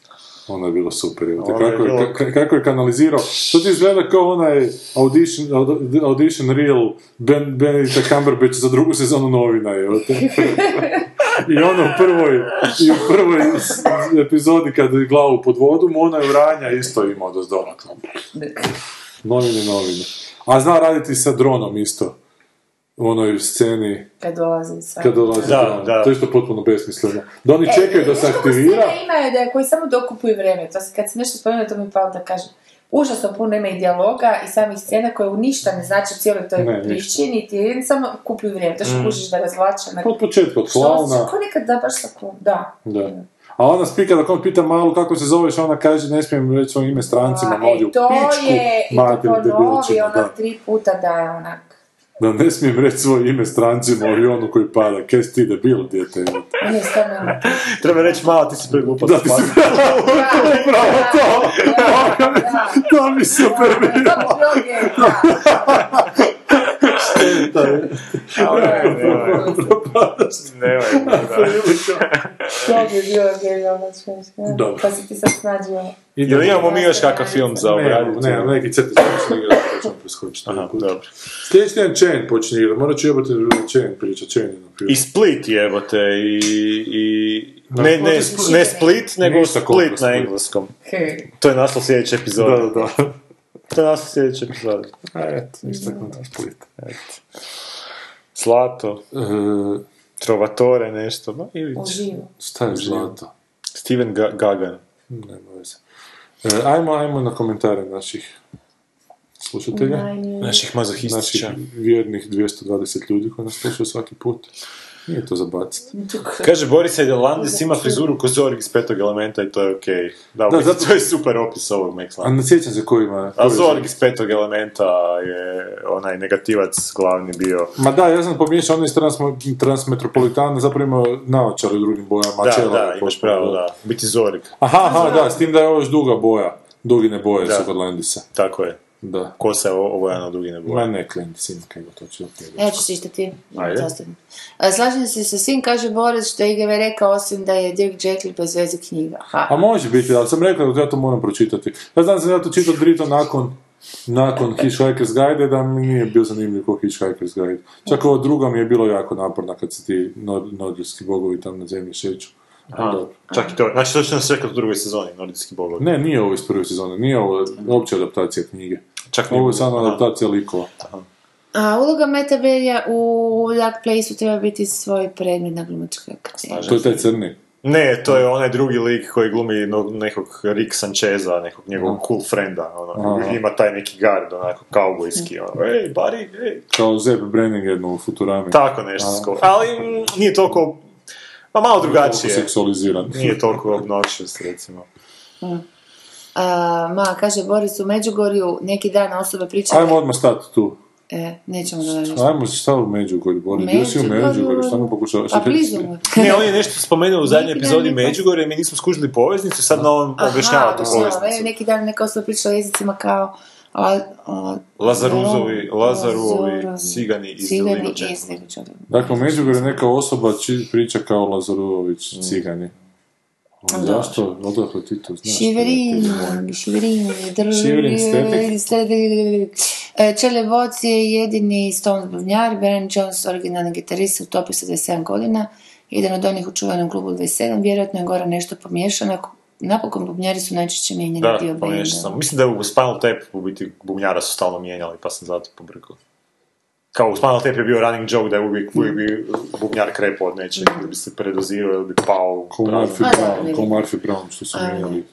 G: Ono je bilo super, evo te,
H: Ono je
G: kako, je,
H: bilo-
G: ka- ka- kako je kanalizirao. To ti izgleda kao onaj audition, aud- audition reel ben, Benedicta Cumberbatch za drugu sezonu novina, evo te.
H: [laughs]
G: I ono u prvoj, i u prvoj s- epizodi kad je glavu pod vodu, mu ona je vranja isto imao do zdona. Novine, novine. A zna raditi sa dronom isto. U onoj sceni
F: Kad dolazi sa...
G: kad dolazi
H: Da,
G: dron.
H: da.
G: To je isto potpuno besmisleno. Da oni čekaju da se aktivira.
F: Ima da koji samo dokupuju vreme. To se, kad se nešto spomenu, to mi palo da kažem. Užasno puno ima i dijaloga i samih scena koje u ništa ne znači u cijeloj toj
G: Ne,
F: priči,
G: ništa.
F: niti jedin, samo kupuju vrijeme. To što kužiš da razvlače na...
G: Od početka, od
F: Što
G: klauna.
F: su- Ko nekad da baš sa klon- da.
G: Da. A ona spika dok on pita malu kako se zoveš, ona kaže ne smijem reći svoje ime strancima,
F: A,
G: ovdje
F: e,
G: u
F: to
G: pičku,
F: je, i to
G: mater
F: ponovi
G: debilčina, da.
F: onak tri puta da je onak.
G: Da ne smijem reći svoje ime
F: [laughs]
G: strancima u avionu koji pada, kaj si ti debilo, djete. evo.
F: Ne, stvarno,
G: [laughs]
F: ono,
H: Treba reći, malo ti si preglupa.
G: Da ti se upravo to, to mi se
F: da,
G: permiralo.
F: to je, da.
G: [laughs]
F: To bi bilo genijalno češće.
G: Dobro.
F: Pa si ti sad snađio.
H: Jel imamo mi još kakav film za
G: Ne,
H: obraditi?
G: ne, neki crti počinje igrati, pa ćemo preskočiti.
H: Aha, dobro.
G: Sljedeći tjedan Chen počinje igrati, morat ću jebati Chen priča, Chen je napravio.
H: I Split jebote, i... i... Ne, ne,
F: Split.
H: ne Split, nego
G: Ništa koliko
H: Split na
G: Split.
H: engleskom.
F: He.
H: To je naslov sljedeće
G: Da,
H: epizode.
G: da, da.
H: To je naslov sljedeće epizode.
G: Eto, istaknuti split.
H: Zlato,
G: E,
H: Trovatore, nešto. Ma, ili
F: [laughs] Uživo.
G: šta je zlato?
H: Steven Ga- Gagan.
G: Nema veze. E, ajmo, ajmo na komentare naših slušatelja.
H: Naših
G: naših
H: mazohističa.
G: vjernih 220 ljudi koji nas slušaju svaki put. Nije to za baciti.
H: Kaže, Boris Edelandis ima frizuru ko Zorik iz petog elementa i to je okej. Da,
G: Da,
H: mislim,
G: zato-
H: to je super opis ovog Mexla.
G: A ne sjećam se ko ima. ko
H: A
G: je
H: Zorg
G: za-
H: iz petog elementa je onaj negativac glavni bio.
G: Ma da, ja sam pomiješao, on je iz Transmo- Transmetropolitana, zapravo imao naočare u drugim bojama.
H: Da,
G: čelo je
H: da, imaš
G: ovaj potpuno-
H: pravo, da. Biti Zorik,
G: Aha, aha, da, s tim da je ovo još duga boja. Dugine boje
H: Da.
G: su kod Landisa.
H: tako je.
G: Da.
H: Kosa je ovo jedna dugi ne
G: Ma
H: boja.
G: ne, Landis ima kaj to ću opet.
I: Ja ću čitati.
H: Ajde.
I: Zastupnik. A, E, Slažem se sa svim, kaže Boris, što je IGV rekao, osim da je Dirk Jekyll bez veze knjiga.
G: A
I: Ha.
G: Pa može biti, ali sam rekao da ja to moram pročitati. Ja znam da sam ja to čitao drito nakon nakon Hitchhiker's Guide, da mi nije bio zanimljiv kao Hitchhiker's Guide. Čak ovo drugo mi je bilo jako naporno kad se ti nor- nordijski bogovi tam na zemlji šeću.
H: Aha.
G: Dobro.
H: Čak i to, znači to će nas čekati u drugoj sezoni, Nordijski bogovi.
G: Ne, nije ovo iz prve sezone, nije ovo uopće adaptacija knjige.
H: Čak nije
G: Ovo je
H: bilo.
G: samo
H: Aha.
G: adaptacija likova.
I: A uloga Meta Berija u Dark Place-u treba biti svoj predmet na glumačkoj akademiji.
G: To je taj crni.
H: Ne, to je onaj drugi lik koji glumi no- nekog Rick Sancheza, nekog njegovog cool frienda, ono,
G: Aha.
H: ima taj neki gard, onako, kaubojski, ono, ej, buddy, ej,
G: Kao Zeb Brenning jedno u Futurami.
H: tako nešto skoro. Ali mm, nije toliko, pa malo drugačije,
G: Seksualiziran.
H: nije toliko obnoxious,
G: [laughs]
H: recimo.
I: A, ma, kaže Boris, u Međugorju neki dan osobe pričaju...
G: Ajmo odmah stati tu.
I: E, nećemo da nešto.
G: Ajmo šta u Međugorju, Bori. Bio si u
I: Međugorju.
G: Međugorju, šta mi pokušavaš?
I: Pa blizu mu.
G: [laughs]
H: Ne, on je nešto spomenuo u zadnjoj
I: Neki dan
H: epizodi
I: neko-
H: Međugorje, mi nismo skužili poveznicu, sad nam on
I: Aha,
H: objašnjava tu
I: da, e,
H: poveznicu.
I: Neki dan neka osoba pričala jezicima kao... La, la,
H: Lazaruzovi, Lazarovi,
I: Lazarovi,
H: Cigani iz
I: Cigani
H: Illegal
I: iz
H: Gentleman.
I: Illegal Gentleman.
G: Dakle, u Međugorju je neka osoba či priča kao Lazarović, cigani. Zašto? Odakle ti to znaš?
I: Šiverin, Šiverin,
G: Šiverin Stetik.
I: E, Čele Voc je jedini Stones bubnjar, Baron Jones originalni gitarist, utopio se 27 godina, jedan od onih u čuvenom klubu 27, vjerojatno je gore nešto pomiješano, ako- napokon bubnjari su najčešće mijenjani
H: Da,
I: dio benda.
H: pomiješao sam. Mislim da je u Spinal Tap u biti bubnjara su stalno mijenjali, pa sam zato pobrkao. Kao u Spinal Tap je bio running joke da je
I: Mm.
H: uvijek, uvijek bi bubnjar krepao od nečeg, ili bi se predozirao, ili bi pao u
G: Ko
H: prazno.
G: Murphy
I: A, dobro,
G: Brown,
I: vidim.
G: ko Murphy Brown, što su
I: Ajmo.
G: mijenjali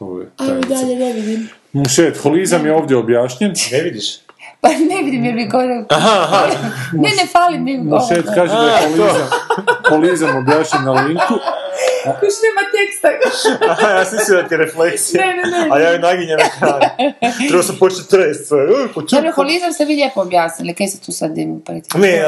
G: ove
I: Ajmo
G: tajnice.
I: dalje, ne vidim.
G: Mušet, holizam je ovdje objašnjen.
H: Ne vidiš? [laughs]
I: Pa ne vidim jer mi gore...
F: [laughs]
I: ne, ne, fali mi gore.
G: Mušet kaže da je holizam, holizam objašnjen na linku.
I: Kuš nema teksta.
H: Aha, ja sam mislio da ti je refleksija.
I: Ne, ne, ne.
H: A ja ju naginjem
I: [laughs]
H: ekran. Treba sam početi trest sve. Uj, pa počup.
I: Alkoholizam ste vi lijepo objasnili, kaj se tu sad dimu pred-
H: Ne,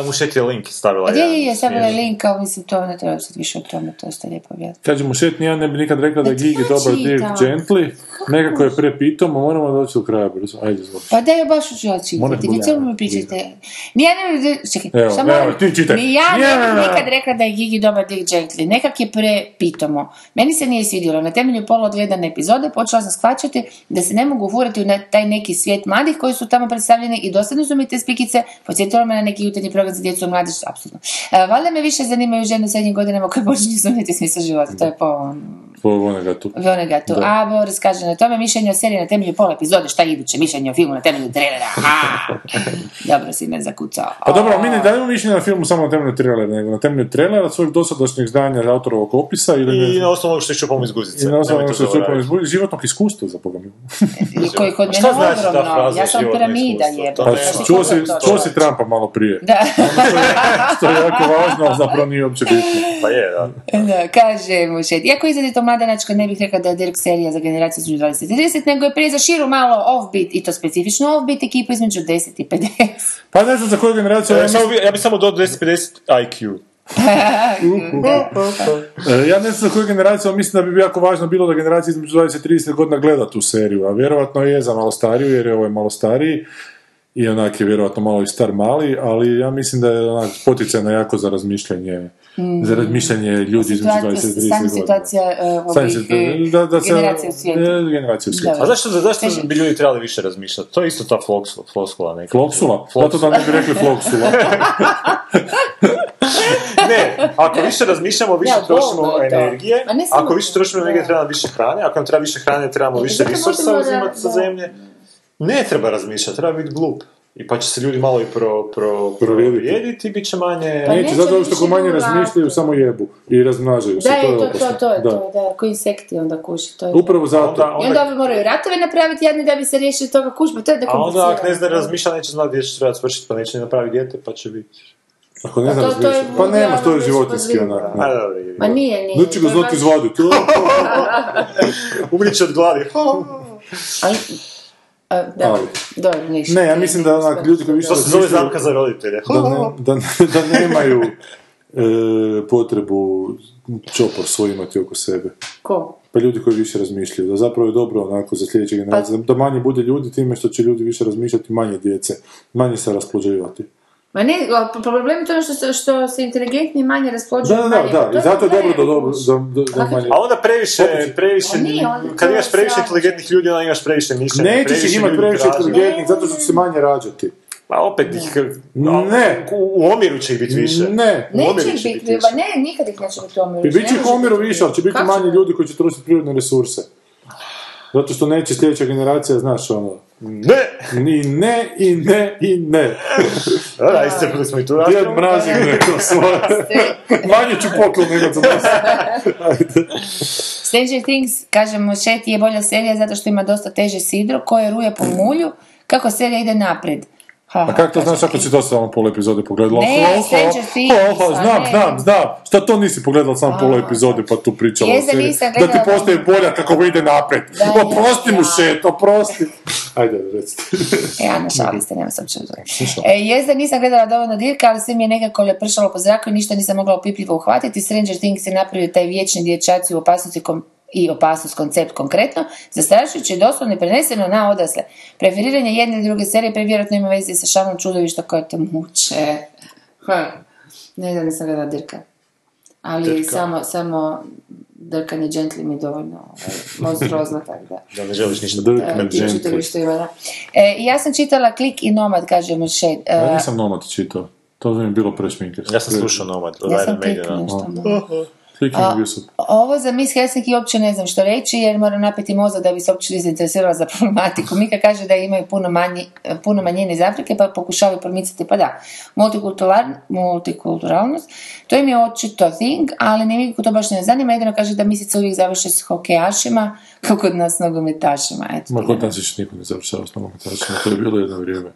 H: uh, mušet je link stavila.
I: A gdje
H: jedan
I: je, je stavila
H: smiješan.
I: link, ali mislim to ne treba sad više o tome, to ste lijepo objasnili.
G: Kaže Mušet, ja ne bi nikad rekla da je
I: Pa
G: Gigi
I: to
G: dobar
I: čitam.
G: Dirk Gently. Nekako je prepitom, a moramo doći do kraja brzo. Ajde, izvoli.
I: Pa da je baš učio
G: Moram
I: čitati, ni
G: pogledati.
I: cijelo mi pričate. Ni ja ne bi, čekaj,
G: Evo,
I: samo
G: evo,
I: moram-
G: ti čitaj.
I: Ni ja ne
G: Ja.
I: bih nikad rekla da je Gigi dobar Dick Gently, nekak je prepitomo. Meni se nije svidjelo, na temelju pola odgledane epizode počela sam shvaćati da se ne mogu uvurati u ne- taj neki svijet mladih koji su tamo predstavljeni i dosadno su mi te spikice, podsjetilo me na neki jutarnji program za djecu i mladež, apsolutno. E, valjda me više zanimaju žene u srednjim godinama koje počinju sumnjati smisla života, to je po ono,
G: Po onega tu.
I: Vonega tu.
G: Da.
I: A, Boris kaže na tome mišljenje o seriji na temelju pola epizode, šta je iduće mišljenje o filmu na temelju
G: [laughs]
I: trailera. Ha! Dobro si me zakucao.
G: Pa dobro, mi ne dajemo mišljenje na filmu samo na temelju trailera, nego na temelju trailera svojeg dosadašnjeg znanja autorova njegovog opisa ili ne
H: I na
G: znam.
H: osnovu onog što je čupom iz guzice.
G: I na osnovu
H: Nemojte
G: što je
H: zaboraviti.
G: crpano iz buzi- životnog iskustva za Boga mi.
I: I koji kod
H: Šta
I: mene
H: znači ta
I: ogromno.
H: fraza
I: Ja sam
H: životno
I: piramida
H: iskustvo?
I: jebe.
H: To
G: Pa,
H: nema.
I: Znači,
G: čuo si,
I: koliko je to?
G: čuo si Trumpa malo prije.
I: Da, [laughs]
G: Što je jako važno, ali zapravo nije uopće bitno.
H: Pa je, da.
I: da, kaže mu šet. Iako izrazito mladenačka ne bih rekao da je Dirk serija za generaciju između 20 i 30, nego je prije za širu malo offbeat, i to specifično offbeat, ekipa između 10 i 50.
G: Pa ne znam za koju generaciju,
H: Ja
G: ja
H: bi
G: mislim-
H: E, samo, ja bi samo dodao 250
F: [laughs]
H: IQ.
G: E, Ja ne znam za koju generaciju, ali mislim da bi jako važno bilo da generacija između 20 i 30 godina gleda tu seriju, a vjerojatno je za malo stariju, jer je ovaj malo stariji i onak je vjerojatno malo i star mali, ali ja mislim da je onak poticajna jako za razmišljanje, za razmišljanje ljudi između 20 i 30
I: Situacija,
G: godina.
I: sam situacija e,
G: Sam
I: ovih
G: situ-
I: e,
G: da, da se,
I: generacija u svijetu.
G: e, generacija u svijetu.
I: Da.
H: A zašto, zašto
I: Teže.
H: bi ljudi trebali više razmišljati? To je isto ta floksula, floskula neka.
G: Floksula? Pa Zato da ne bi rekli floksula.
H: ne, ako više razmišljamo, više
F: Ja,
H: trošimo
F: bolno je to.
H: energije.
F: Ma ne samo-
H: Ako više trošimo energije,
F: Da.
H: trebamo više hrane. Ako nam treba više hrane, trebamo
F: I
H: više
F: zato
H: resursa
F: možemo da-
H: uzimati sa
F: da.
H: zemlje. Ne treba razmišljati, treba biti glup. I pa će se ljudi malo i pro, pro,
G: Provjeriti.
H: provjeriti, bit će manje...
F: Pa
G: Neće,
F: neće
G: zato što
F: više
G: ko manje
F: ljudi
G: razmišljaju,
F: raditi.
G: samo jebu i razmnažaju se.
F: Da, je, to, to,
G: opasno.
F: to je
G: Da.
F: to, da, koji insekti onda kuži, to je to.
G: Upravo ovaj. zato.
H: Onda-
F: I onda ovi moraju ratove napraviti jedni da bi se riješili toga kužba, to je da
H: A onda ako ne zna razmišlja, neće znati gdje će trebati svršiti, pa neće ni napraviti dijete, pa će biti...
G: Ako ne znam
F: Pa to- to je
G: razmišljati. Pa nema, to je
F: vulgarno,
G: životinski
F: mislim,
G: onak.
H: A,
G: ne. Znači,
H: dobro, je.
F: Ma nije, nije.
G: Neće ga
F: to je
G: znati
F: baš-
G: izvaditi.
H: Umrit će od gladi.
F: Ali, a, da,
G: Ali.
F: dobro, ništa.
G: Ne, ja mislim da onak ljudi koji više
H: To se zove
G: razmišljaju
H: zamka za roditelje.
G: da, ne,
F: [laughs]
G: da, ne- da nemaju e, potrebu čopor svoj imati oko sebe.
F: Ko?
G: Pa ljudi koji više razmišljaju, da zapravo je dobro onako za sljedeće
F: Pa-
G: generacije, da manje bude ljudi time što će ljudi više razmišljati, manje djece, manje se rasplođivati.
F: Ma ne, a po- problem je to što se, što se inteligentni manje
G: Da,
F: rasplođuju.
G: da,
F: Pa manje.
G: da, da, i
F: je
G: zato je dobro da,
F: problem,
G: dobro,
F: kužiš.
G: da, da, da manje...
H: A onda previše,
G: Opet-
H: previše,
F: A nije, onda to
H: kad
F: je
H: imaš previše
F: sjajno.
H: inteligentnih ljudi, onda imaš previše mišljenja.
G: Nećeš ih imati
H: ljudi
G: previše
H: krađa.
G: inteligentnih, zato što će se manje rađati.
H: Pa opet ih,
G: Ne.
H: u, u omjeru će ih biti više.
G: Ne.
H: U omjeru
F: Neće ih
H: će
F: biti, ba ne, nikad ih neće biti u omiru.
G: I bit će ih u omjeru više, ali će biti
F: Kako?
G: manje ljudi koji će trošiti prirodne resurse. Zato što neće sljedeća generacija, znaš, ono,
H: Ne!
G: ni ne, i ne, i ne.
H: Da, iscrpili smo i tu
G: Djed
H: raspravu.
G: mraz je rekao svoje. Manje ću poklon nego za nas.
I: Stranger Things, kaže mu šet, je bolja serija zato što ima dosta teže sidro koje ruje po mulju, kako serija ide naprijed. Ha,
G: A kako to
I: kaže
G: znaš ako si to samo pola epizode pogledala?
I: Ne,
G: Oho, oho,
I: Stranger Things,
G: oho,
I: a
G: Znam,
I: ne.
G: znam, znam. Šta to nisi pogledala samo pola epizode pa tu pričala? o
I: Jeste,
G: seriji?
I: nisam
G: Da ti
I: gledala.
G: postaje bolja kako ide napred.
I: Da,
G: Oprosti mu
I: ja.
G: šet, oprosti. Ajde, recite.
I: E, Ana, šalim se, nema sam čudo. E, jezda nisam gledala dovoljno Dirka, ali sve mi je nekako lepršalo po zraku i ništa nisam mogla opipljivo uhvatiti. Stranger Things je napravio taj vječni dječaci u opasnosti kom- i opasnost koncept konkretno, zastrašujući je doslovno i preneseno na odrasle. Preferiranje jedne ili druge serije prevjerojatno ima veze sa šanom čudovišta koje te muče.
F: [laughs] Ha, Ne znam, nisam gledala Dirka. Ali samo, samo drkanje gently mi je dovoljno ovaj, monstruozno, tako da.
H: Da ne želiš ništa.
F: Evo, ti čitali što ima, da.
I: E, i ja sam čitala Klik i Nomad, kaže mu šed. E,
G: Ja nisam nomad čitao. To bi mi bilo prešminkersko.
H: Ja sam slušao Nomad od
I: ja
H: Iron
I: sam Klik
H: Maidena.
I: nešto. malo.
G: Klikim je bio super.
I: Ovo za Miss Helsinki uopće ne znam što reći jer moram napeti mozak da bi se uopće zainteresirala za problematiku. Mika kaže da imaju puno, manji, puno manjine iz Afrike pa pokušavaju promicati, pa da, multikultural- multikulturalnost, to im je očito thing, ali ne Miku to baš ne zanima, jedino kaže da misice uvijek završe s hokejašima, [laughs] kako kod nas s nogometašima, eto.
G: Ma kod nas više niko ne završava s nogometašima, to je bilo jedno vrijeme.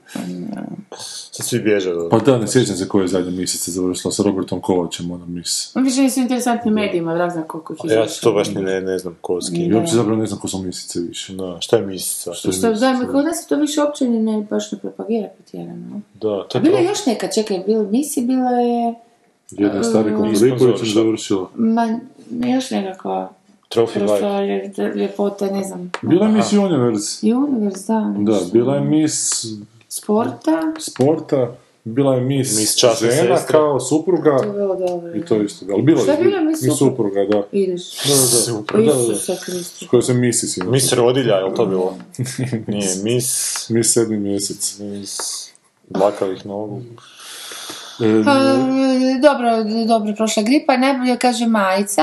H: Sad svi bježe.
G: Pa da, ne sjećam se koje je zadnje mjesece završila sa Robertom Kovačem, ona mis.
F: Više nisu interesantni medijima, brak znam koliko ih
H: Ja
F: izašlo.
H: to baš ni ne, ne znam ko s
G: I
H: kim.
G: uopće zapravo ne znam ko su mjesece više.
H: Da, šta je misica?
G: Što je
F: Što,
G: misica?
F: da, mi kod nas se to više uopće ni ne, baš ne propagira pretjerano. jel?
H: Da, to je
F: Bila je
H: to.
F: još neka, čekaj, bila Misi, bila je,
G: Jedna
F: e,
G: je stari kod
H: Nisam
G: Riković
H: završila.
G: završila.
F: ma, još nekako,
H: Trophy Wife.
F: prosto lje- ljepota, ne znam,
G: Bila je Miss Universe.
F: i univerz, da,
G: Da,
F: nešto.
G: bila je Miss
F: sporta,
G: sporta, bila je Miss,
H: Miss časne
G: žena
H: sestre.
G: kao
F: to je
G: supruga.
F: bilo dobro.
G: I to je isto, ali bila
F: Šta je
G: je
F: bila Miss
G: Miss supruga, da.
F: Ideš,
G: Da, da, da.
H: Supruga,
G: Da, da, da.
F: Isuse Kriste.
G: Koja se Missis ima.
H: Mis rodilja, je li to
G: [laughs]
H: bilo? Nije, mis...
G: Miss sedmi mjesec.
H: Mis... Dlakavih nogu.
G: E,
I: Pa, dobro, dobro prošla gripa, najbolje kaže majica.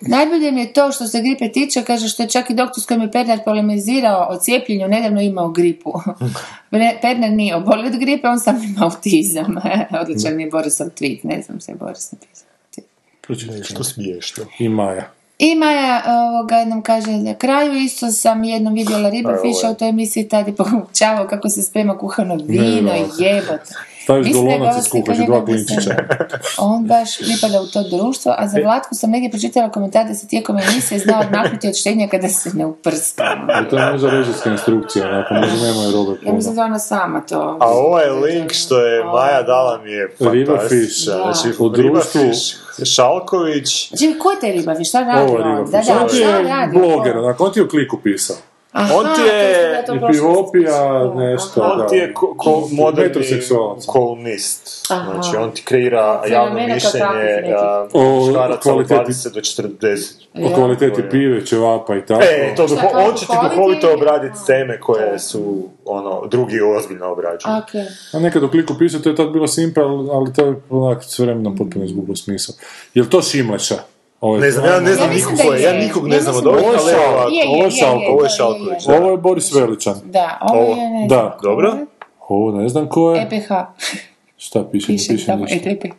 I: Najbolje mi je to što se gripe tiče, kaže što je čak i doktor s kojim je Pernar polemizirao o cijepljenju, nedavno imao gripu.
G: [laughs]
I: Pre- Pernar nije obolio od
F: Pa [laughs] E,
I: gripe, on sam ima autizam. Odličan mi je Borisov tweet, ne znam se Boris napisao.
H: Što smiješno.
G: I Maja.
F: I Maja e, ovoga, nam kaže na kraju, isto sam jednom vidjela ribofiša u toj emisiji tad je pokućavao kako se sprema kuhano vino,
G: ovaj. Ne, ne.
F: jebot.
G: Staviš
F: Mislim da je
G: golonac
F: ovo
G: i skuhaš
F: slika
G: dva
F: njegova
G: klinčića.
F: pisanja. On baš pripada u to društvo, a za
G: E.
F: Vlatku sam negdje pročitala komentar da se tijekom emisije zna odmaknuti od štednja kada se ne uprsta.
G: Ali to je možda režijska instrukcija, onako, možda nema je robe
F: Ja mislim
G: puno.
F: da je ona sama to.
H: A ovaj link što je Maja dala mi je
G: Ribafiš,
H: fantastičan.
F: da.
H: Znači,
G: U društvu-
H: Ribafiš, Šalković,
F: Čim, ko je te ribaviš? Šta radi
G: Ovo je
F: on? Da,
G: ribafiš.
F: da,
G: On ti
F: šta
G: je
F: radi?
G: bloger, onako, on ti je u kliku pisao.
F: Aha,
H: on ti
F: to
H: je-
F: sam ja to
G: I
F: prošla-
G: Pivopija, nešto,
F: Aha.
G: da.
H: on ti je ko, ko moderni
G: Metroseksualac.
H: kolumnist.
F: Aha.
H: Znači, on ti kreira
F: Fenomena
H: javno
F: kao
H: mišljenje a,
F: takvih
G: O
H: muškaraca od
G: kvaliteti.
H: 20 do 40.
G: O kvaliteti
H: Ja.
G: pive, ćevapa i tako.
H: E, to duho,
F: kao
H: on će ti
F: duhoviti?
H: duhovito obraditi teme koje su ono, drugi ozbiljno obrađuju.
F: Okej.
G: A nekad u kliku pisao, to je tad bilo simpa, ali, ali to je onak s vremenom potpuno izgubilo smisao. Jel to Šimleša? Ovo je,
H: Ne znam, ja ne znam
F: Ja mislim
H: nikog
F: da
H: koje, ja
F: je.
H: nikog
F: Ja
H: ne znam od
F: mislim
H: ovih,
F: da je.
H: ali evo ovako.
F: Je, je,
G: ovo je
F: je,
G: Šalko,
H: ovo je
F: to
H: Šalković.
F: je.
G: ovo je Boris Veličan.
F: Da, ovo
H: Ovo,
F: je ne
G: da,
F: znam ko je.
H: dobro.
G: Ovo ne znam ko je.
F: EPH.
G: Šta piše? Ne
F: E, Piše e,
G: piše
F: tamo
G: ništa.
F: EPH.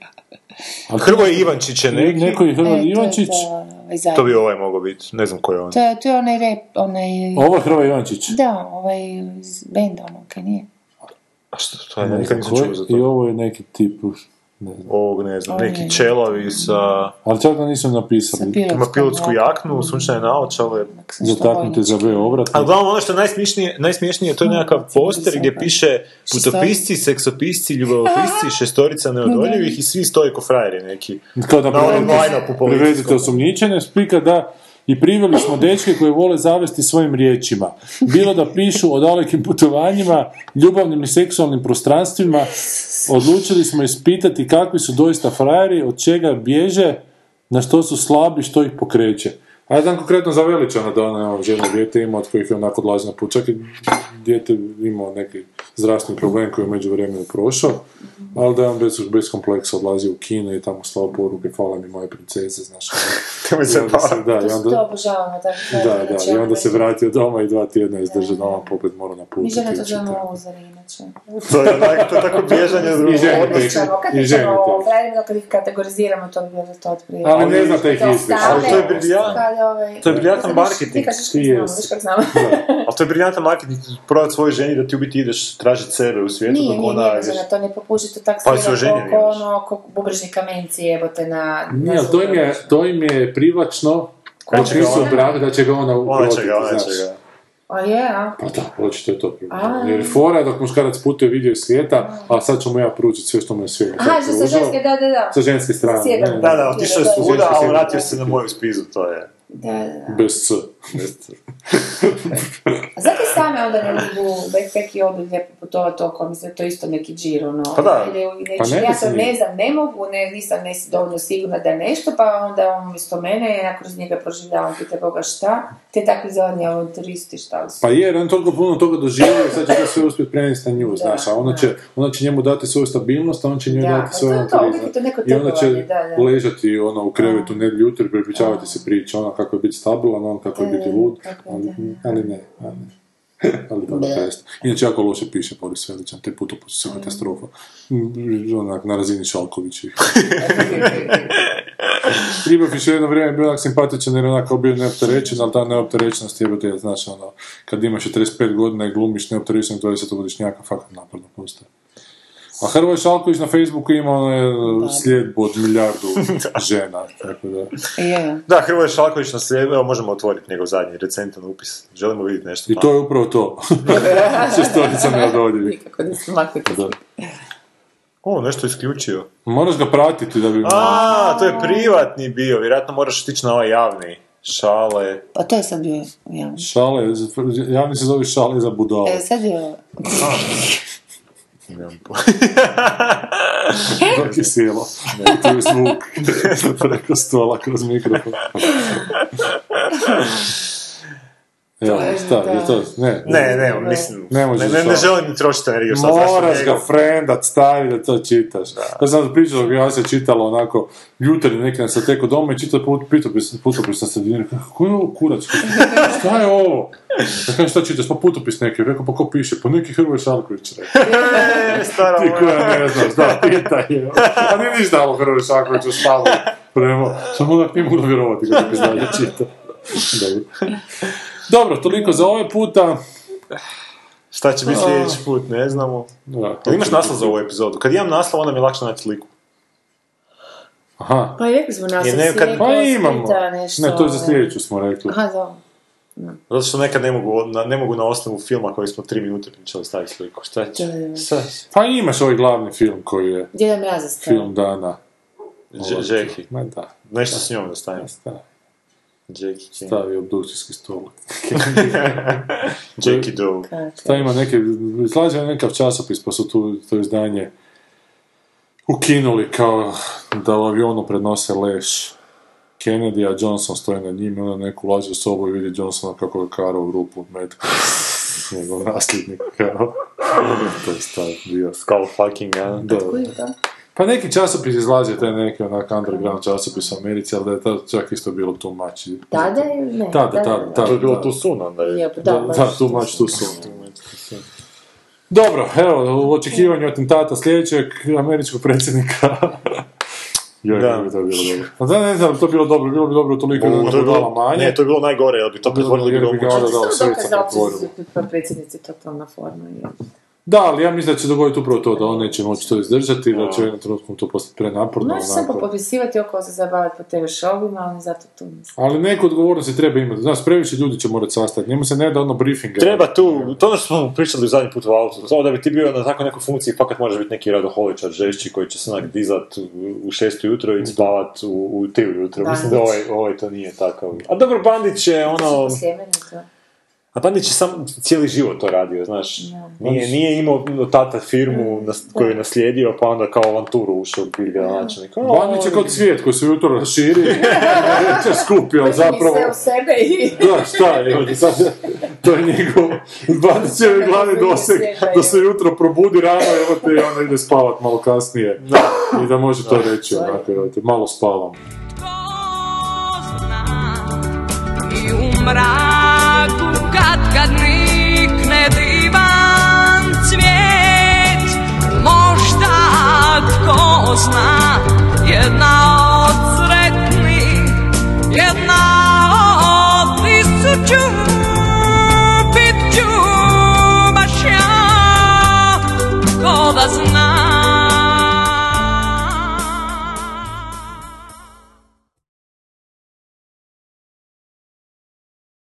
G: Ali
H: Hrvoje Ivančić je
G: ne-
H: neki,
G: Neko je
F: E,
G: Hrvoje
F: to je
G: Ivančić.
F: za ovaj zadnji.
H: to bi ovaj mogao biti, ne znam ko je on.
F: To je, to je onaj rep, onaj...
G: Ovo je Hrvoje Ivančić.
F: Da, ovaj iz benda ono, kaj nije.
H: A što to je, ja
G: Ne
H: nikad
G: znam
H: nisam
G: ko je.
H: čuo za
G: I
H: to.
G: ovo je neki tip, ne znam.
H: Ovog ne znam,
F: Ovo je
H: neki
F: ne.
H: čelovi sa...
G: Ali čak da nisam
F: Sa
G: napisali.
F: pilotskom
H: Ima pilotsku
F: jaknom.
H: jaknu, sunčane naočale.
F: Onak sam što
G: Zataknite
F: vojnički.
G: za B obrat.
H: A uglavnom ono što je najsmiješnije, najsmiješnije to je nekakav poster gdje piše putopisci, seksopisci, ljubovopisci, šestorica neodoljivih i svi stoji ko frajeri neki.
G: Kao da
H: Na onom
G: privedete-
H: line-upu policijskom.
G: privedete osumnjičene, spika da i priveli smo dečke koje vole zavesti svojim riječima. Bilo da pišu o dalekim putovanjima, ljubavnim i seksualnim prostranstvima, odlučili smo ispitati kakvi su doista frajeri, od čega bježe, na što su slabi, što ih pokreće. A jedan konkretno za Veličana da ona evo, žena dijete ima od kojih je onako odlazi na put. Čak i dijete imao neki zdravstveni problem koji je među vremenu prošao, ali da je on bez, bez kompleksa odlazi u kino i tamo slao poruke, hvala mi moje princeze,
H: [laughs]
G: znaš.
H: Nemoj se
G: I onda
H: baviti.
G: da, i
F: To,
G: onda-
F: to obožavamo, tako je,
G: da,
F: znači,
G: da, i onda
F: ono,
G: se vratio doma i dva tjedna izdržao doma, popet mora na
F: Mi
G: put.
F: žene to želimo uzori, inače.
H: To je onak- to je tako bježanje s
G: I žene
H: drugom.
G: te-
F: Ćemo, kad
G: i
F: ih
G: žene
F: ćemo
G: te-
F: pravilno, kad ih kategoriziramo, to bi bilo to otprilike.
G: Ali ne znam te ih izbjeći.
H: Ali to je briljantno.
F: Kad je ovaj...
H: To je briljantan
F: Sad viš-
H: marketing.
F: Ti kažeš kako
G: Ti
F: znamo,
G: jesi.
F: viš kako znamo. [laughs]
H: Ali to je briljantan marketing, prodati svojoj ženi da ti u biti ideš tražiti sebe u svijetu
F: Nije,
H: dok
F: nije,
H: ona...
F: nije rođena, to ne popušite tako
H: Pa
F: svira
H: su oženjeni
F: koliko
H: još.
F: ono, koliko bubrežni kamenci jebote na... na
G: Nije, ali to im je,
F: zubru.
G: to im je privlačno,
H: Kad će ga
G: napisao
H: ona-
G: brak da će ga ona
H: Ona će
G: uprotiti,
H: ga, ona
G: znaš.
H: će ga.
F: A je, a?
G: Pa da, očito je to problem.
F: A.
G: Jer fora je dok muškarac putuje vidio iz svijeta, a sad ću mu ja pručiti sve što mu je svijet.
F: Aha, što se
G: pružao.
F: ženske, da, da, da.
G: Sa ženske strane.
F: Sjedan.
G: ne, ne,
H: Da, da, otišao je svuda, a vratio se na moju spizu, to je.
F: Da, da, da.
G: Bez C.
F: A Pa zato same onda ne mogu backpack i odu lijepo putovati oko, mislim da je to isto neki džir, ono.
H: Pa da.
F: Ili, ili
G: Pa
F: neću,
G: ne bi
F: ja
G: se
F: to ne
G: ni-
F: znam, ne mogu, ne, nisam ne dovoljno sigurna da je nešto, pa onda on umjesto mene, ja kroz njega proživljavam, pita Boga šta, te takvi zeleni avanturisti šta li su.
G: Pa je, jer on toliko puno toga doživio, sad će to sve uspjeti prenesti na nju, znaš, a ona će, ona će njemu dati svoju stabilnost, a on će njoj
F: Da,
G: dati
F: pa
G: svoj
F: to je to,
G: autorizam.
F: uvijek je to neko
G: I ona će
F: trgovanje, da, da.
G: ležati ona, u krevetu ne jutro i prepričavati se priče, ona kako je biti stabilan, on kako je biti lud,
F: E, tako je,
G: ali, ali ne, [laughs] ali ne. ali da, da, jest. Inače, jako loše piše Boris Veličan, te putoput su katastrofa. Mm, Onak, na
F: [laughs]
G: razini Šalkovićih. Ribafić je jedno vrijeme bio onak simpatičan jer onako bio neopterećen, ali ta neopterećenost je te, znači ono, kad imaš 45 godina i glumiš neopterećenog 20-godišnjaka, fakat naporno postaje. A Hrvoj Šalković na Facebooku ima onaj e, slijed od
H: [laughs]
G: milijardu žena, tako da.
H: Pa.
F: Je,
H: Da, Hrvoje Šalković na slijed, evo možemo otvoriti njegov zadnji recentan upis. Želimo vidjeti nešto.
G: I to je upravo
H: [laughs]
G: to. Šestorica neodoljivih.
F: nikako da se maknete.
G: Da.
H: O, nešto je isključio.
G: Moraš ga pratiti da bi...
H: A, to je privatni bio, vjerojatno moraš otići na ovaj javni. Šale.
F: Pa to je sad bio, ja.
G: Šale, javni se zove šale za budale.
F: E, sad je,
H: Nemam po-
G: Dok je sjelo. Tu je
H: [laughs]
G: zvuk. Preko stola, kroz mikrofon. Evo, šta, je to? Ne.
H: Ne, ne, mislim,
G: Ne
H: ne,
G: možeš
H: ne, ne,
G: to.
H: želim ni trošiti energiju sad. zašto
G: Moraš ga
H: njegov-
G: frendat, stavi da to čitaš. Da, sam pričao, ja se čitalo onako, jutarnji neki dan sam teko doma i čitao put, pitao bi se, putopis na sredini, kako je ovo kurac, šta je ovo? Ja kažem, šta čitaš, pa putopis neki, rekao, pa ko piše, pa neki Hrvoje Šarković,
H: [laughs]
G: rekao.
H: E, stara
G: Ti
H: moja.
G: Pa koja ne znaš, da, pita je. A nije ništa ovo Hrvoje Šarković u stavu. Prema, samo onak nije mogla vjerovati kako je znanje
H: [laughs]
G: čita. Dobro. Dobro, toliko za ovaj puta.
H: Šta će biti sljedeći put, ne znamo.
G: Da,
H: Jel imaš naslov za ovu epizodu? Kad imam naslov, onda mi je lakše naći sliku.
G: Aha,
F: Pa rekli smo nas
H: Jer nekad-
F: slijeko,
G: pa imamo.
F: skrita, nešto,
G: Ne, to je za
F: ovaj.
G: sljedeću smo rekli.
F: Aha, da.
H: Zato što nekad ne mogu, na, ne mogu na osnovu filma koji smo tri minute pričali staviti sliku. Šta će?
F: Da.
H: Šta?
G: Pa imaš ovaj glavni film koji je
F: Djeda mraza stavio.
G: film dana. Ovaj,
H: Dž- Jackie.
G: Ma da,
H: Nešto s njom da stavim.
G: sta-
H: Jackie King.
G: stavi obdukcijski stol.
H: Jackie Doe.
G: Šta ima neke, slađa je nekav časopis pa su tu, to izdanje ukinuli kao da u avionu prednose leš Kennedy, a Johnson stoji na njim, i onda neko ulazi u sobu i vidi Johnsona kako ga kara u rupu med. [laughs] Njegov nasljednik kao. [laughs] to je stav bio.
H: Skull fucking, ja.
G: Da. Pa neki časopis izlazi, taj neki onak underground časopis u Americi, ali da je to čak isto bilo tu mači.
F: Tada ili ne?
G: Tada, tada, tada.
H: To je bilo tu sun onda. je.
F: Lijepo, da, baš.
G: Da, tu mač, tu su. Dobro, evo, u očekivanju atentata sljedećeg američkog predsjednika. [laughs] Joj,
H: Da.
G: da. bi to bilo dobro. A da, ne znam, to bi bilo dobro, bilo bi dobro toliko da
H: U, to
G: bi
H: je
G: dala
H: bilo,
G: manje.
H: ne, to je bilo najgore, jer bi to pretvorili
G: jer
H: bilo
G: bi ga
H: mučno.
G: onda dao
F: Samo dokaz
G: srca
F: da uopće
G: pretvorilo.
F: su pa predsjednici totalna forma. je.
G: Da, ali ja mislim da će dogoditi upravo to, da on neće moći to izdržati, da će u jednom trenutku to postati prenaporno.
F: Možeš samo
G: onako.
F: popisivati oko se zabavati po TV showima, ali zato tu mislim.
G: Ali neku odgovornost se treba imati. Znaš, previše ljudi će morati sastaviti. Njemu se ne da ono briefinga.
H: Treba tu, to je ono što smo pričali u zadnji put u autu, to da bi ti bio na tako nekoj funkciji, fakat moraš biti neki radoholičar žešći koji će se onak dizat u- u šest ujutro i spavat u, u tri ujutro. Mislim da ovaj, ovaj to nije takav. A dobro, Bandić je ono...
F: Sjemeni to.
H: A Bandić je sam cijeli život to radio, znaš. Nije, nije imao no, tata firmu nas- koju je naslijedio, pa onda kao avanturu ušao u znači, gradonačelnik.
G: Bandić je kao cvijet koji se ujutro raširi, [laughs] će skupio zapravo.
F: Sve u sebe i...
G: Da, šta je, on je sad- to je njegov Bandićevi glavni doseg, da se pa jutro probudi rano, evo te, i onda ide spavat malo kasnije. I da može to reći, onako, evo te, malo spavam.
L: I u mraku kad kad nikne divan cvijet Možda tko zna